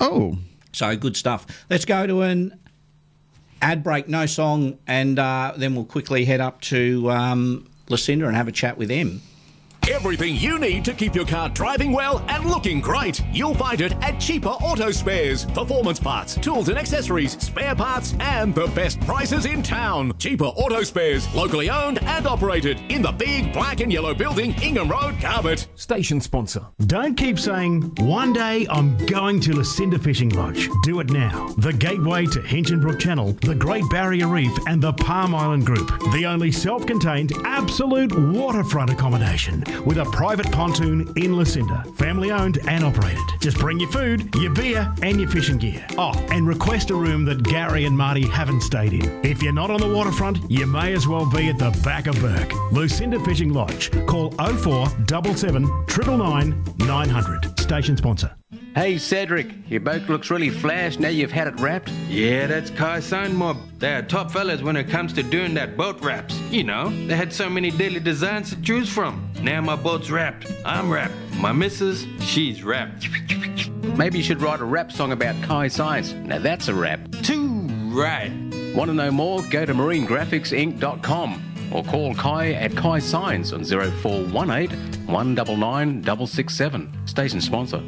Oh.
So good stuff. Let's go to an ad break, no song, and uh, then we'll quickly head up to um, Lucinda and have a chat with him.
Everything you need to keep your car driving well and looking great. You'll find it at Cheaper Auto Spares. Performance parts, tools and accessories, spare parts, and the best prices in town. Cheaper Auto Spares, locally owned and operated in the big black and yellow building, Ingham Road, Carbet.
Station sponsor. Don't keep saying, one day I'm going to Lucinda Fishing Lodge. Do it now. The gateway to Hinchinbrook Channel, the Great Barrier Reef, and the Palm Island Group. The only self contained, absolute waterfront accommodation with a private pontoon in Lucinda. Family owned and operated. Just bring your food, your beer, and your fishing gear. Oh, and request a room that Gary and Marty haven't stayed in. If you're not on the waterfront, you may as well be at the back of Burke. Lucinda Fishing Lodge. Call 04 77 999 900. Station sponsor.
Hey Cedric, your boat looks really flash now you've had it wrapped. Yeah, that's Kai Sign Mob. They are top fellas when it comes to doing that boat wraps. You know, they had so many daily designs to choose from. Now my boat's wrapped. I'm wrapped. My missus, she's wrapped. Maybe you should write a rap song about Kai Science. Now that's a rap. Too right. Want to know more? Go to marinegraphicsinc.com or call Kai at Kai Signs on 0418 199 667. Station sponsor.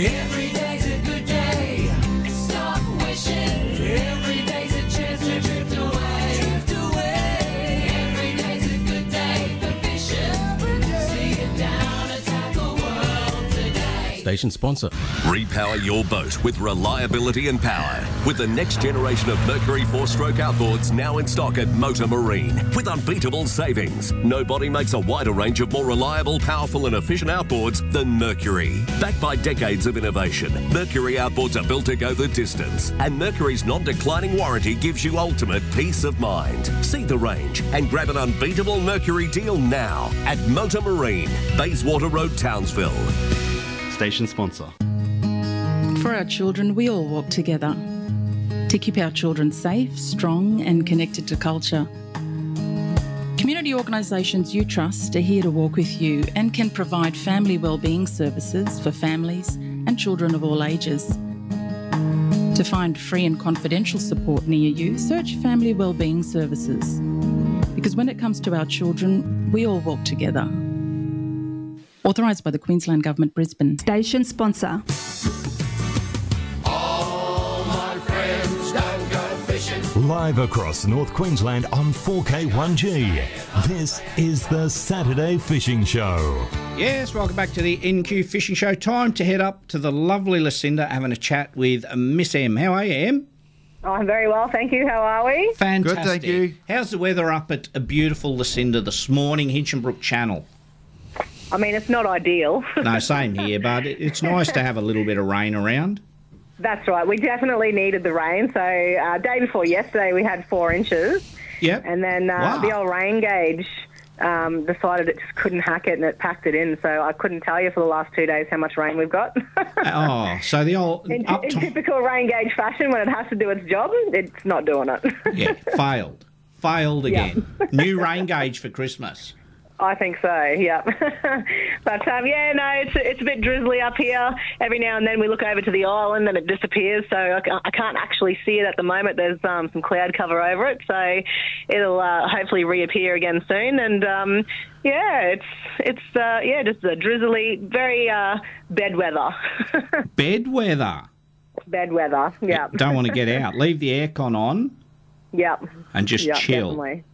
Every day's a good day. Stop wishing. Every day's a chance to drift away. Drift away. Every day's a good day for fishing. See you down at Tackle World today.
Station sponsor. Repower your boat with reliability and power with the next generation of Mercury four stroke outboards now in stock at Motor Marine with unbeatable savings. Nobody makes a wider range of more reliable, powerful, and efficient outboards than Mercury. Backed by decades of innovation, Mercury outboards are built to go the distance, and Mercury's non declining warranty gives you ultimate peace of mind. See the range and grab an unbeatable Mercury deal now at Motor Marine, Bayswater Road, Townsville.
Station sponsor.
For our children, we all walk together to keep our children safe, strong, and connected to culture. Community organisations you trust are here to walk with you and can provide family wellbeing services for families and children of all ages. To find free and confidential support near you, search Family Wellbeing Services. Because when it comes to our children, we all walk together. Authorised by the Queensland Government, Brisbane. Station sponsor.
All my friends don't go fishing.
live across North Queensland on 4K1G. This is the Saturday Fishing Show.
Yes, welcome back to the NQ Fishing Show. Time to head up to the lovely Lucinda having a chat with uh, Miss M. How are you, Em?
Oh, I'm very well, thank you. How are we?
Fantastic. How's the weather up at a beautiful Lucinda this morning, Hinchinbrook Channel?
I mean, it's not ideal. [laughs]
No, same here, but it- it's nice to have a little bit of rain around.
That's right. We definitely needed the rain. So, uh, day before yesterday, we had four inches.
Yep.
And then uh,
Wow.
the old rain gauge um, decided it just couldn't hack it and it packed it in. So, I couldn't tell you for the last two days how much rain we've got.
Oh, so the
[laughs]
old
in, in typical rain gauge fashion, when it has to do its job, it's not doing it.
yeah failed, failed again. New rain gauge for Christmas.
I think so. Yeah, [laughs] but um, yeah, no, it's it's a bit drizzly up here. Every now and then we look over to the island and it disappears, so I, ca- I can't actually see it at the moment. There's um, some cloud cover over it, so it'll uh, hopefully reappear again soon. And um, yeah, it's it's uh, yeah, just a drizzly, very uh, bad weather. [laughs]
Bed weather.
bad weather. Yeah.
Don't want
[laughs]
to get out. Leave the aircon on.
Yep.
And just
Yep,
chill.
Definitely.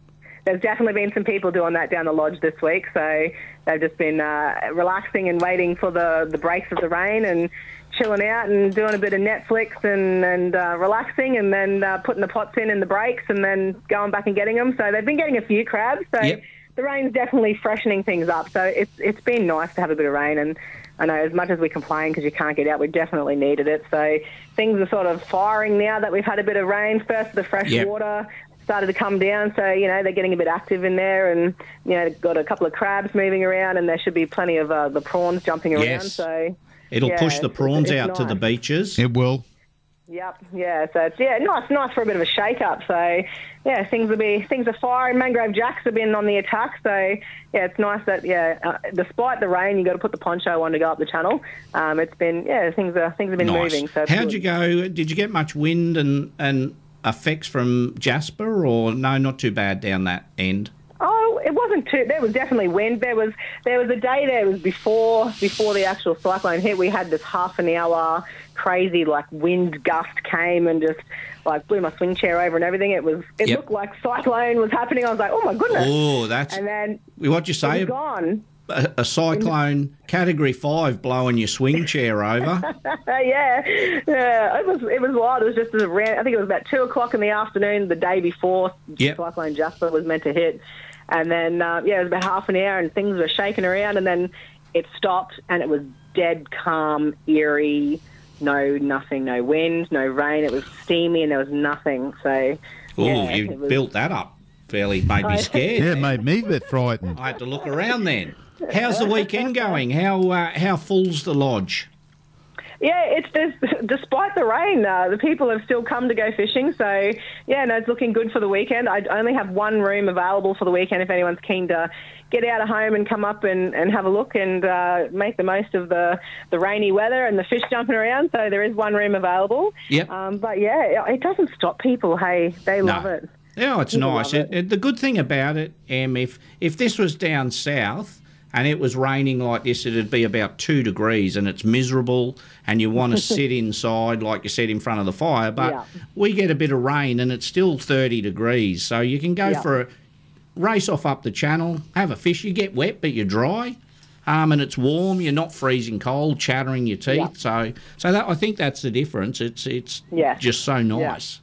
There's definitely been some people doing that down the lodge this week, so they've just been uh, relaxing and waiting for the, the breaks of the rain and chilling out and doing a bit of Netflix and and uh, relaxing and then uh, putting the pots in in the breaks and then going back and getting them. So they've been getting a few crabs. So the rain's definitely freshening things up. So it's it's been nice to have a bit of rain and. I know as much as we complain because you can't get out, we definitely needed it. So things are sort of firing now that we've had a bit of rain. First, the fresh
Yep.
water started to come down, so you know they're getting a bit active in there, and you know got a couple of crabs moving around, and there should be plenty of uh, the prawns jumping around.
Yes.
So
It'll
yeah,
push the
it's-
prawns
it's
out to the
nice.
beaches. It will.
Yep, yeah. So it's yeah, nice, nice for a bit of a shake up. So yeah, things will be things are firing. Mangrove jacks have been on the attack. So yeah, it's nice that yeah, uh, despite the rain, you got to put the poncho on to go up the channel. Um, it's been yeah, things are things have been
nice.
moving. So it's
How'd
good.
you go? Did you get much wind and and effects from Jasper, or no? Not too bad down that end.
Oh, it wasn't too. There was definitely wind. There was there was a day there was before before the actual cyclone hit. We had this half an hour crazy like wind gust came and just like blew my swing chair over and everything. It was it
Yep.
looked like cyclone was happening. I was like, oh my goodness.
Oh, that's-
and then
What'd you say?
it was gone.
A, a cyclone category five blowing your swing chair over.
[laughs] yeah, yeah. It was it was wild. It was just a ran. I think it was about two o'clock in the afternoon the day before
Yep.
Cyclone Jasper was meant to hit, and then uh, yeah, it was about half an hour and things were shaking around, and then it stopped and it was dead calm, eerie, no nothing, no wind, no rain. It was steamy and there was nothing. So
Oh,
yeah,
you
it was-
built that up fairly. Made me scared.
Yeah, it made me a bit frightened.
I had to look around then. How's the weekend going? How uh, how full's the lodge?
Yeah, it's there's, despite the rain, uh, the people have still come to go fishing. So yeah, no, it's looking good for the weekend. I only have one room available for the weekend if anyone's keen to get out of home and come up and, and have a look and uh, make the most of the, the rainy weather and the fish jumping around. So there is one room available.
Yep.
Um, but yeah, it, it doesn't stop people. Hey, they love it.
Yeah, it's
People
nice. It- it- the good thing about it, Em, if if this was down south and it was raining like this, it'd be about two degrees and it's miserable, and you
[laughs]
want to sit inside, like you said, in front of the fire. But
Yeah.
we get a bit of rain and it's still thirty degrees, so you can go
Yeah.
for a race off up the channel, have a fish. You get wet, but you're dry. Um, and it's warm. You're not freezing cold, chattering your teeth.
Yeah.
So, so that I think that's the difference. It's it's
Yeah.
just so
Yeah.
nice.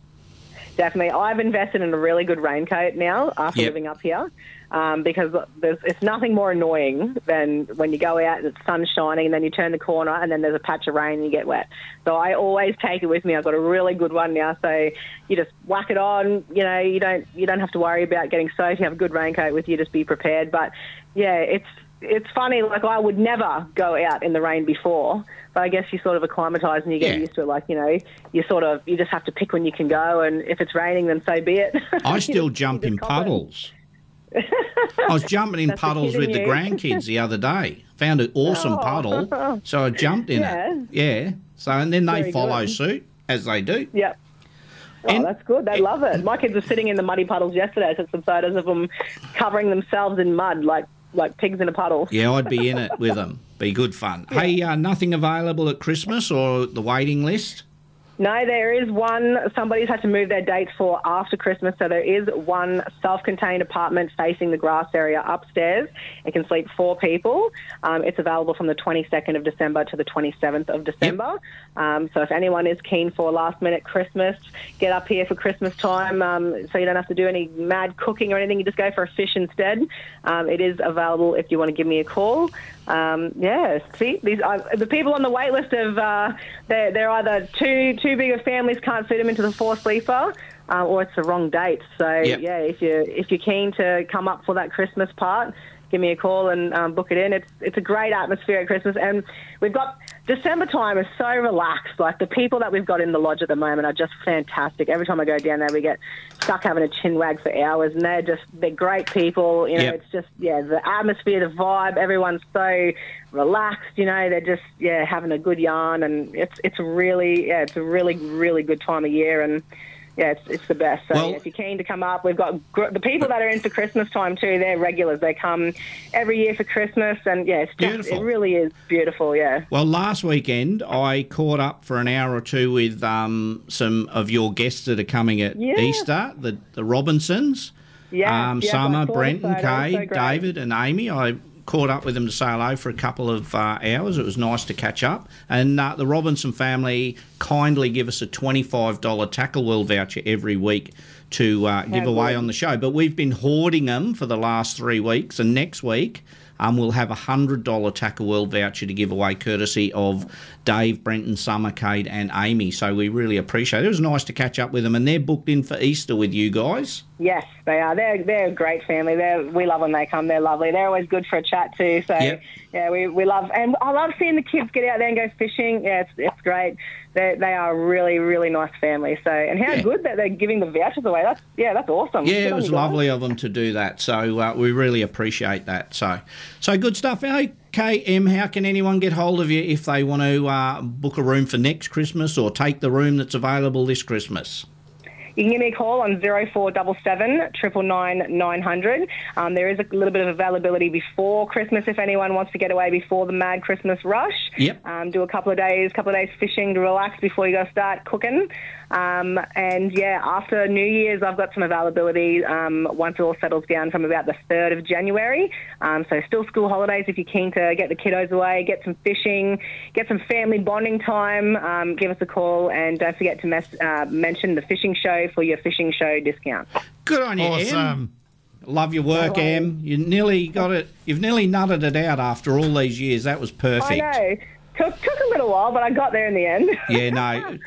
Definitely. I've invested in a really good raincoat now after
Yep.
living up here um, because there's, it's nothing more annoying than when you go out and it's sun shining and then you turn the corner and then there's a patch of rain and you get wet. So I always take it with me. I've got a really good one now. So you just whack it on. You know, you don't, you don't have to worry about getting soaked. You have a good raincoat with you. Just be prepared. But yeah, it's, it's funny. Like I would never go out in the rain before, but I guess you sort of acclimatise and you get
Yeah.
used to it. Like you know, you sort of you just have to pick when you can go, and if it's raining, then so be it. [laughs]
I
You
still
just-
jump
you
in
just cop it. [laughs]
puddles. I was jumping in
That's a
puddles
kid
with
in
the
you. [laughs]
grandkids the other day. Found an awesome
Oh.
puddle, so I jumped in
[laughs]
it. Yeah. So and then they
Very
follow
good.
suit as they do.
Yep. Oh, that's good. They love it. My kids were sitting in the muddy puddles yesterday. I took some photos of them covering themselves in mud, like like pigs in a puddle.
Yeah, I'd be in it with them. Be good fun. Hey, uh, nothing available at Christmas or the waiting list?
No, there is one. Somebody's had to move their dates for after Christmas, so there is one self-contained apartment facing the grass area upstairs. It can sleep four people. Um, it's available from the 22nd of December to the 27th of December. Um, so if anyone is keen for last-minute Christmas, get up here for Christmas time, um, so you don't have to do any mad cooking or anything. You just go for a fish instead. Um, it is available if you want to give me a call. Um, yeah, see, these I, the people on the wait list have uh, they're, they're either too too big of families can't fit them into the four sleeper, uh, or it's the wrong date. So
Yep.
yeah, if you if you're keen to come up for that Christmas part, give me a call and um, book it in. It's it's a great atmosphere at Christmas, and we've got December time is so relaxed. Like the people that we've got in the lodge at the moment are just fantastic. Every time I go down there, we get stuck having a chin wag for hours, and they're just they're great people. You know,
Yep.
it's just yeah, the atmosphere, the vibe. Everyone's so relaxed. You know, they're just yeah having a good yarn, and it's it's really yeah, it's a really really good time of year, and yeah, it's, it's the best. So
Well-
yeah, if you're keen to come up, we've got gr- the people that are in for Christmas time too. They're regulars. They come every year for Christmas, and yeah, it's just,
Beautiful.
It really is beautiful. Yeah.
Well, last weekend I caught up for an hour or two with um, some of your guests that are coming at
Yeah.
Easter, the the Robinsons,
Yeah,
um,
yes, I
Summer,
saw the
Brenton,
photos, so
Kay,
great.
David, and Amy. I caught up with them to say hello for a couple of uh, hours. It was nice to catch up, and uh, the Robinson family kindly give us a twenty five dollar Tackle World voucher every week. To uh, give away
good.
on the show, but we've been hoarding them for the last three weeks, and next week um, we'll have a hundred dollar Tackle World voucher to give away, courtesy of Dave, Brenton, Summer, Kate, and Amy. So we really appreciate it. It was nice to catch up with them, and they're booked in for Easter with you guys.
Yes, they are. They're they're a great family. They're, we love when they come. They're lovely. They're always good for a chat too. So
Yep.
yeah, we, we love and I love seeing the kids get out there and go fishing. Yeah, it's, it's great. They they are a really really nice family. So and how good that they're giving the vouchers away. That's yeah, that's awesome.
Yeah,
Good
it
on
was
you guys.
lovely of them to do that. So uh, we really appreciate that. So, so good stuff. Okay, Em, how can anyone get hold of you if they want to uh, book a room for next Christmas or take the room that's available this Christmas?
You can give me a call on 0477 999 900. Um, there is a little bit of availability before Christmas if anyone wants to get away before the mad Christmas rush.
Yep.
Um, do a couple of days, couple of days fishing to relax before you go start cooking. Um, and yeah, after New Year's, I've got some availability um, once it all settles down from about the 3rd of January. Um, so still school holidays if you're keen to get the kiddos away, get some fishing, get some family bonding time. Um, give us a call and don't forget to mes- uh, mention the fishing show for your fishing show discount.
Good on you, Em. Love your work, Em. You nearly got it. You've nearly nutted it out after all these years. That was perfect.
I know. Took, took a little while, but I got there in the end. [laughs]
Yeah, no,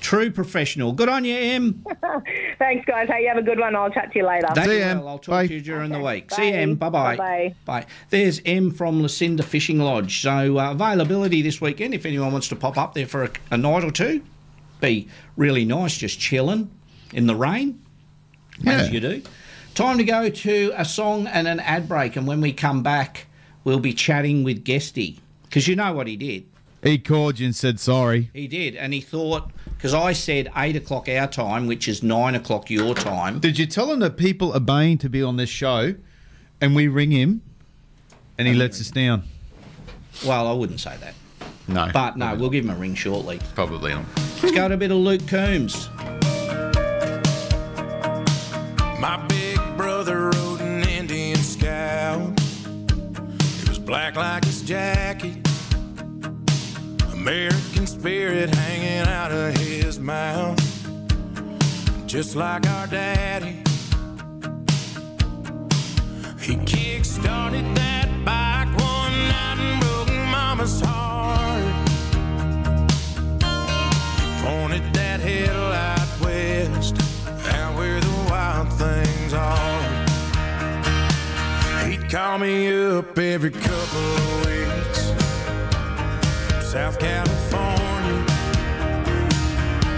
true professional. Good on you, Em.
[laughs] Thanks, guys. Hey, you have a good one. I'll chat to you later.
Thank you, Em. I'll talk to you during the week. See you, Em. Bye bye.
Bye-bye.
Bye. There's Em from Lucinda Fishing Lodge. So uh, availability this weekend. If anyone wants to pop up there for a, a night or two, be really nice, just chilling in the rain, as you do. Time to go to a song and an ad break, and when we come back, we'll be chatting with Guesty because you know what he did.
He called you and said sorry.
He did, and he thought because I said eight o'clock our time, which is nine o'clock your time.
Did you tell him that people are baying to be on this show, and we ring him, and he lets us down?
Well, I wouldn't say that.
No,
but no, we'll give him a ring shortly.
Probably not.
Let's go to a bit of Luke Coombs.
My big brother rode an Indian scout. It was black like his jacket. American spirit hanging out of his mouth. Just like our daddy. He kick started that bike one night and broke mama's heart. Pointed that headlight west out where the wild things are. He'd call me up every couple of weeks from South California.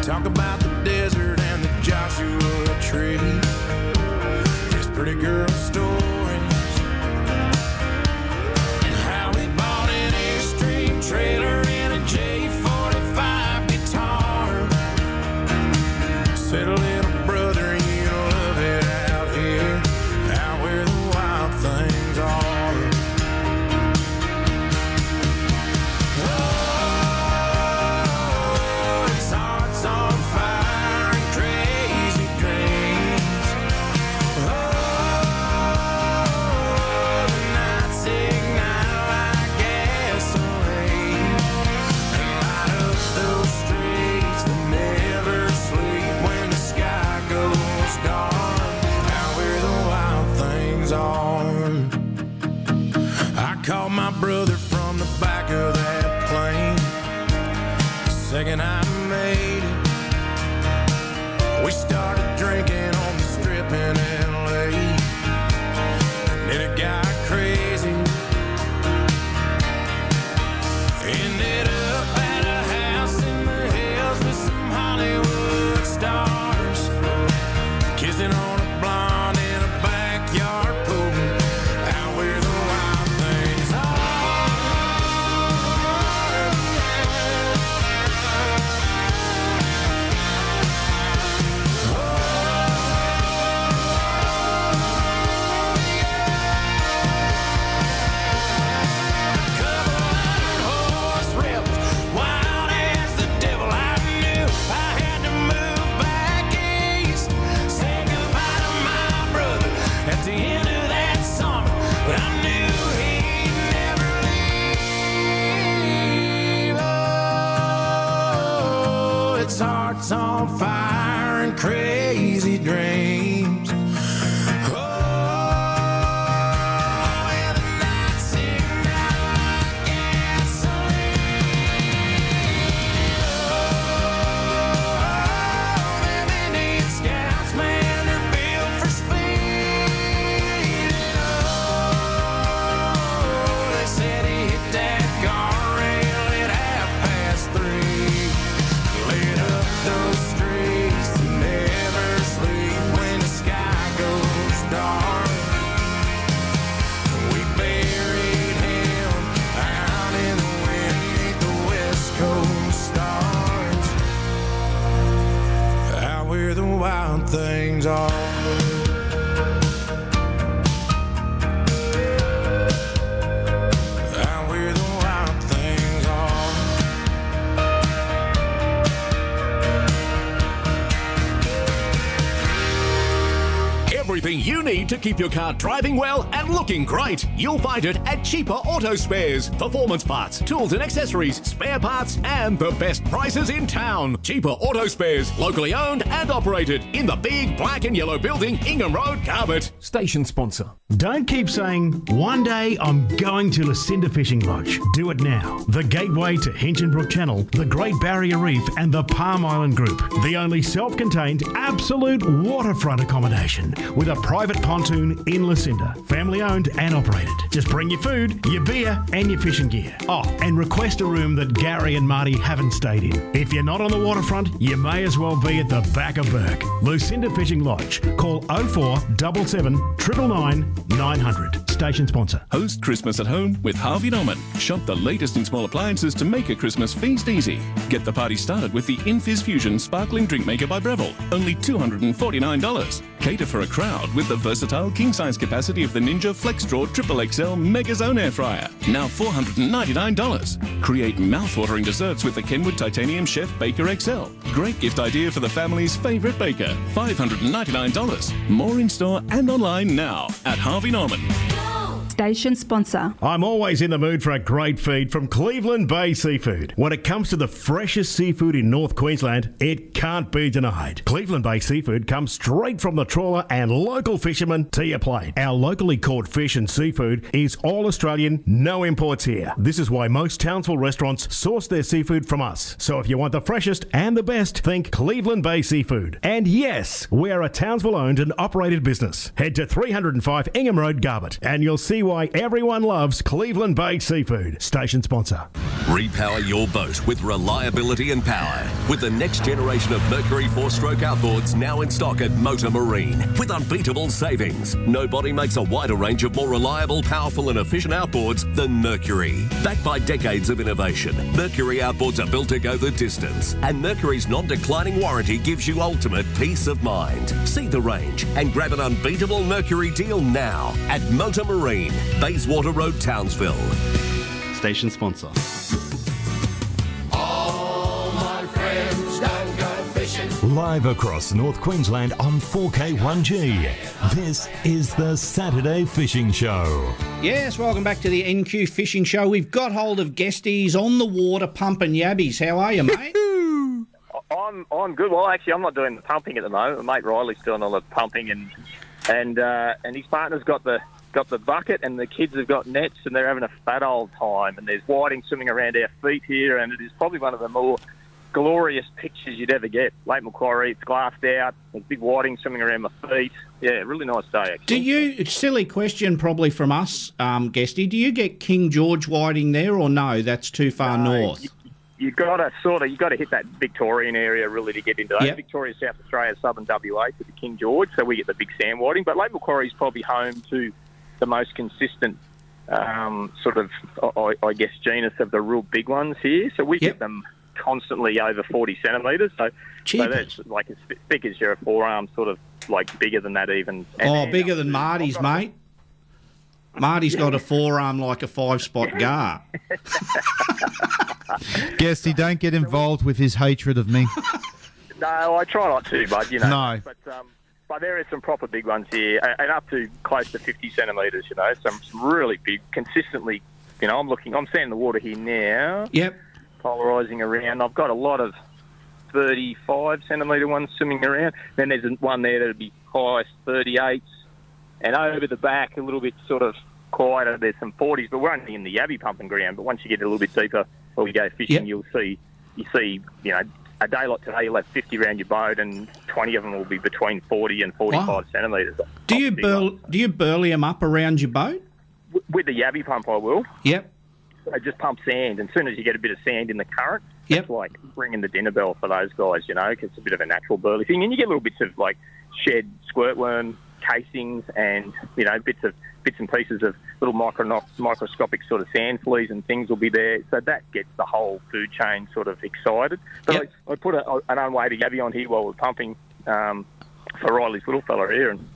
Talk about the desert and the Joshua tree. His pretty girl stories. And how he bought an Airstream trailer and a J45 guitar. Said, little brother, you love it out here, out where the wild things are. Oh, it's hard sometimes. brother from the back of that plane. The second I made it, we started drinking on the strip in LA. Then it got crazy. Ended up at a house in the hills with some Hollywood stars. Kissing on a blonde in a backyard pool. Out where the wild things horse ripped wild as the devil I knew. I had to move back east, say goodbye to my brother at the end of that summer. But I knew he'd never leave. Oh, it's hearts on fire and crazy dreams. Oh, and the nights seem like gasoline. Stars out where the wild things are. Out where the wild things are.
Everything you need to keep your car driving well and looking great. You'll find it at Cheaper Auto Spares. Performance parts, tools and accessories, spare parts, and the best prices in town. Cheaper Auto Spares, locally owned and operated in the big black and yellow building, Ingham Road, Carbet.
Station sponsor. Don't keep saying, one day I'm going to Lucinda Fishing Lodge. Do it now. The gateway to Hinchinbrook Channel, the Great Barrier Reef, and the Palm Island Group. The only self contained, absolute waterfront accommodation with a private pontoon in Lucinda. Family owned and operated. Just bring your food, your beer, and your fishing gear. Oh, and request a room that Gary and Marty haven't stayed in. If you're not on the waterfront, you may as well be at the back of Burke. Lucinda Fishing Lodge. Call 0477 999 900. Station sponsor.
Host Christmas at home with Harvey Norman. Shop the latest in small appliances to make a Christmas feast easy. Get the party started with the Infizz Fusion Sparkling Drink Maker by Breville, only $249. Cater for a crowd with the versatile king size capacity of the Ninja Flex Draw Triple XL Mega Zone Air Fryer, now $499. Create mouthwatering desserts with the Kenwood Titanium Chef Baker XL. Great gift idea for the family's favorite baker, $599. More in store and online now at Harvey Norman.
Station sponsor.
I'm always in the mood for a great feed from Cleveland Bay Seafood. When it comes to the freshest seafood in North Queensland, it can't be denied. Cleveland Bay Seafood comes straight from the trawler and local fishermen to your plate. Our locally caught fish and seafood is all Australian, no imports here. This is why most Townsville restaurants source their seafood from us. So if you want the freshest and the best, think Cleveland Bay Seafood. And yes, we're a Townsville owned and operated business. Head to 305 Ingham Road, Garbutt, and you'll see why everyone loves Cleveland Bay Seafood. Station sponsor.
Repower your boat with reliability and power with the next generation of Mercury four stroke outboards now in stock at Motor Marine with unbeatable savings. Nobody makes a wider range of more reliable, powerful, and efficient outboards than Mercury. Backed by decades of innovation, Mercury outboards are built to go the distance, and Mercury's non declining warranty gives you ultimate peace of mind. See the range and grab an unbeatable Mercury deal now at Motor Marine, Bayswater Road, Townsville.
Station sponsor.
All my friends done gone fishing.
Live across North Queensland on 4K1G, this is the Saturday Fishing Show.
Yes, welcome back to the NQ Fishing Show. We've got hold of guesties on the water pumping yabbies. How are you,
[laughs]
mate?
I'm I'm good. Well, actually, I'm not doing the pumping at the moment. My mate Riley's doing all the pumping, and and uh, and his partner's got the got the bucket, and the kids have got nets, and they're having a fat old time. And there's whiting swimming around our feet here, and it is probably one of the more glorious pictures you'd ever get. Lake Macquarie, it's glassed out. There's big whiting swimming around my feet. Yeah, really nice day. Actually.
Do you, it's a silly question probably from us, um, Guesty, do you get King George whiting there or no? That's too far north.
you got to sort of you got to hit that Victorian area really to get into that.
Yep.
Victoria, South Australia, Southern WA to the King George, so we get the big sand whiting. But Lake Macquarie is probably home to the most consistent um, sort of, I, I- I guess, genus of the real big ones here. So we get them constantly over 40 centimetres. So, so that's like as thick as your forearm, sort of like bigger than that even. And-
oh,
and
bigger than Marty's, mate. Marty's got a forearm like a five spot gar.
uh,
Guesty, don't get involved with his hatred of me.
No, I try not to, bud. You know.
No.
But um, but there are some proper big ones here, a- and up to close to fifty centimetres. You know, some, some really big, consistently. You know, I'm looking. I'm seeing the water here now.
Yep.
Polarising around. I've got a lot of thirty-five centimetre ones swimming around. Then there's one there that'd be highest thirty-eight, and over the back a little bit sort of quieter. There's some forties, but we're only in the Yabby pumping ground. But once you get a little bit deeper, where we go fishing, you'll see you see, you know, a day like today, you'll have 50 around your boat, and 20 of them will be between 40 and 45
Wow.
centimetres.
Do you bur- do you burly him up around your boat?
W- With the Yabby pump, I will.
Yep.
I just pump sand, and as soon as you get a bit of sand in the current,
Yep.
it's like ringing the dinner bell for those guys, you know, 'cause it's a bit of a natural burley thing. And you get little bits of like shed squirtworm casings and, you know, bits of bits and pieces of little micro- microscopic sort of sand fleas and things will be there. So that gets the whole food chain sort of excited. But I, I put a, an unweighted yabby on here while we're pumping um, for Riley's little fella here and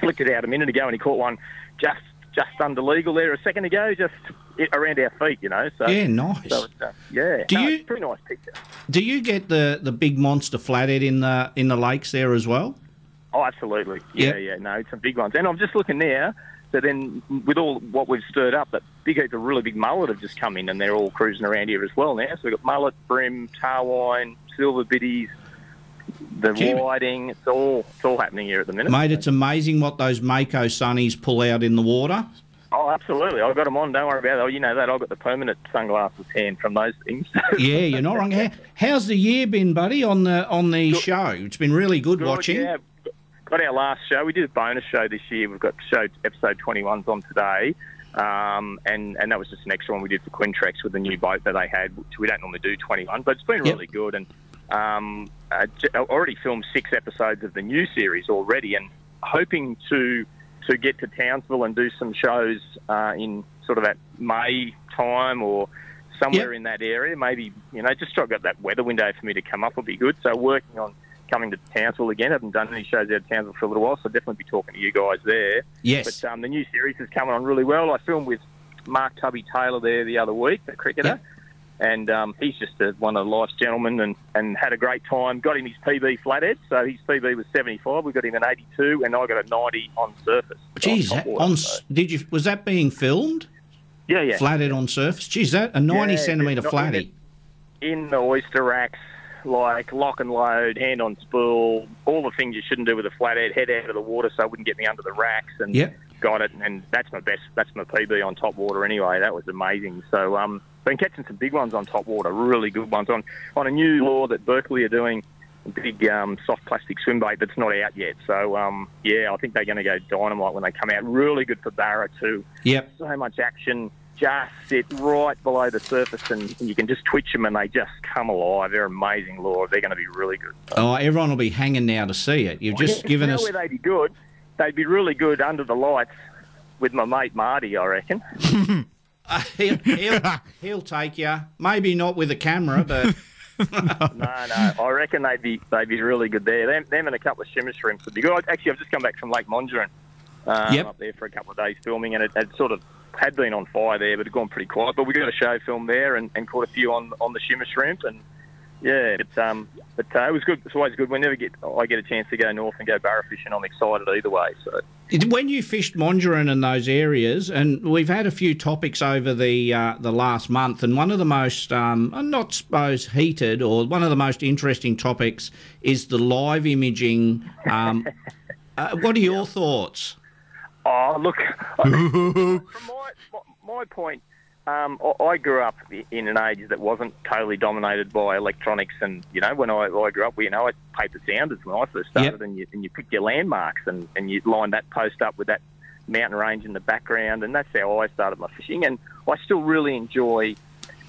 flicked it out a minute ago and he caught one just just under legal there a second ago, just it, around our feet, you know. So
Yeah, nice.
So it's, uh, yeah,
Do
no,
you-
it's a pretty nice picture.
Do you get the, the big monster flathead in the in the lakes there as well?
Oh, absolutely. Yeah, yeah. No, it's some big ones. And I'm just looking now. So then, with all what we've stirred up, that big heap of really big mullet have just come in, and they're all cruising around here as well now. So we've got mullet, brim, tarwine, silver biddies, the
Gee.
whiting. It's all it's all happening here at the minute.
Mate, it's amazing what those Mako sunnies pull out in
[laughs]
the water.
Oh, absolutely. I've got them on. Don't worry about it. Oh, you know that. I've got the permanent sunglasses hand from those things. [laughs]
Yeah, you're not wrong. How, how's the year been, buddy, on the on the show? It's been really good, watching.
Yeah, got our last show. We did a bonus show this year. We've got show episode 21's on today. Um, and, and that was just an extra one we did for Quintrex with the new boat that they had, which we don't normally do 21, but it's been really good. And um, I j- I already filmed six episodes of the new series already and hoping to to get to Townsville and do some shows uh, in sort of that May time or somewhere in that area. Maybe, you know, just so I've got that weather window for me to come up would be good. So working on coming to Townsville again. I haven't done any shows out of Townsville for a little while, so I'll definitely be talking to you guys there.
Yes.
But um, the new series is coming on really well. I filmed with Mark Tubby Taylor there the other week, the cricketer. And um, he's just a, one of life's gentlemen and, and had a great time. Got him his PB flathead, so his PB was 75. We got him an 82, and I got a 90 on surface.
Jeez, that, Oh, on s- did you was that being filmed?
Yeah, yeah.
Flathead on surface. Jeez, that a ninety
Yeah,
centimetre
it's not-
flatty.
in the oyster racks, like lock and load, hand on spool, all the things you shouldn't do with a flathead, head out of the water so it wouldn't get me under the racks and
Yep.
got it. And that's my best, that's my PB on top water anyway. That was amazing. So, um, been catching some big ones on top water, really good ones on, on a new law that Berkeley are doing. a Big um, soft plastic swim bait that's not out yet. So, um, yeah, I think they're going to go dynamite when they come out. Really good for Barra, too
Yep.
so much action. Just sit right below the surface, and you can just twitch them, and they just come alive. They're amazing, Laura. They're going to be really good.
Oh, everyone will be hanging now to see it. You've
Oh,
just
Yeah,
given
you know
us.
where they'd be good. They'd be really good under the lights with my mate Marty, I
[laughs]
reckon.
he'll, he'll, he'll take you. Maybe not with a camera,
[laughs]
but
no, no, I reckon they'd be they'd be really good there. Them, them and a couple of shimmer shrimps would be good. I- Actually, I've just come back from Lake Mondrian. Um,
Yep.
Up there for a couple of days filming, and it had sort of had been on fire there, but it had gone pretty quiet. But we got a show film there and, and caught a few on on the shimmer shrimp, and yeah, but um, but uh, it was good. It's always good whenever get I get a chance to go north and go barra fishing. I'm excited either way. So
It- When you fished Mondrian and those areas, and we've had a few topics over the uh, the last month, and one of the most, um, I'm not suppose heated, or one of the most interesting topics
[laughs]
is the live imaging. Um, uh, what are your thoughts?
Oh, look,
[laughs]
from my, my point, um, I- I grew up i- in an age that wasn't totally dominated by electronics, and you know, when I, I grew up, you know, I paper sounders when I first started, and you and you picked your landmarks, and and you lined that post up with that mountain range in the background, and that's how I started my fishing, and I still really enjoy.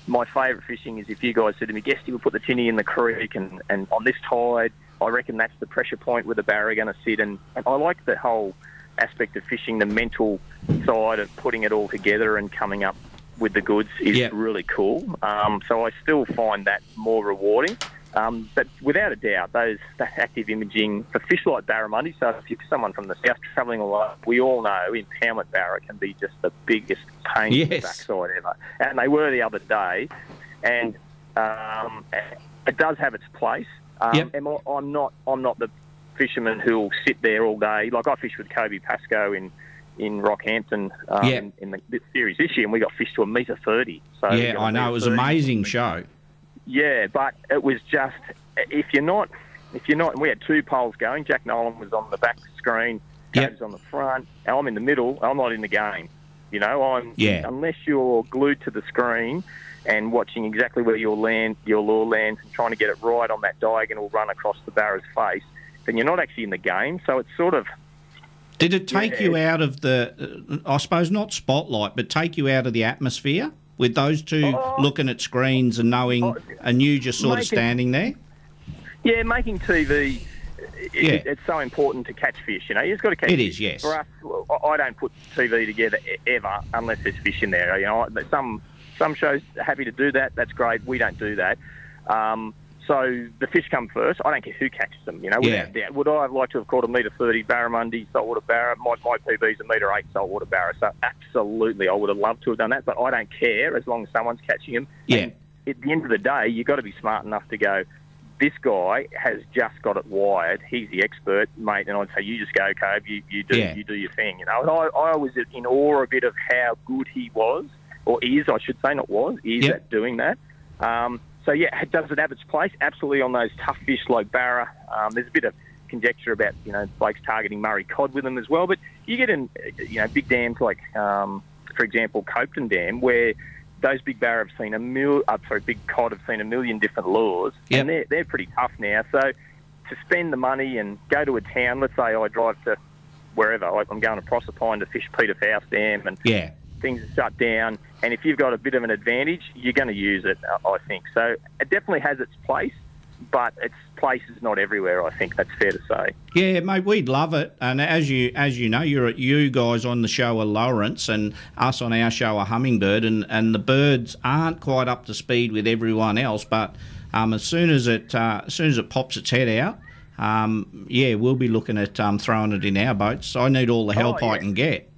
My favourite fishing is if you guys said to me, Guesty, we'll put the tinny in the creek, and, and on this tide, I reckon that's the pressure point where the barra going to sit. And, and I like the whole aspect of fishing, the mental side of putting it all together and coming up with the goods is really cool. Um, so I still find that more rewarding. Um, but without a doubt, those that active imaging for fish like barramundi. So if you're someone from the south travelling all over, we all know impoundment barra can be just the biggest pain in the
Yes.
backside ever. And they were the other day, and um, it does have its place. Um,
Yep.
And I- I'm not I'm not the fisherman who'll sit there all day. Like I fished with Kobe Pascoe in in Rockhampton um,
Yep.
in, the this series this year, and we got fished to a meter thirty. So we
yeah,
got
I
a
know.
metre
It was
30.
an amazing show.
Yeah, but it was just if you're not if you're not. And we had two poles going. Jack Nolan was on the back screen.
Yep.
Gabe's on the front. and I'm in the middle. I'm not in the game. You know, I'm
Yeah.
unless you're glued to the screen and watching exactly where your land your law lands and trying to get it right on that diagonal run across the barra's face, then you're not actually in the game. So it's sort of
Did it take
Yeah.
you out of the, uh, I suppose not spotlight, but take you out of the atmosphere with those two
Oh.
looking at screens and knowing, and you just sort of
making-
standing there?
Yeah, making TV. It,
Yeah.
it, it's so important to catch fish. You know, you've got to catch.
It
fish.
is, yes.
For us, well, I- I don't put TV together e- ever unless there's fish in there. You know, But some some shows are happy to do that. That's great. We don't do that. Um, so the fish come first. I don't care who catches them. You know,
Yeah.
without doubt. Would I have liked to have caught a meter thirty barramundi saltwater barra? My my PB's a meter eight saltwater barra. So absolutely, I would have loved to have done that. But I don't care as long as someone's catching them
Yeah.
at the end of the day, you've got to be smart enough to go, this guy has just got it wired. He's the expert, mate. And I'd say, you just go, Cove, you, you, do,
Yeah.
you do your thing. You know, and I, I was in awe a bit of how good he was, or is, I should say, not was, is
Yeah.
at doing that. Um, so, yeah, does it have its place? Absolutely on those tough fish like Barra. Um, there's a bit of conjecture about, you know, Blake's targeting Murray Cod with them as well. But you get in, uh, you know, big dams like, um, for example, Copeton Dam, where those big barra have seen a mil, uh, sorry, big cod have seen a million different lures, and they're they're pretty tough now. So to spend the money and go to a town, let's say I drive to wherever, like I'm going to Proserpine to fish Peter Faust Dam, and
Yeah.
things are shut down. And if you've got a bit of an advantage, you're going to use it, uh, I- I think. So it definitely has its place, but its place is not everywhere. I think that's fair to say.
Yeah, mate, we'd love it. And as you as you know, you're you guys on the show are Lawrence, and us on our show are Hummingbird, and and the birds aren't quite up to speed with everyone else. But um, as soon as it uh, as soon as it pops its head out, um, yeah, we'll be looking at um, throwing it in our boats. I need all the
Oh,
help I
yeah.
can get.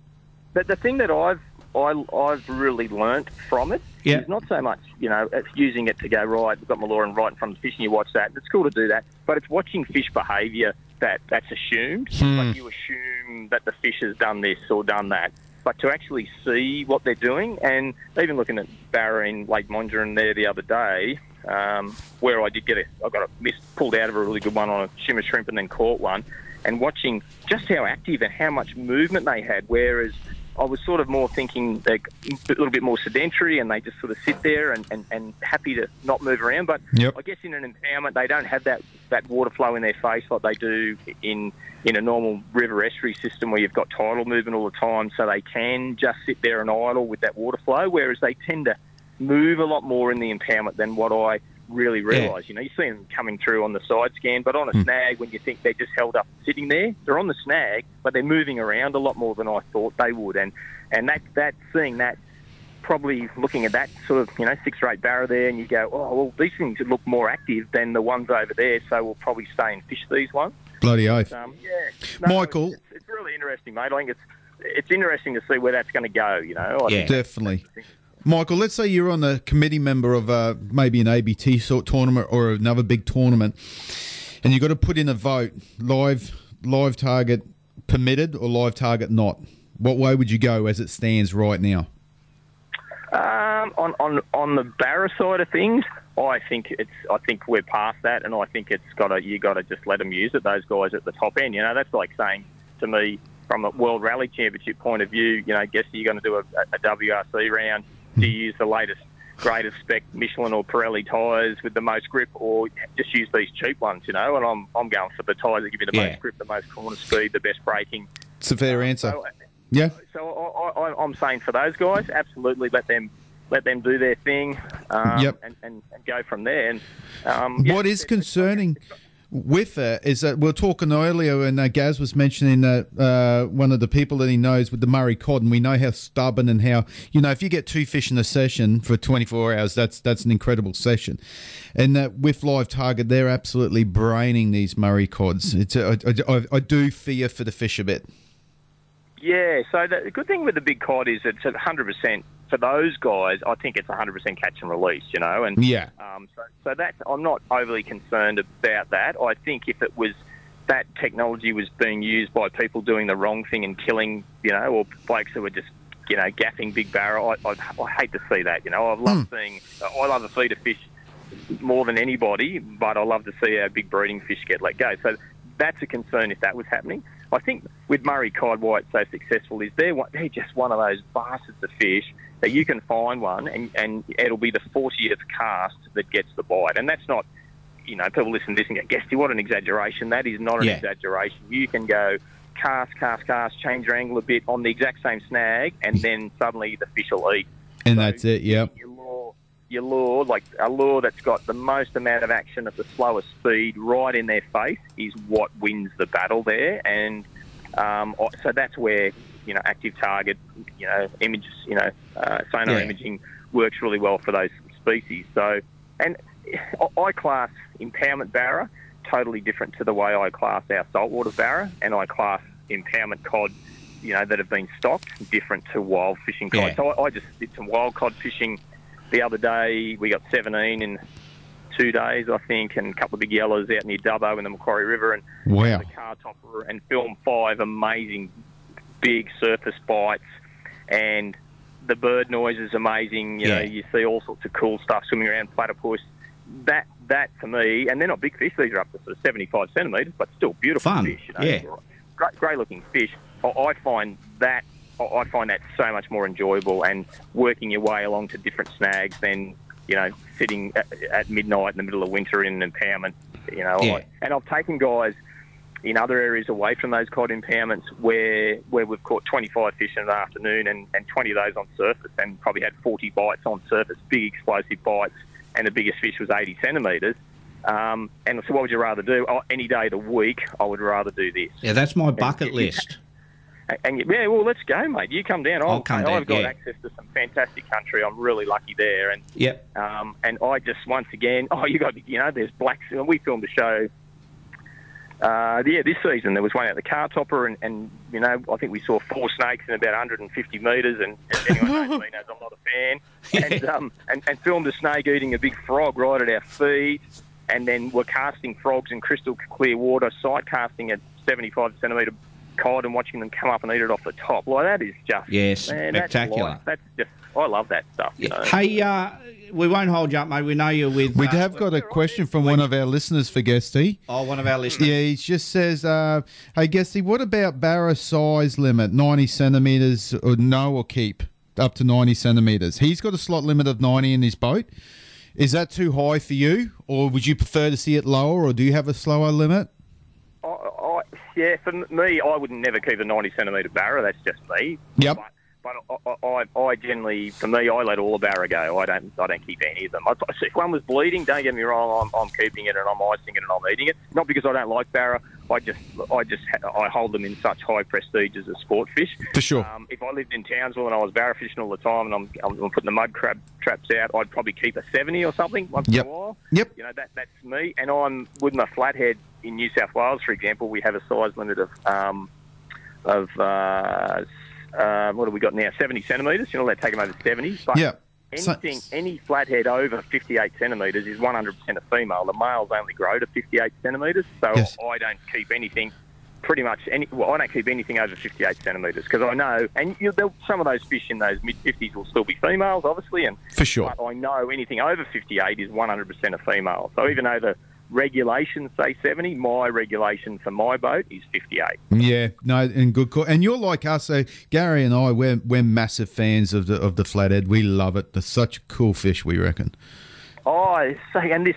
But the thing that I've I, I've really learnt from it is
Yeah.
not so much you know it's using it to go right. We've got Maloran right in front of the fish, and you watch that. It's cool to do that, but it's watching fish behaviour that that's assumed.
Hmm.
Like you assume that the fish has done this or done that, but to actually see what they're doing, and even looking at Barra in Lake Mondrian there the other day, um, where I did get a I got a missed pulled out of a really good one on a shimmer shrimp and then caught one, and watching just how active and how much movement they had, whereas I was sort of more thinking like a little bit more sedentary and they just sort of sit there and, and, and happy to not move around. But
Yep.
I guess in an impoundment, they don't have that, that water flow in their face like they do in, in a normal river estuary system where you've got tidal movement all the time. So they can just sit there and idle with that water flow, whereas they tend to move a lot more in the impoundment than what I really realise. You know, you see them coming through on the side scan, but on
Hmm.
a snag, when you think they're just held up sitting there, they're on the snag, but they're moving around a lot more than I thought they would. And and that that seeing that probably looking at that sort of you know six or eight barra there, and you go, oh well, these things look more active than the ones over there, so we'll probably stay and fish these ones.
Bloody oath.
Um, yeah, No,
Michael.
it's, it's really interesting, mate. I think it's it's interesting to see where that's going to go. You know, I think-
Definitely. Michael, let's say you're on the committee member of uh, maybe an ABT sort tournament or another big tournament, and you've got to put in a vote live live target permitted or live target not. What way would you go as it stands right now?
Um, on, on on the Barra side of things, I think it's I think we're past that, and I think it's got to you got to just let them use it. Those guys at the top end, you know, that's like saying to me, from a World Rally Championship point of view, you know, guess you're going to do a, a WRC round. Do you use the latest, greatest spec Michelin or Pirelli tyres with the most grip, or just use these cheap ones? You know, and I'm I'm going for the tyres that give you the
Yeah.
most grip, the most corner speed, the best braking.
It's a fair answer. Yeah.
So I, I, I'm saying for those guys, absolutely let them let them do their thing, um,
Yep.
and, and, and go from there. And um,
What is concerning with that is that we are talking earlier, and uh, Gaz was mentioning that uh, one of the people that he knows with the Murray cod, and we know how stubborn and how you know if you get two fish in a session for 24 hours, that's that's an incredible session. And that with Live Target, they're absolutely braining these Murray cods. It's a, I, I, I do fear for the fish a bit.
Yeah, so the the good thing with the big cod is it's at 100% for those guys. I think it's 100% catch and release, you know, and
Yeah.
Um, so, so that's I'm not overly concerned about that. I think if it was that technology was being used by people doing the wrong thing and killing, you know, or blokes who were just you know gaffing big barrel, I, I, I hate to see that. You know, I love seeing I love to feed a fish more than anybody, but I love to see our big breeding fish get let go. So that's a concern if that was happening. I think with Murray cod, why it's so successful is they're one, they're just one of those bastards of fish that you can find one and, and it'll be the 40th cast that gets the bite, and that's not you know, people listen to this and go, Guesty, what an exaggeration. That is not an
Yeah.
exaggeration. You can go cast, cast, cast, change your angle a bit on the exact same snag, and then suddenly the fish will eat
And that's it. Yeah.
your lure, like a lure that's got the most amount of action at the slowest speed, right in their face, is what wins the battle there. And um, I- so that's where you know active target, you know, image, you know, uh, sonar
Yeah.
imaging works really well for those species. So, and I- I class impoundment barra totally different to the way I class our saltwater barra, and I class impoundment cod. You know that have been stocked, different to wild fishing cod.
Yeah.
So I, I just did some wild cod fishing the other day we got 17 in two days, I think, and a couple of big yellows out near Dubbo in the Macquarie River, and
Wow.
the car topper, and filmed five amazing big surface bites, and the bird noise is amazing. You know,
Yeah.
you see all sorts of cool stuff swimming around platypus. That that to me, and they're not big fish; these are up to sort of 75 centimetres, but still beautiful
Fun,
fish. You know?
yeah.
great, great looking fish. I- I find that I- I find that so much more enjoyable, and working your way along to different snags than you know sitting at, at midnight in the middle of winter in an impoundment. You know,
Yeah.
I, and I've taken guys in other areas away from those cod impoundments where where we've caught 25 fish in an afternoon and, and 20 of those on surface and probably had 40 bites on surface, big explosive bites, and the biggest fish was 80 centimetres. Um, and so what would you rather do? Oh, any day of the week, I would rather do this.
Yeah, that's my bucket list.
And, and you- yeah, well, let's go, mate. You come down. I'll,
I'll come down,
I've got
yeah.
access to some fantastic country. I'm really lucky there. And
Yep.
um, and I just once again, [laughs] oh, you got you know, there's blacks. And we filmed a show. Uh, yeah, this season there was one at the car topper, and, and you know, I think we saw four snakes in about 150 metres. And, and [laughs]
[laughs]
anyone who knows me knows I'm not a fan. [laughs] And, um, and and filmed a snake eating a big frog right at our feet, and then we're casting frogs in crystal clear water, sight casting at 75 centimetre cod, and watching them come up and eat it off the top. Like that is just
Yes,
man, that's
spectacular.
life. That's, just I love that stuff. You know?
Hey, uh, we won't hold you up, mate. We know you're with.
We
uh,
have got a question from one of our listeners for Guesty.
Oh, one of our listeners.
Yeah, he just says, uh, "Hey, Guesty, what about barra size limit? Ninety centimeters, or no, or keep up to ninety centimeters? He's got a slot limit of ninety in his boat. Is that too high for you, or would you prefer to see it lower, or do you have a slower limit?
I, I, yeah, for me, I would never keep a 90 centimetre barra. That's just me.
Yep.
But I, I, I- I generally, for me, I let all the barra go. I don't, I don't keep any of them. I, if one was bleeding, don't get me wrong, I'm, I'm keeping it and I'm icing it and I'm eating it. Not because I don't like barra. I just, I just, ha- I hold them in such high prestige as a sport fish.
For sure.
Um, if I lived in Townsville and I was barra fishing all the time and I'm, I'm putting the mud crab traps out, I'd probably keep a 70 or something once
Yep.
in a while.
Yep.
You know, that, that's me. And I'm with my flathead in New South Wales, for example, we have a size limit of, um, of uh, s- uh, what have we got now? 70 centimetres. You know, they take them over 70. But
Yeah. So-
anything, any flathead over 58 centimetres is 100% a female. The males only grow to 58 centimetres. So
Yes.
I don't keep anything. Pretty much, any, well, I don't keep anything over 58 centimetres because I know, and you, there'll- some of those fish in those mid 50s will still be females, obviously, and
For sure.
but I know anything over 58 is 100% a female. So even though the, regulations say 70. My regulation for my boat is 58.
Yeah, no, and good call. And you're like us, so Gary and I, we're we're massive fans of the of the flathead. We love it. They're such cool fish, we reckon.
Oh, I say, and this,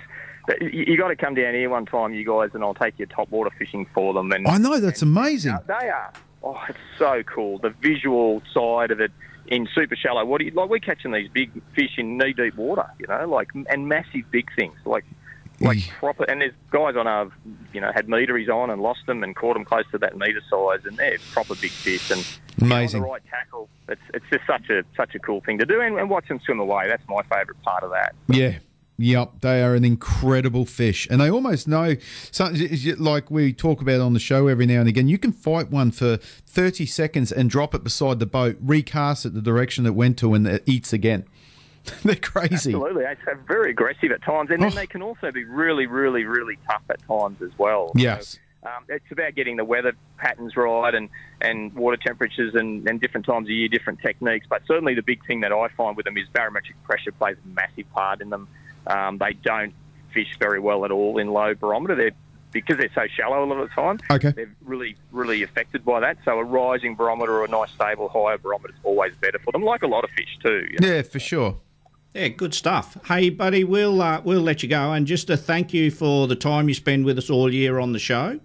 you, you got to come down here one time, you guys, and I'll take you top water fishing for them. And
I know that's amazing.
they are. Oh, it's so cool. The visual side of it in super shallow. What do you, like? We're catching these big fish in knee deep water, you know, like and massive big things, like like proper. And there's guys on our, you know, had meteries on and lost them and caught them close to that meter size, and they're proper big fish. And
Amazing.
on the right tackle. It's it's just such a such a cool thing to do, and, and watch them swim away. That's my favourite part of that.
Yeah. Yep, they are an incredible fish, and they almost know. So, is it like we talk about on the show every now and again, you can fight one for thirty seconds and drop it beside the boat, recast it the direction it went to, and it eats again. [laughs] They're crazy. Oh.
Absolutely, they're very aggressive at times, and then they can also be really, really, really tough at times as well.
Yes.
Um, it's about getting the weather patterns right and, and water temperatures and, and different times of year, different techniques. But certainly the big thing that I find with them is barometric pressure plays a massive part in them. Um, they don't fish very well at all in low barometer. They're because they're so shallow a lot of the time.
Okay.
They're really, really affected by that. So a rising barometer or a nice stable higher barometer is always better for them. Like a lot of fish too. you know.
Yeah, for sure.
Yeah, good stuff. Hey, buddy, we'll uh, we'll let you go, and just a thank you for the time you spend with us all year on the show.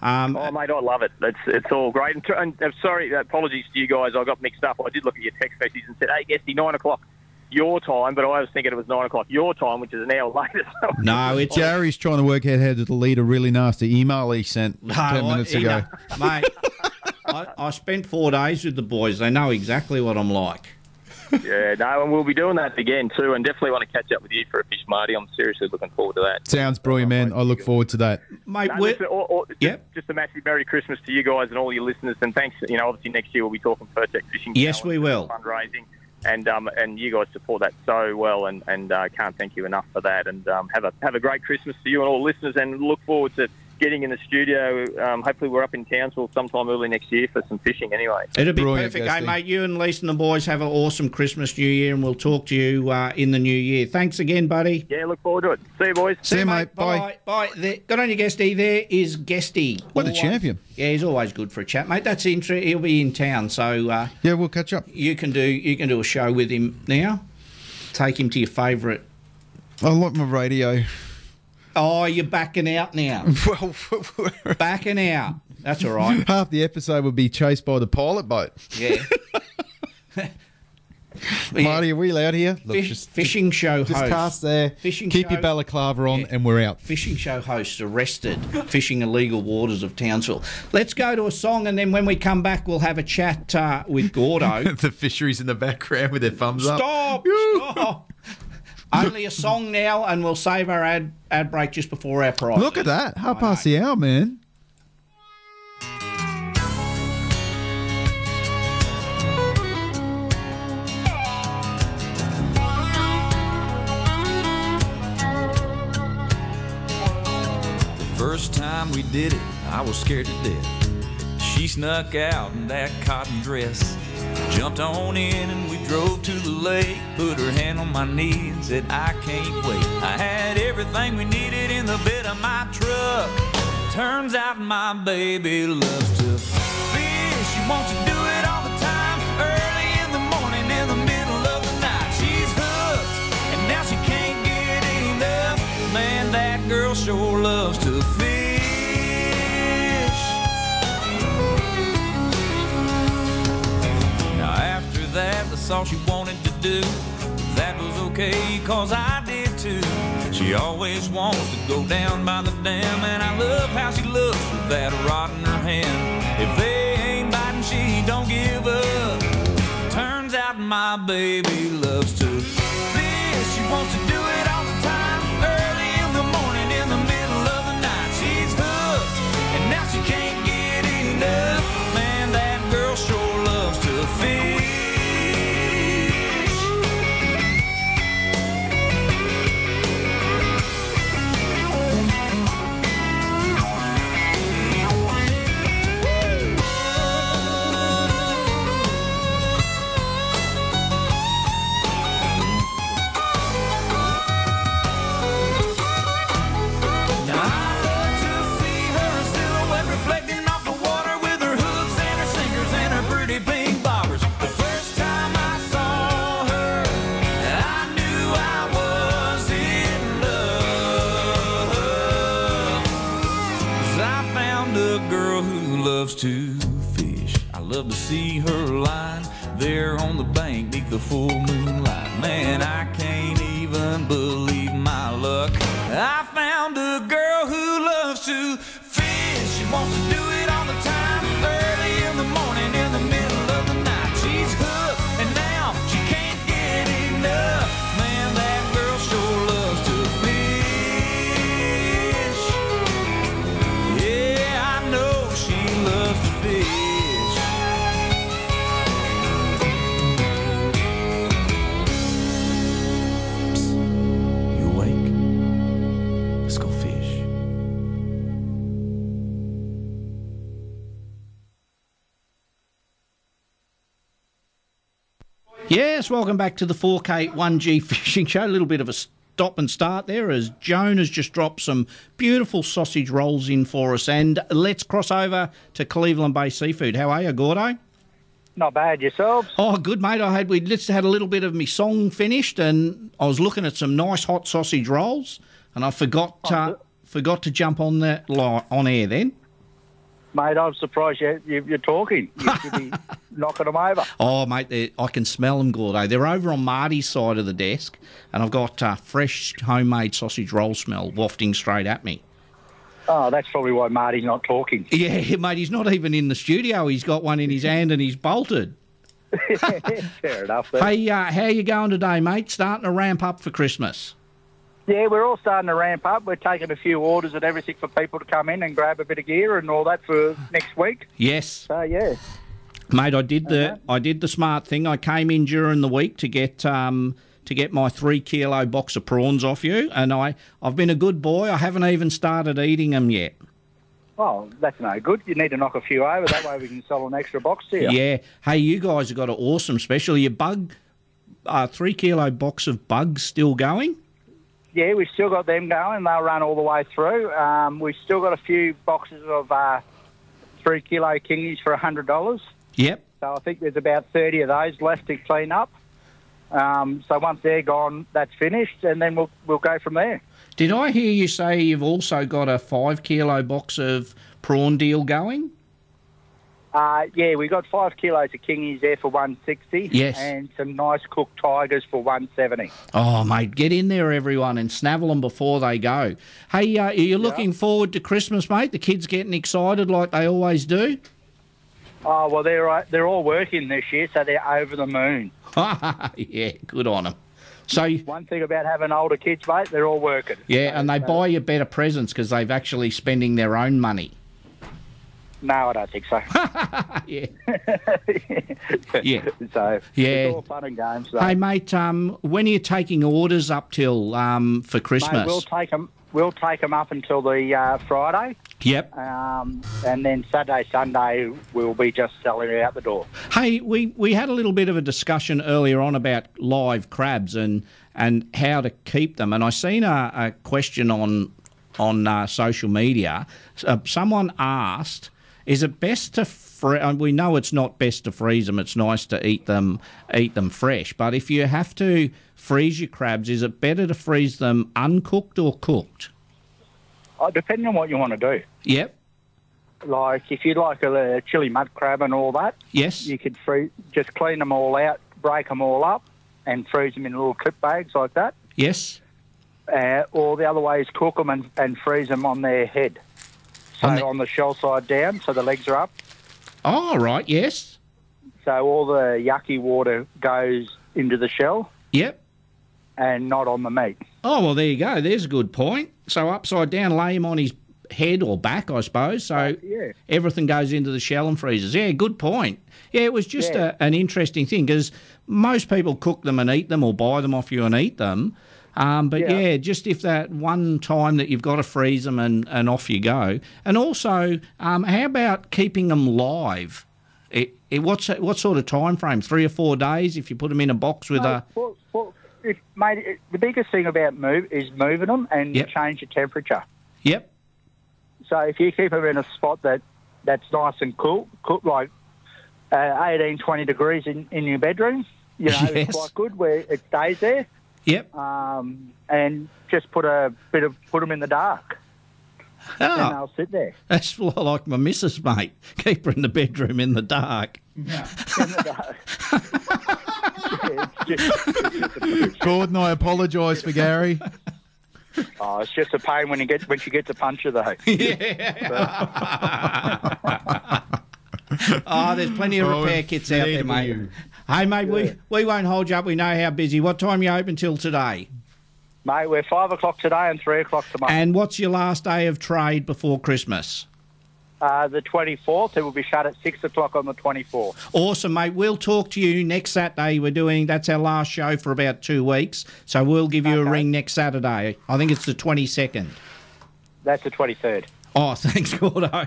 Um,
Oh, mate, I love it. It's it's all great. And, and uh, sorry, apologies to you guys. I got mixed up. I did look at your text message and said, "Hey, Guesty, nine o'clock your time," but I was thinking it was nine o'clock your time, which is an hour [laughs] later. So
No, it's
Gary's trying to work out how to delete a really nasty email he sent [laughs] ten
I-
minutes
you
ago.
know,
[laughs]
mate. I, I spent four days with the boys. They know exactly what I'm like.
yeah, no, and we'll be doing that again too. And definitely want to catch up with you for a fish, Marty. I'm seriously looking forward to that.
Sounds brilliant, man. I look forward to that.
Mate,
no, listen, or, or, just, just a massive Merry Christmas to you guys and all your listeners. And thanks, you know, obviously next year we'll be talking Pertec Fishing.
Yes,
Challenge
we
and
will.
Fundraising. And, um, and you guys support that so well, and and uh, can't thank you enough for that. And um, have a have a great Christmas to you and all listeners, and look forward to getting in the studio. Um, hopefully, we're up in Townsville sometime early next year for some fishing. Anyway,
It'll be perfect. Hey, mate, you and Lisa and the boys have an awesome Christmas, New Year, and we'll talk to you uh, in the new year. Thanks again, buddy.
Yeah, look forward to it. See you, boys.
See, you, mate. Bye. Bye. There, good on you, Guesty. There is Guesty. What a champion. Yeah, he's always good for a chat, mate. That's inter- He'll be in town, so uh,
yeah, we'll catch up.
You can do you can do a show with him now. Take him to your favourite.
I like my radio.
Oh, you're backing out now.
[laughs] well,
backing out. That's all right.
[laughs] Half the episode would be chased by the pilot boat.
Yeah.
Marty, are we allowed here?
Fish- fishing show
just
host.
cast there.
Fishing
Keep
show-
your balaclava on, and we're out.
Fishing show hosts arrested [laughs] fishing illegal waters of Townsville. Let's go to a song, and then when we come back, we'll have a chat uh, with Gordo.
the fisheries in the background with their [laughs] thumbs
stop!
[laughs]
Stop! Only a song now, and we'll save our ad ad break just before our prize.
Look at that. Half past the hour,
[laughs]
man.
First time we did it, I was scared to death. She snuck out in that cotton dress. Jumped on in and we drove to the lake. Put her hand on my knee and said, I can't wait. I had everything we needed in the bed of my truck. Turns out my baby loves to fish. She wants to do it all the time. Early in the morning, in the middle of the night. She's hooked and now she can't get enough. Man, that girl sure loves to fish. Now, after that, that's all she wanted to do. That was okay, cause I did too. She always wants to go down by the dam, and I love how she looks with that rod in her hand. If they ain't biting, she don't give up. Turns out my baby loves to fish. She wants to do it all the time. Early in the morning, in the middle of the night, she's hooked. And now she can't get enough. Man, that girl sure loves to fish. love to see her lying there on the bank beneath the full moonlight. Man, I can't even believe my luck. I found a girl who loves to fish. She wants to do it all the time, early in the morning, in the middle of the night. She's hooked, and now she can't get enough. Man, that girl sure loves to fish. Yeah, I know she loves to fish. You awake? Let's go fish.
Yes, welcome back to the 4K 1G [laughs] Fishing Show. A little bit of a stop and start there as Joan has just dropped some beautiful sausage rolls in for us. And let's cross over to Cleveland Bay Seafood. How are you, Gordo?
Not bad yourselves.
Oh, good mate. I had we just had a little bit of me song finished, and I was looking at some nice hot sausage rolls, and I forgot
Oh,
uh, forgot to jump on that li- on air then.
Mate, I'm surprised you, you, you're
[laughs]
talking. You should be knocking them over.
Oh, mate, they're- I can smell them, Gordo. They're over on Marty's side of the desk, and I've got uh, fresh homemade sausage roll smell wafting straight at me.
Oh, that's probably why Marty's not talking.
Yeah, [laughs] mate, he's not even in the studio. He's got one in his hand and he's bolted.
Fair enough. then.
Hey, uh, how you going today, mate? Starting to ramp up for Christmas.
Yeah, we're all starting to ramp up. We're taking a few orders and everything for people to come in and grab a bit of gear and all that for next week.
Yes,
So, yeah.
mate, I did the I did the smart thing. I came in during the week to get um to get my three kilo box of prawns off you, and I I've been a good boy. I haven't even started eating them yet.
Well, that's no good. You need to knock a few over. That way we can sell an extra box to you.
Yeah. Hey, you guys have got an awesome special. Your bug, uh, three kilo box of bugs still going?
Yeah, we've still got them going. They'll run all the way through. Um, we've still got a few boxes of uh, three kilo kingies for hundred dollars.
Yep.
So I think there's about thirty of those left to clean up. Um, so once they're gone, that's finished, and then we'll we'll go from there.
Did I hear you say you've also got a five kilo box of prawn deal going?
Uh, yeah, we got five kilos of kingies there for one sixty.
Yes.
And some nice cooked tigers for one seventy.
Oh, mate, get in there, everyone, and snavel them before they go. Hey, uh, are you looking forward to Christmas, mate? The kids getting excited like they always do? [laughs]
Oh well, they're uh, they're all working this year, so they're over the moon.
yeah, good on them. So,
One thing about having older kids, mate, they're all working.
yeah, and they buy you better presents because they've actually spending their own money.
No, I don't think so.
[laughs]
[laughs]
yeah.
yeah. So
Yeah.
it's all fun and games. Though.
Hey, mate, um, when are you taking orders up till um, for Christmas?
Mate, we'll take them. We'll take 'em up until the uh, Friday.
Yep.
Um, and then Saturday, Sunday, we'll be just selling it out the door.
Hey, we, we had a little bit of a discussion earlier on about live crabs and and how to keep them. And I seen a, a question on on uh, social media. S- uh, someone asked, "Is it best to?" fre- uh, We know it's not best to freeze them. It's nice to eat them eat them fresh. But if you have to freeze your crabs, is it better to freeze them uncooked or cooked?
Uh, depending on what you want to do.
Yep.
Like if you like a, a chili mud crab and all that.
Yes.
You could free, just clean them all out, break them all up, and freeze them in little clip bags like that.
Yes.
Uh, or the other way is cook them and, and freeze them on their head. So on the, shell side down, so the legs are up.
Oh, all right. Yes.
So all the yucky water goes into the shell
Yep.
and not on the meat.
Oh well, there you go. There's a good point. So upside down, lay him on his head or back, I suppose. So
yeah.
everything goes into the shell and freezes. Yeah, good point. Yeah, it was just a, an interesting thing because most people cook them and eat them, or buy them off you and eat them. Um, but yeah.
Yeah.
just if that one time that you've got to freeze them and, and off you go. And also, um, how about keeping them live? It, it, what's what sort of time frame? Three or four days if you put them in a box with a
Well, well if, mate, it- the biggest thing about move is moving them and
Yep.
change the temperature.
Yep.
So if you keep them in a spot that that's nice and cool, cool like uh, 18, 20 degrees in, in your bedroom, you know,
Yes.
it's quite good where it stays there.
Yep.
Um, and just put a bit of put them in the dark.
Ah.
and they'll sit there.
[laughs] That's like my missus, mate. Keep her in the bedroom in the dark.
Gordon, I apologise for
[laughs]
Gary.
Oh, it's just a pain when you get when she gets a puncher though.
[laughs] Yeah. oh, there's plenty of
Oh,
repair kits out there, mate. Hey, mate, we, we won't hold you up. We know how busy. What time you open till today?
Mate, we're five o'clock today and three o'clock tomorrow.
And what's your last day of trade before Christmas?
uh, the twenty fourth, it will be shut at six o'clock on the twenty fourth.
Awesome, mate. We'll talk to you next Saturday. We're doing that's our last show for about two weeks, so we'll give you a ring next Saturday. I think it's the twenty second.
That's the twenty third.
Oh, [laughs] thanks, Gordo.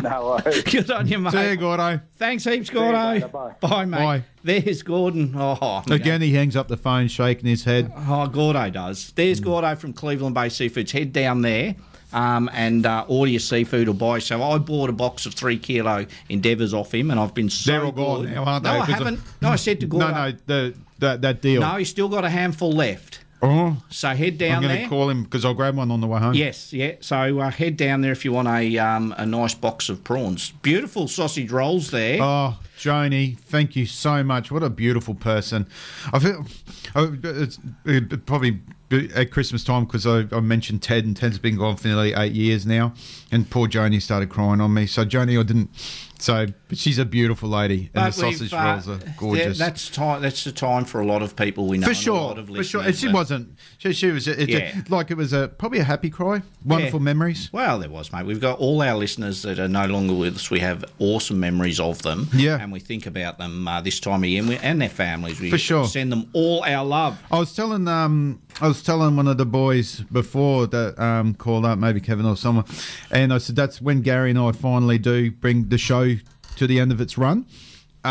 no worries.
[laughs] Good on you, mate.
See you, Gordo.
Thanks heaps,
See you
Gordo.
later, bye.
Bye, mate.
Bye.
There's Gordon. Oh,
Again, he hangs up the phone, shaking his head.
Oh, Gordo does. There's
Hmm.
Gordo from Cleveland Bay Seafoods. Head down there um, and uh, order your seafood or buy. So I bought a box of three kilo endeavours off him, and I've been so
They're all gone
good.
now, aren't they?
No, I
'Cause of-
haven't. No, I said to Gordo.
No, no, the, that, that deal.
No, he's still got a handful left.
Oh,
So head
I'm
down
going
there.
to call him because I'll grab one on the way home.
Yes, yeah. So uh, head down there if you want a um, a nice box of prawns. Beautiful sausage rolls there.
Oh, Joni, thank you so much. What a beautiful person. I feel I, it's it, probably be- at Christmas time because I, I mentioned Ted, and Ted's been gone for nearly eight years now. And poor Joni started crying on me. So Joni, I didn't. So, but she's a beautiful lady, and the
But we've,
sausage
uh,
rolls are gorgeous.
yeah, that's time. That's the time for a lot of people we know.
for
and a
sure,
lot of
for sure.
listeners
And she
that-
wasn't. She, she was. It,
Yeah.
like it was a probably a happy cry. Wonderful
Yeah.
memories.
Well, there was, mate. We've got all our listeners that are no longer with us. We have awesome memories of them.
Yeah.
And we think about them uh, this time of year and, we, and their families. We
For sure.
send them all our love.
I was telling um I was telling one of the boys before that um called up maybe Kevin or someone, and I said that's when Gary and I finally do bring the show to the end of its run.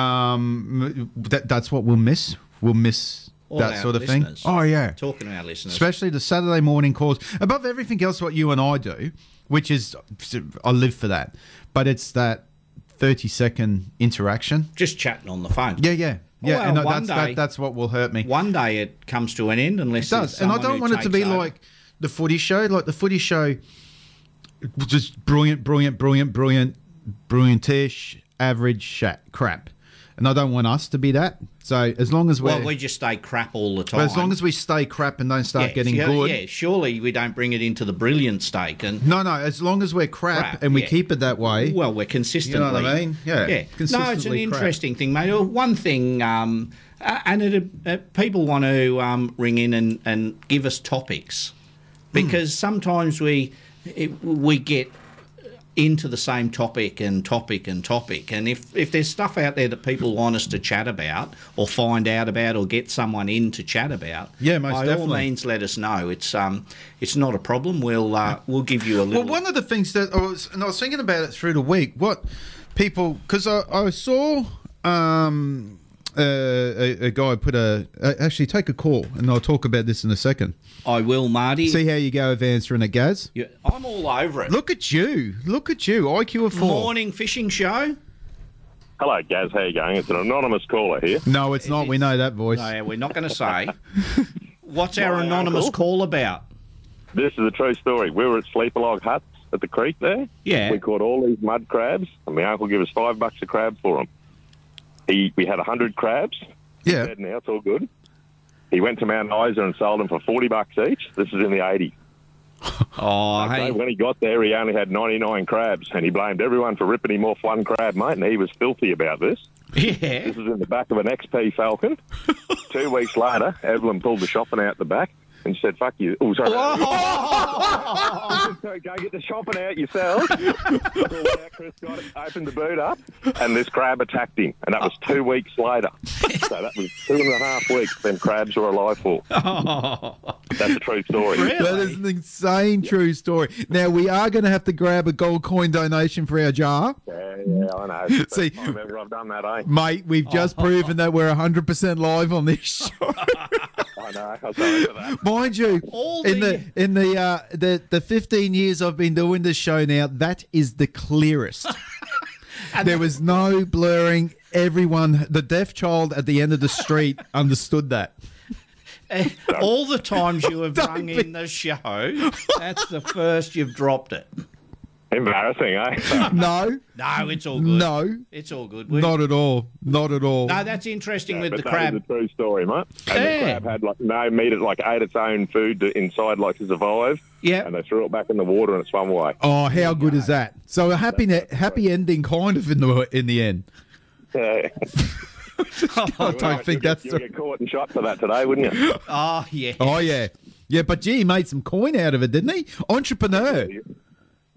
Um, that that's what we'll miss. We'll miss
All
that
our
sort of
listeners.
thing. Oh yeah,
Talking to our listeners.
especially the Saturday morning calls. Above everything else, what you and I do, which is I live for that, but it's that thirty second interaction.
Just chatting on the phone.
Yeah, yeah, yeah.
Well,
and that-
one
that's that,
day-
that's what will hurt me.
One day it comes to an end unless
It does,
there's
and I
someone
don't
who
want it to
takes
be
over.
like the footy show. Like the footy show, was just brilliant, brilliant, brilliant, brilliant, brilliantish, average sha crap. And I don't want us to be that. So as long as we're,
Well, we just stay crap all the time.
but as long as we stay crap and don't start
Yeah,
getting
yeah,
good.
Yeah, surely we don't bring it into the brilliant stake. And
No, no. As long as we're crap,
Crap,
and we
yeah.
keep it that way.
Well, we're consistent.
You know what I mean? Yeah.
Yeah. No, it's an
consistently crap.
interesting thing, mate. Well, One thing, um, uh, and it, uh, people want to um, ring in and, and give us topics
Hmm.
because sometimes we it, we get into the same topic and topic and topic. And if, if there's stuff out there that people want us to chat about or find out about or get someone in to chat about,
Yeah, most
by all
definitely.
means, let us know. It's um, it's not a problem. We'll uh, we'll give you a little.
Well, one of the things that I was, and I was thinking about it through the week, what people, because I, I saw um, uh, a, a guy put a, uh, actually take a call, and I'll talk about this in a second.
I will, Marty.
See how you go with answering it, Gaz.
Yeah, I'm all over it.
Look at you. Look at you. IQ of four.
Morning fishing show.
Hello, Gaz. How you going? It's an anonymous caller here.
No, it's not. We know that voice.
No, we're not going to say. What's our anonymous call about?
[laughs] This is a true story. We were at Sleepalog Huts at the creek there.
Yeah.
We caught all these mud crabs, and my uncle gave us five bucks a crab for them. He, we had a hundred crabs.
Yeah.
Dead now, it's
[laughs]
all good. He went to Mount Isa and sold them for forty bucks each. This is in the eighties.
[laughs] Oh, hey.
When he got there, he only had ninety nine crabs, and he blamed everyone for ripping him off one crab, mate. And he was filthy about this.
Yeah.
This is in the back of an XP
[laughs]
Falcon. Two weeks later, Evelyn pulled the shopping out the back and said, "Fuck you." Oh, sorry.
[laughs]
Go get the shopping out yourself. Pulled out, Chris got it, opened the boot up, and this crab attacked him. And that was two weeks later. so that was two and a half weeks them crabs were alive
[laughs]
for.
Oh.
That's a true story.
That is an insane true story. Now we are going to have to grab a gold coin donation for our jar,
Yeah, yeah, I know. First
See-
time ever I've done that, eh?
mate. We've just proven that we're hundred percent live
[laughs]
on this show.
I know. I'm sorry for that.
Mind you,
All
in the in the uh, the the fifteen years I've been doing this show now, that is the clearest. there was no [laughs] blurring. Everyone, the deaf child at the end of the street, understood that.
All the times you
[laughs]
have rung in the show, that's the first you've dropped it.
Embarrassing, eh?
no.
[laughs] No, it's all good.
No.
It's all good. We-
Not at all. Not at all.
No, Ah, that's interesting with
but
the
that
crab.
is a true story, mate. And
Yeah.
the crab had like no meat. It like ate its own food to, inside, like to survive.
Yeah.
And they threw it back in the water and it swam away.
Oh, how good is that? So a happy happy ending, kind of in the in the end. [laughs]
Yeah.
Oh, I don't think that's
you'll get caught and shot for that today, wouldn't you?
Oh yeah.
[laughs] Oh yeah, yeah. But gee, he made some coin out of it, didn't he? Entrepreneur.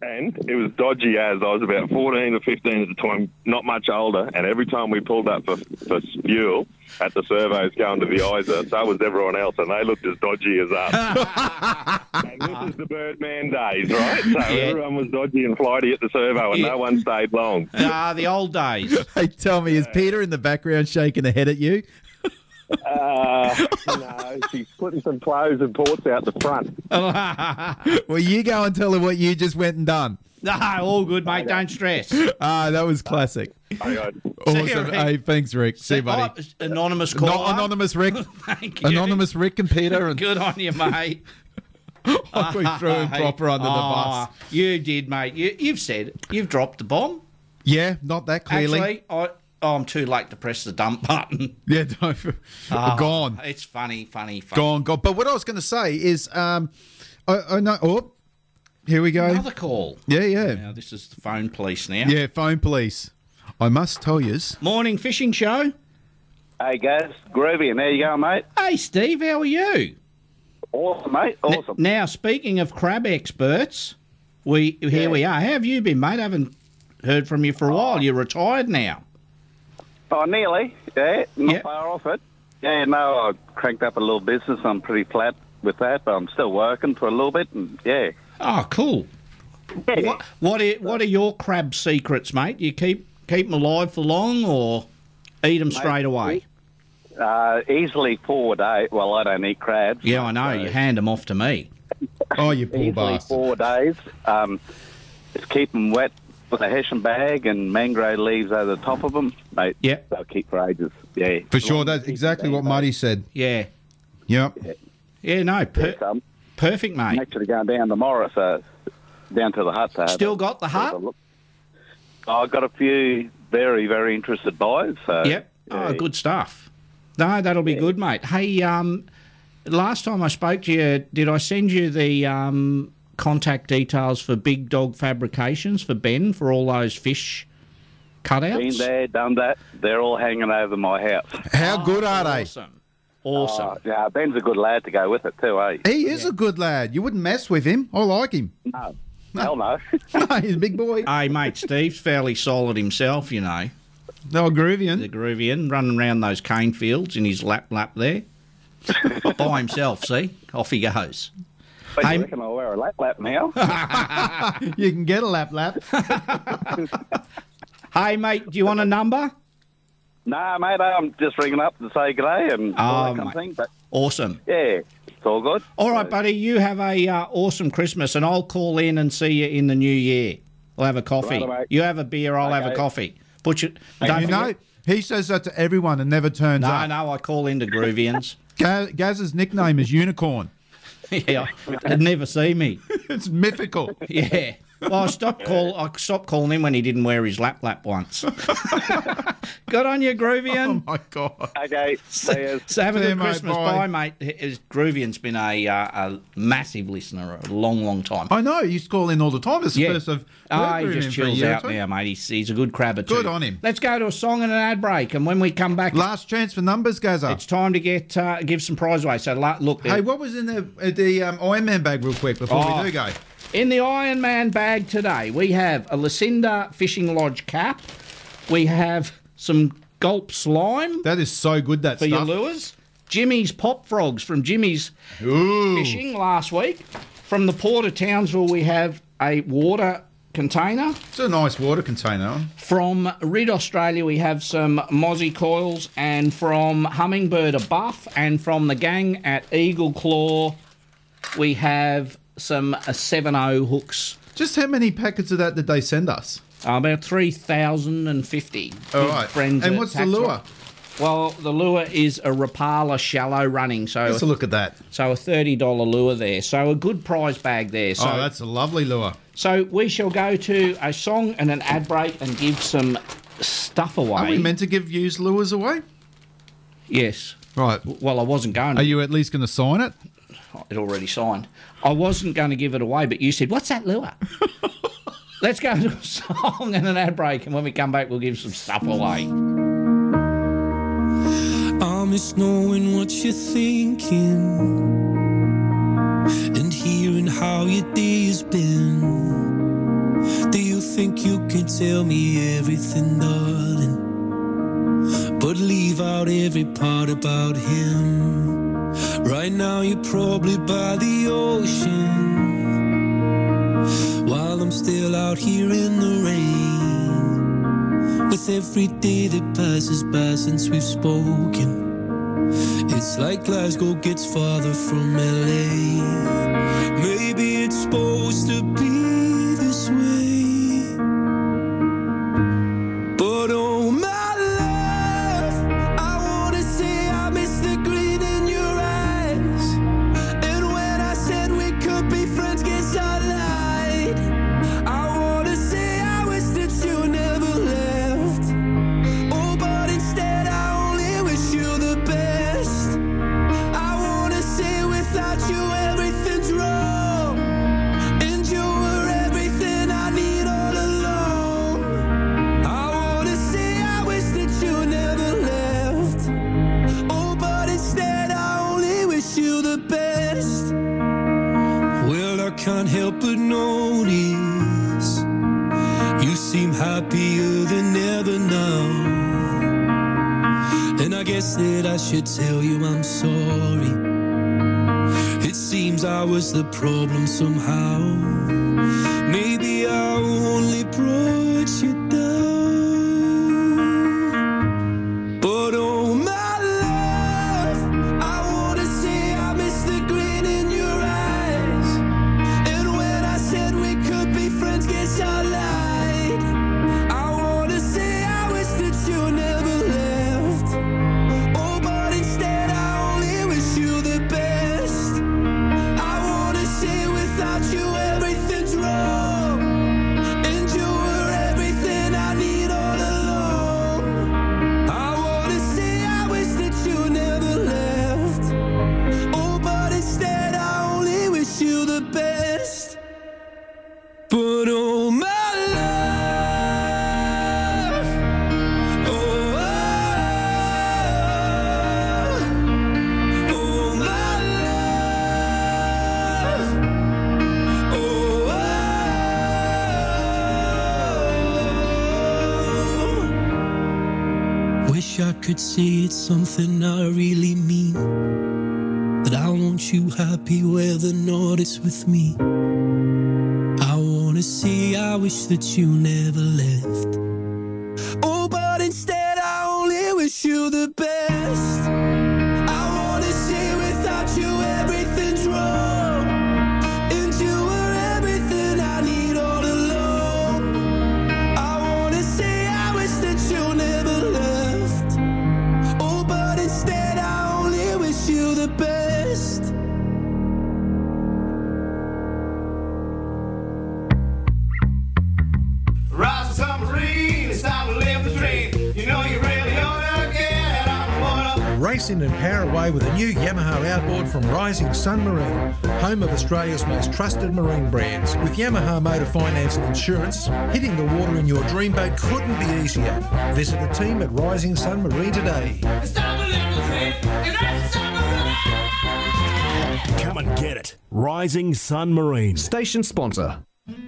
And it was dodgy as I was about 14 or 15 at the time, not much older. And every time we pulled up for, for fuel at the surveys going to the ISA, so was everyone else. And they looked as dodgy as uh,
Ah.
us. and this is the Birdman days, right? So everyone was dodgy and flighty at the servo, and no one stayed long.
Ah, the old days.
Hey, tell me, is Peter in the background shaking a head at you?
Uh, no, she's putting some clothes and ports out the front.
well, you go and tell her what you just went and done.
No, all good, mate. Don't stress.
Ah, that was classic.
See you,
Awesome.
Rick.
Hey, thanks, Rick. See you, buddy.
Oh, anonymous
Not
caller.
anonymous Rick.
Thank you.
Anonymous Rick and
[laughs]
Peter. And
Good on
[laughs]
you, mate.
I threw him proper under the bus.
bus. Ah, You did, mate. You, you've said it. You've dropped the bomb.
Yeah, not that clearly.
Actually, I, oh, I'm too late to press the dump button.
yeah, don't,
Oh,
[laughs] gone.
It's funny, funny, funny.
Gone, gone. But what I was going to say is, um, I, I know. Oh, here we go.
Another call.
Yeah, yeah.
Now, this is the phone police now.
Yeah, phone police. I must tell yous.
Morning fishing show.
Hey guys, groovy, and there you go, mate.
Hey Steve, how are you?
Awesome, mate.
N-
Awesome.
now, speaking of crab experts, we here we are. How have you been, mate? I haven't heard from you for a while. You're retired now.
Oh, nearly. Yeah, not far off it. Yeah, no, I cranked up a little business. I'm pretty flat with that, but I'm still working for a little bit, and yeah.
Oh, cool. What what are, what are your crab secrets, mate? You keep keep them alive for long, or eat them
Mate,
straight away?
Uh, easily four days. Well, I don't eat crabs.
Yeah, I know. You hand them off to me.
Oh, you
Uh, easily four days. Um, just keep them wet with a hessian bag and mangrove leaves over the top of them, mate.
Yeah,
they'll keep for ages. Yeah,
For sure, that's exactly what Marty said.
Yeah.
Yep.
Yeah, no, per-
um,
perfect, mate.
I'm actually going down tomorrow, so down to the hut. To have
Still
a-
got the
have a look. I got a few very, very interested buyers. So
Yep. Oh, good stuff. No, that'll be good, mate. Hey, um, last time I spoke to you, did I send you the um, contact details for Big Dog Fabrications for Ben for all those fish
Been
cutouts?
there, done that. They're all hanging over my house. Oh,
How good are they?
Awesome. Awesome.
yeah, Ben's a good lad to go with it too, eh?
He is a good lad. You wouldn't mess with him. I like him.
[laughs]
[laughs]
No. Hell no.
no, he's a big boy.
Hey, mate, Steve's fairly solid himself, you know.
No, Groovian.
The Groovian, running around those cane fields in his lap lap
[laughs]
there. By himself, see? Off he goes.
But you reckon I'll wear a lap lap
[laughs]
now?
you can get a lap lap.
[laughs] Hey, mate, do you want a number?
nah, mate, I'm just ringing up to say good day and all
Oh,
that kind of
mate.
thing. But
Awesome.
yeah, it's all good.
All right, buddy. You have a uh, awesome Christmas, and I'll call in and see you in the new year. I'll have a coffee.
Righto, mate.
you have a beer. I'll have a
Okay.
coffee. Put your.
And you know,
forget-
he says that to everyone and never turns
No,
up.
no. I call into Groovians.
Ga- Gaz's nickname is Unicorn.
[laughs] yeah, they'd never see me.
[laughs] It's mythical.
[laughs] Yeah. Well, I stopped call. I stopped calling him when he didn't wear his lap lap [laughs] once. Good on you,
[laughs]
Oh
Groovian.
my god.
Okay. See yous.
So have a
See
good
you, mate.
Christmas.
Bye.
Bye, mate. Is- Groovian's been a uh, a massive listener a long, long time.
I know. He used to call in all the time. It's the
Yeah.
first I've
Ah,
heard
he
from
just
him for a
chills
year or
out
two.
now, mate. He's, he's a good crabber too.
Good on him.
Let's go to a song and an ad break, and when we come back,
last chance for numbers, Gaza.
It's time to get uh, give some prize away. So la- look,
Hey, what was in the uh, the um, Iron Man bag real quick before
Oh.
we do go?
in the Iron Man bag today, we have a Lucinda Fishing Lodge cap. We have some gulp slime.
That is so good. That
for
stuff.
your lures. Jimmy's pop frogs from Jimmy's fishing last week. From the port of Townsville, we have a water container.
It's a nice water container.
From Red Australia, we have some Mozzie coils, and from Hummingbird a buff, and from the gang at Eagle Claw, we have some uh, 7.0 hooks. Uh,
Just how many packets of that did they send us?
About 3,050.
All
Good
right.
Friends
and
at
what's the
Tax
lure?
Rock. Well, the lure is a Rapala shallow running. So
Let's look at that.
So a thirty dollar lure there. So a good prize bag there. So
oh, that's a lovely lure.
so we shall go to a song and an ad break and give some stuff away.
Are we meant to give used lures away?
Yes.
Right.
Well, I wasn't going.
Are you at least going to sign it?
It already signed. I wasn't going to give it away, but you said, "What's that
[laughs]
lure?" Let's go to a song and an ad break, and when we come back, we'll give some stuff away.
I miss knowing what you're thinking and hearing how your day's been. Do you think you can tell me everything, darling? But leave out every part about him. Right now, you're probably by the ocean while I'm still out here in the rain. With every day that passes by since we've spoken, it's like Glasgow gets farther from LA. Maybe it's supposed to be this way. But oh my love, I wanna say I miss the green in your eyes. And when I said we could be friends, guess I lied. I wanna say I wish that you never left. Oh, but instead I only wish you the best. I wanna say without you everything's wrong. And you were everything I need all along. I wanna say I wish that you never left. Oh, but instead I only wish you the best. Well, I can't help but notice you seem happier than ever now. And I guess that I should tell you I'm sorry. It seems I was the problem somehow. Maybe I only brought you down. But oh my love, I wanna say I miss the green in your eyes. And when I said we could be friends, guess I lied. I wanna say I wish that you never left. Oh, but instead I only wish you the best. I wanna say without you everything's wrong. And you were everything I need all along. I wanna say I wish that you never left. Oh, but instead I only wish you the best. But oh my love, oh, oh, oh my love, oh, oh. Wish I could say it's something I really mean. That I want you happy where the north is with me. I wanna say I wish that you never left. Oh, but instead I only wish you the best. I wanna say without you everything's wrong. And you were everything I need all along. I wanna say I wish that you never left. Oh, but instead I only wish you the best.
Rise to submarine, it's time to live the dream. You know you really ought to get out of water.
Racing in Paraway with a new Yamaha outboard from Rising Sun Marine, home of Australia's most trusted marine brands. With Yamaha Motor Finance and Insurance, hitting the water in your dream boat couldn't be easier. Visit the team at Rising Sun Marine today.
Come and get it. Rising Sun Marine. Station sponsor.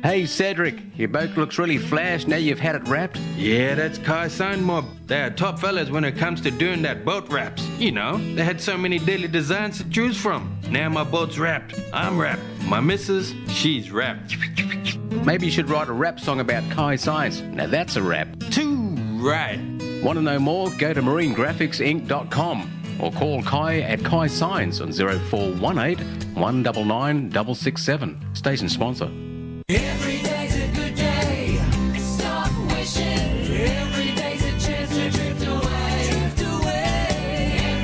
Hey Cedric, your boat looks really flash now you've had it wrapped. Yeah, that's Kai Sign Mob. They are top fellas when it comes to doing that boat wraps. You know, they had so many daily designs to choose from. Now my boat's wrapped. I'm wrapped. My missus, she's wrapped. Maybe you should write a rap song about Kai Science. Now that's a rap. Too right. Want to know more? Go to marinegraphicsinc.com or call Kai at Kai Signs on 0418 199 667. Station sponsor.
Every day's a good day. Stop wishing. Every day's a chance to drift away. Drift away.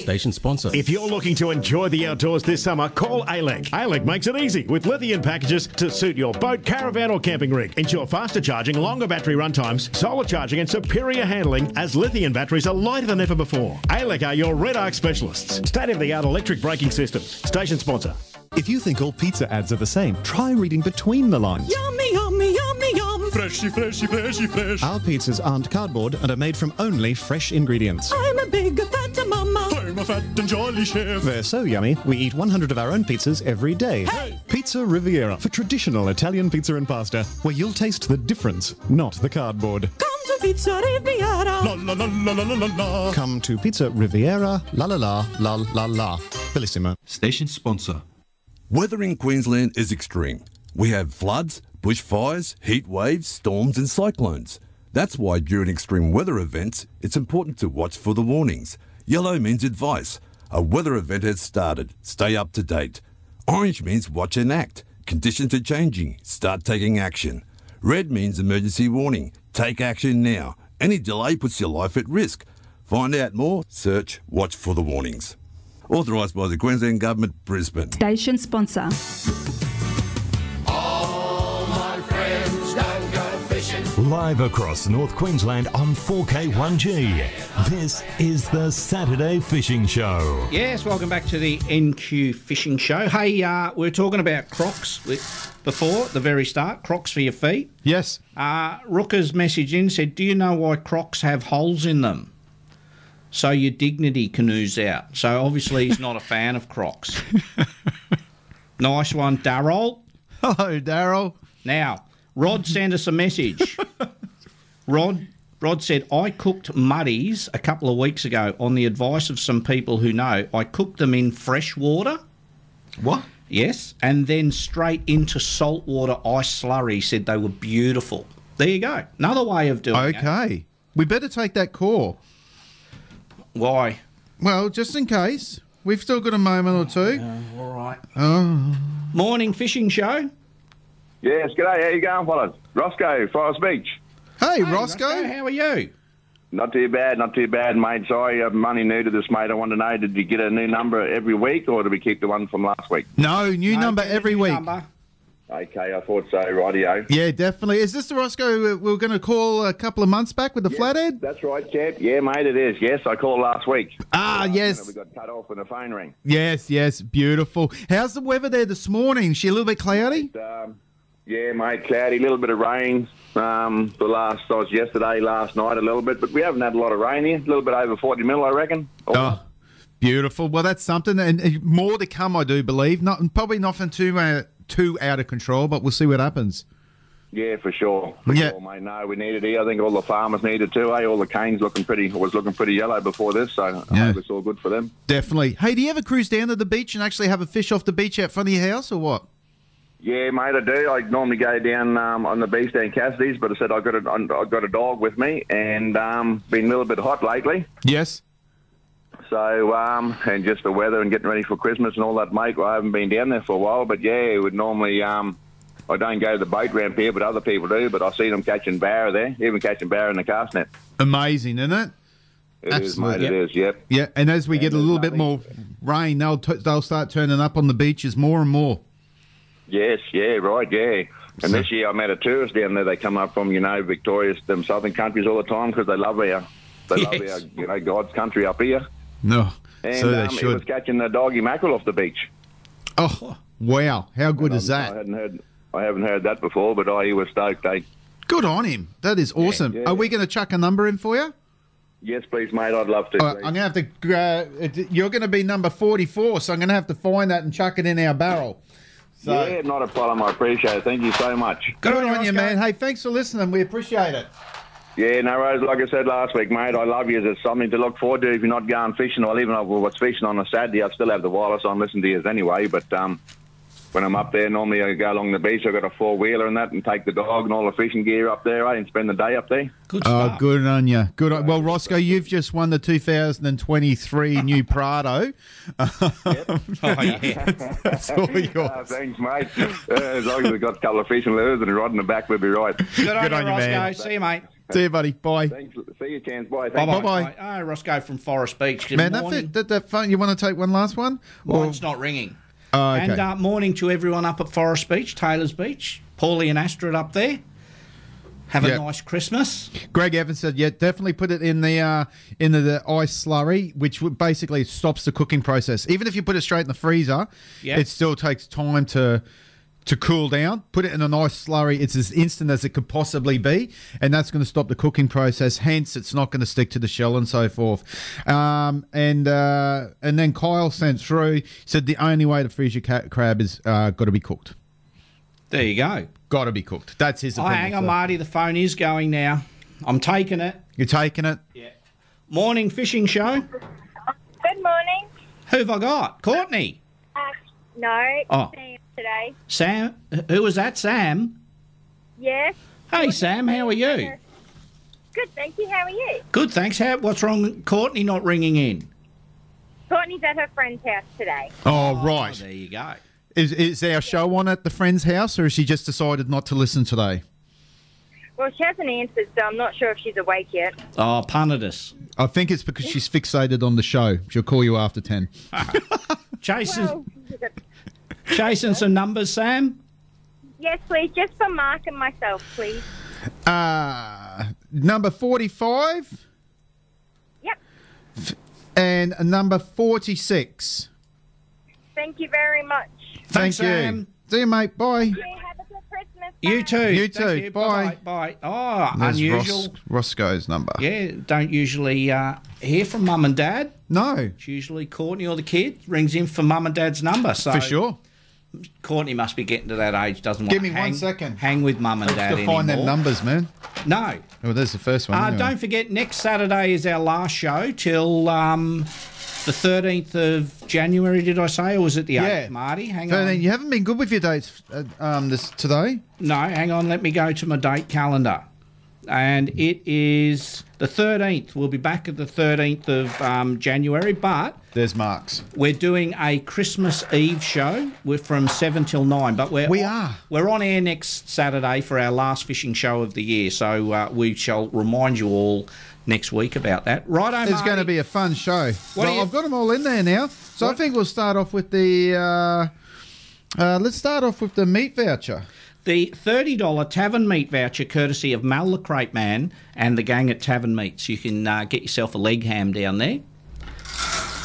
Station sponsor.
If you're looking to enjoy the outdoors this summer, call E ALEC. ALEC makes it easy with lithium packages to suit your boat, caravan, or camping rig. Ensure faster charging, longer battery run times, solar charging, and superior handling as lithium batteries are lighter than ever before. ALEC are your red arc specialists. State of the art electric braking system. Station sponsor.
If you think all pizza ads are the same, try reading between the lines.
Yummy, yummy, yummy, yum.
Freshy, freshy, freshy, fresh. Our pizzas aren't cardboard and are made from only fresh ingredients.
I'm a big fat mama.
I'm a fat and jolly chef. They're so yummy, we eat 100 of our own pizzas every day.
Hey!
Pizza Riviera for traditional Italian pizza and pasta, where you'll taste the difference, not the cardboard.
Come to Pizza Riviera.
La la la la la la la. Come to Pizza Riviera, la la la la la la. Bellissimo.
Station sponsor.
Weather in Queensland is extreme. We have floods, bushfires, heat waves, storms, and cyclones. That's why during extreme weather events, it's important to watch for the warnings. Yellow means advice. A weather event has started. Stay up to date. Orange means watch and act. Conditions are changing. Start taking action. Red means emergency warning. Take action now. Any delay puts your life at risk. Find out more, search, watch for the warnings. Authorised by the Queensland Government, Brisbane.
Station sponsor.
All my friends don't go fishing.
Live across North Queensland on 4K1G. This is the Saturday Fishing Show.
Yes, welcome back to the NQ Fishing Show. Hey, uh, we were talking about crocs with, before, at the very start. Crocs for your feet.
Yes.
Uh, Rooker's message in said, Do you know why crocs have holes in them? So your dignity canoes out. So obviously
[laughs]
he's not a fan of crocs. nice one, Daryl.
Hello, Daryl.
Now, Rod sent us a message. Rod Rod said, I cooked muddies a couple of weeks ago on the advice of some people who know. I cooked them in fresh water.
What?
Yes, and then straight into salt water ice slurry. Said they were beautiful. There you go. Another way of doing it.
Okay. We better take that call.
Why?
Well, just in case. We've still got a moment or two.
all right.
Oh.
Morning fishing show.
Yes, g'day. How you going, fellas? Roscoe, Forest Beach.
Hey, Roscoe.
How are you?
Not too bad, not too bad, mate. Sorry, I'm only new to this, mate. I want to know, did you get a new number every week, or do we keep the one from last week?
No, new number every week.
Okay, I thought so. Rightio.
Yeah, definitely. Is this the Roscoe we were going to call a couple of months back with the flathead?
That's right, Cap. Yeah, mate, it is. Yes, I called last week. Uh,
Ah, yes.
We got cut off when the phone rang.
Yes, yes, beautiful. How's the weather there this morning? Is she a little bit cloudy?
Um, yeah, mate, cloudy, a little bit of rain. Um, the last, I was yesterday, last night, a little bit, but we haven't had a lot of rain here. A little bit over 40 mil, I reckon.
Oh, beautiful. Well, that's something, and uh, more to come, I do believe. Not probably nothing too uh, too out of control, but we'll see what happens.
Yeah, for sure. For
Yeah.
sure, mate. No, we need it here. I think all the farmers need it too. Hey, all the canes looking pretty was looking pretty yellow before this, so I
Yeah.
hope it's all good for them.
Definitely. Hey, do you ever cruise down to the beach and actually have a fish off the beach out front of your house, or what?
Yeah, mate, I do. I normally go down um, on the beach down Cassidy's, but I said I got a I got a dog with me, and um, been a little bit hot lately.
Yes.
So, um, and just the weather and getting ready for Christmas and all that, mate. Well, I haven't been down there for a while, but yeah, it would normally. Um, I don't go to the boat ramp here, but other people do. But I've seen them catching barra there, even catching barra in the cast net.
Amazing, isn't it?
It is,
Absolutely.
mate. It is. Yep.
Yeah, and as we get a little bit more rain, they'll t- they'll start turning up on the beaches more and more.
Yes, yeah, right, yeah. And this year I met a tourist down there. They come up from, you know, Victoria, them southern countries all the time because they love our, they
Yes.
love our, you know, God's country up here.
No,
And
so they
um, he was
should.
catching the doggy mackerel off the beach.
Oh, wow! How good is
I
that?
hadn't heard, I haven't heard that before, but I he was stoked. Eh?
Good on him. That is awesome.
yeah.
Are we going to chuck a number in for you?
Yes, please, mate. I'd love to.
All right, I'm going to have to. Uh, it- you're going to be number 44, so I'm going to have to find that and chuck it in our barrel. So-
yeah, not a problem. I appreciate it. Thank you so much.
Good, on you, man. Hey, thanks for listening. We appreciate it.
Yeah, no worries. Like I said last week, mate, I love you. It's something to look forward to if you're not going fishing, or even if I was fishing on a Saturday, I still have the wireless on, listen to you anyway. But um, when I'm up there, normally I go along the beach. I've got a four wheeler and that, and take the dog and all the fishing gear up there, eh, and spend the day up
[laughs]
there.
Good Oh, good on you. Good. On, well, Roscoe, you've just won the 2023 [laughs] new Prado. Oh, [laughs] That's all yours.
Ah, thanks, [laughs] mate. Uh, as long as we've got a couple of fishing lures and a rod in the back, we'll be right.
Good, on,
Good
you,
on you, man.
Roscoe. See you, mate.
See you, buddy. Bye.
Thanks. See See you, Chance. Bye.
Bye
Thank
bye.
you.
bye. Oh, Roscoe from Forest Beach. Good
Man, that,
morning.
fit, that, that phone. You want to take one last one? Or-
Mine's not ringing.
Oh, okay.
And uh, morning to everyone up at Forest Beach, Taylor's Beach, Paulie and Astrid up there. Have a
Yep.
nice Christmas.
Greg Evans said, "Yeah, definitely put it in the uh, in the, the ice slurry, which would basically stops the cooking process. Even if you put it straight in the freezer,
Yeah.
it still takes time to to cool down. Put it in an ice slurry; it's as instant as it could possibly be, and that's going to stop the cooking process. Hence, it's not going to stick to the shell and so forth. Um, and uh, and then Kyle sent through said the only way to freeze your ca- crab is uh, got to be cooked.
There you go.
Got to be cooked. That's his
Oh,
opinion.
hang on,
sir.
Marty. The phone is going now. I'm taking it.
You're taking it.
Morning fishing show.
Good morning.
Who've I got? Courtney.
Uh, no, it's
Oh.
Sam today.
Sam. Who was that? Sam.
Yes.
Hey, Sam. How are you?
Good, thank you. How are you?
Good, thanks. How, what's wrong? Courtney not ringing in.
Courtney's at her friend's house today.
Oh, right.
there you go.
Is is our show on at the friend's house, or has she just decided not to listen today?
Well, she hasn't answered, so I'm not sure if she's awake yet.
Oh, punted us.
I think it's because she's fixated on the show. She'll call you after
[laughs]
ten.
Chasing, chasing some numbers, Sam.
Yes, please, just for Mark and myself, please.
Uh, number forty-five.
Yep.
And number forty-six.
Thank you very much.
Thank you. See you, mate. Bye.
Yeah, have a good Christmas.
You too.
You
Thank
too. Bye.
Bye. Bye. Oh,
There's
unusual.
Ros- Roscoe's number.
Yeah, don't usually uh, hear from mum and dad.
No.
It's usually Courtney or the kid rings in for mum and dad's number. So
For sure.
Courtney must be getting to that age, doesn't
Give
want
me
to
one
hang,
second.
hang with mum and
Let's
dad
define them
anymore.
numbers, man.
No.
Well, there's the first one.
Uh,
anyway.
Don't forget, next Saturday is our last show till um, the 13th of January, did I say? Or was it the 8th, Marty? Hang
So
on.
then you haven't been good with your dates uh, um, this today.
No, hang on. Let me go to my date calendar. And it is the 13th. We'll be back at the 13th of um, January, but.
There's marks.
We're doing a Christmas Eve show. We're from 7 till 9, but we're.
We are.
We're on air next Saturday for our last fishing show of the year, so uh, we shall remind you all next week about that. Right,
It's going to be a fun show. well,
you-
I've got them all in there now, so I think we'll start off with the. Uh, uh, let's start off with the meat voucher.
The $30 tavern meat voucher, courtesy of Mal the Crepe Man and the gang at Tavern Meats. You can uh, get yourself a leg ham down there,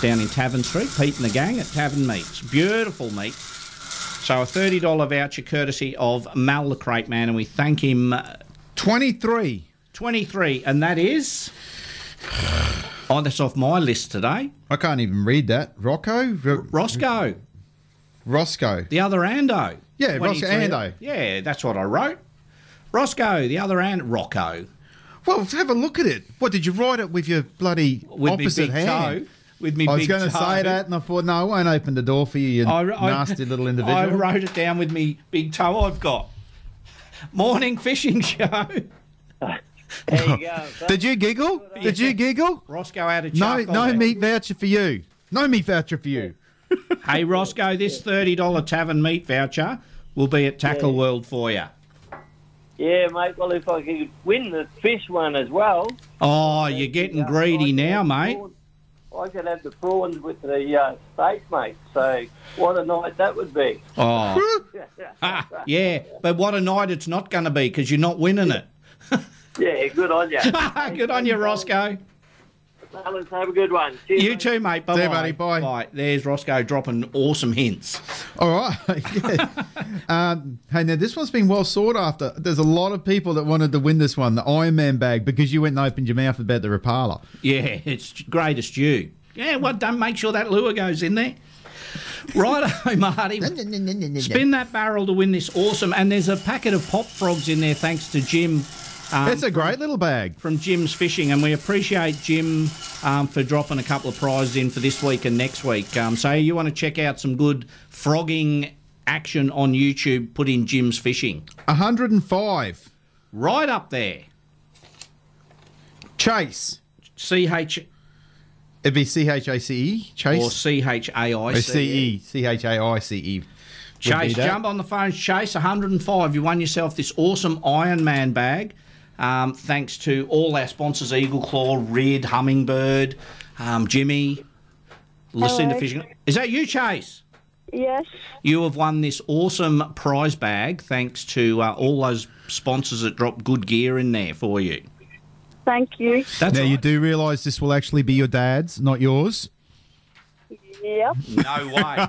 down in Tavern Street. Pete and the gang at Tavern Meats. Beautiful meat. So a $30 voucher, courtesy of Mal the Crepe Man, and we thank him. Uh,
23.
23, and that is. Oh, that's off my list today.
I can't even read that. Rocco? R-
Roscoe.
Roscoe.
The other Ando.
Yeah, Roscoe
23.
Ando.
Yeah, that's what I wrote. Roscoe, the other and Rocco.
Well, let's have a look at it. What did you write it with your bloody
With me
opposite
big
hand?
toe. With me
I was
big
gonna say
toe.
that, and I thought, no, I won't open the door for you, you
I- I-
nasty little individual.
[laughs] I wrote it down with me big toe I've got. Morning fishing [laughs] show.
Did you giggle? Did you giggle?
Roscoe out of
No,
charcoal
no
there.
meat voucher for you. No meat voucher for you.
Hey Roscoe, this thirty dollar tavern meat voucher will be at Tackle
Yeah.
World for you.
Yeah, mate. Well, if I could win the fish one as well,
Oh, you're getting greedy now, mate.
I could have the prawns with the uh, steak, mate. So what a night that would be.
Oh, yeah, but what a night it's not going to be because you're not winning it.
yeah, good on you.
[laughs] Good on you, Roscoe.
Fellas, have a good one. Cheers,
You
mate.
too, mate. Bye, buddy. Bye. There's Roscoe dropping awesome hints.
All right. [laughs] yeah. um, hey, now this one's been well sought after. There's a lot of people that wanted to win this one, the Iron Man bag, because you went and opened your mouth about the Rapala.
Yeah, it's greatest you. Yeah, well done. Make sure that lure goes in there. Righto, [laughs] Marty. Spin that barrel to win this awesome. And there's a packet of pop frogs in there, thanks to Jim. Um,
That's a great little bag.
From Jim's Fishing. And we appreciate Jim um, for dropping a couple of prizes in for this week and next week. Um, so you want to check out some good frogging action on YouTube, put in Jim's Fishing.
105.
Right up there.
Chase.
CH.
It'd be C H A C E. Chase.
Or C-H-A-I-C-E.
Or C E. C H A I C E. Would be
Chase,
that.
jump on the phone. Chase, 105. You won yourself this awesome Iron Man bag. Um, thanks to all our sponsors Eagle Claw, Red, Hummingbird, um, Jimmy, Lucinda
Hello.
Fishing. Is that you, Chase?
Yes.
You have won this awesome prize bag thanks to uh, all those sponsors that drop good gear in there for you.
Thank you.
now you do realise this will actually be your dad's, not yours.
Yep.
No way.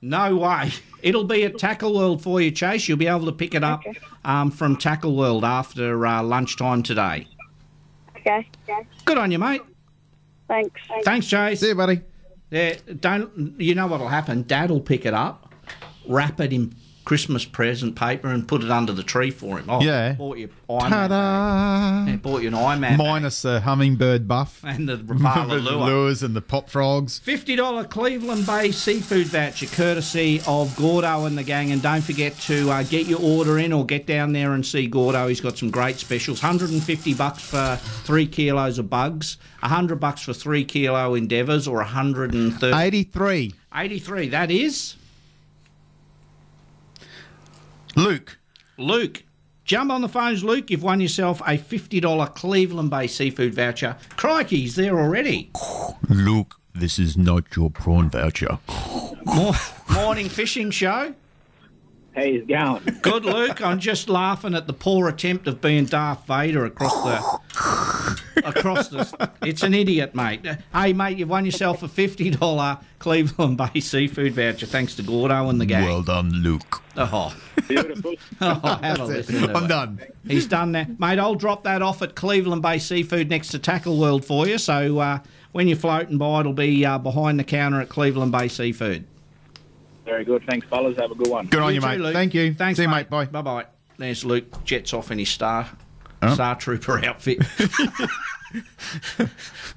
no way. It'll be at Tackle World for you, Chase. You'll be able to pick it up um, from Tackle World after uh, lunchtime today.
Okay. okay.
Good on you, mate.
Thanks.
Thanks, Chase. See
you, buddy.
Yeah, don't. You know what'll happen? Dad'll pick it up, wrap it in Christmas present paper, and put it under the tree for him. Oh,
Yeah.
Bought you Iron Man.
Ta-da!
Yeah, bought you an Ironman
Minus the hummingbird buff
And [laughs] the
[laughs]
Rapala
The
lure.
lures and the pop frogs.
$50 Cleveland Bay seafood voucher courtesy of Gordo and the gang. And don't forget to uh, get your order in or get down there and see Gordo. He's got some great specials 150 bucks for three kilos of bugs, 100 bucks for three kilo endeavours, or 130
83.
83, that is.
Luke.
Luke. Jump on the phones, Luke. You've won yourself a $50 Cleveland Bay seafood voucher. Crikey, he's there already.
Luke, this is not your prawn voucher.
Mor- Morning fishing show.
Hey, he's going.
Good, Luke. I'm just laughing at the poor attempt of being Darth Vader across the. across the. It's an idiot, mate. Hey, mate, you've won yourself a $50 Cleveland Bay seafood voucher thanks to Gordo and the gang. Well
done, Luke.
Oh.
Beautiful.
Oh, have a
That's it.
listen to
I'm
it.
done.
He's done now. Mate, I'll drop that off at Cleveland Bay Seafood next to Tackle World for you. So uh, when you're floating by, it'll be uh, behind the counter at Cleveland Bay Seafood.
Very good. Thanks, fellas. Have a good one.
Good on you,
too,
mate.
Luke.
Thank you.
Thanks,
See you,
mate. Bye bye. There's Luke jets off in his star
Oh.
star
[laughs]
trooper outfit.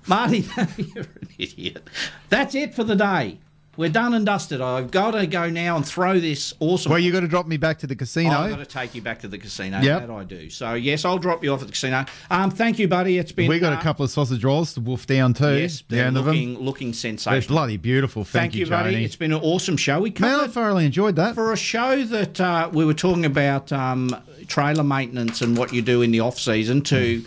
Marty, [laughs] you're an idiot. That's it for the day. We're done and dusted. I've got to go now and throw this awesome.
Well, you got to drop me back to the casino.
I've got to take you back to the casino.
Yep.
That I do. So yes, I'll drop you off at the casino. Um, thank you, buddy. It's been
we got
uh,
a couple of sausage rolls to wolf down too.
Yes, they're
down to them.
looking looking
They're
sensational.
bloody beautiful. Thank, you,
buddy.
Joni.
It's been an awesome show. We
Man, I thoroughly enjoyed that.
for a show that uh, we were talking about um, trailer maintenance and what you do in the off season to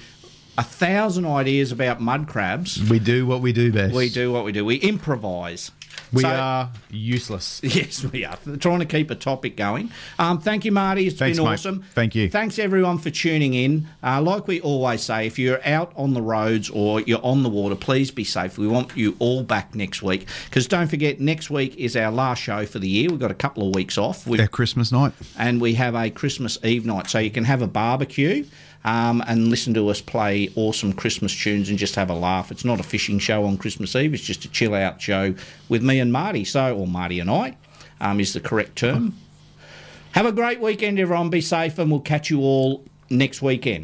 a thousand ideas about mud crabs.
We do what we do best.
We do what we do. We improvise.
We
So-
are useless.
[laughs] Yes, we are. We're trying to keep a topic going. Um, thank you, Marty. It's
Thanks,
been
mate.
awesome.
Thank you.
Thanks, everyone, for tuning in. Uh, like we always say, if you're out on the roads or you're on the water, please be safe. We want you all back next week. Because don't forget, next week is our last show for the year. We've got a couple of weeks off. We've
Our Christmas night.
and we have a Christmas Eve night. So you can have a barbecue um, and listen to us play awesome Christmas tunes and just have a laugh. It's not a fishing show on Christmas Eve, it's just a chill out show with me and Marty. So, or Marty and I um, is the correct term. Have a great weekend, everyone. Be safe, and we'll catch you all next weekend.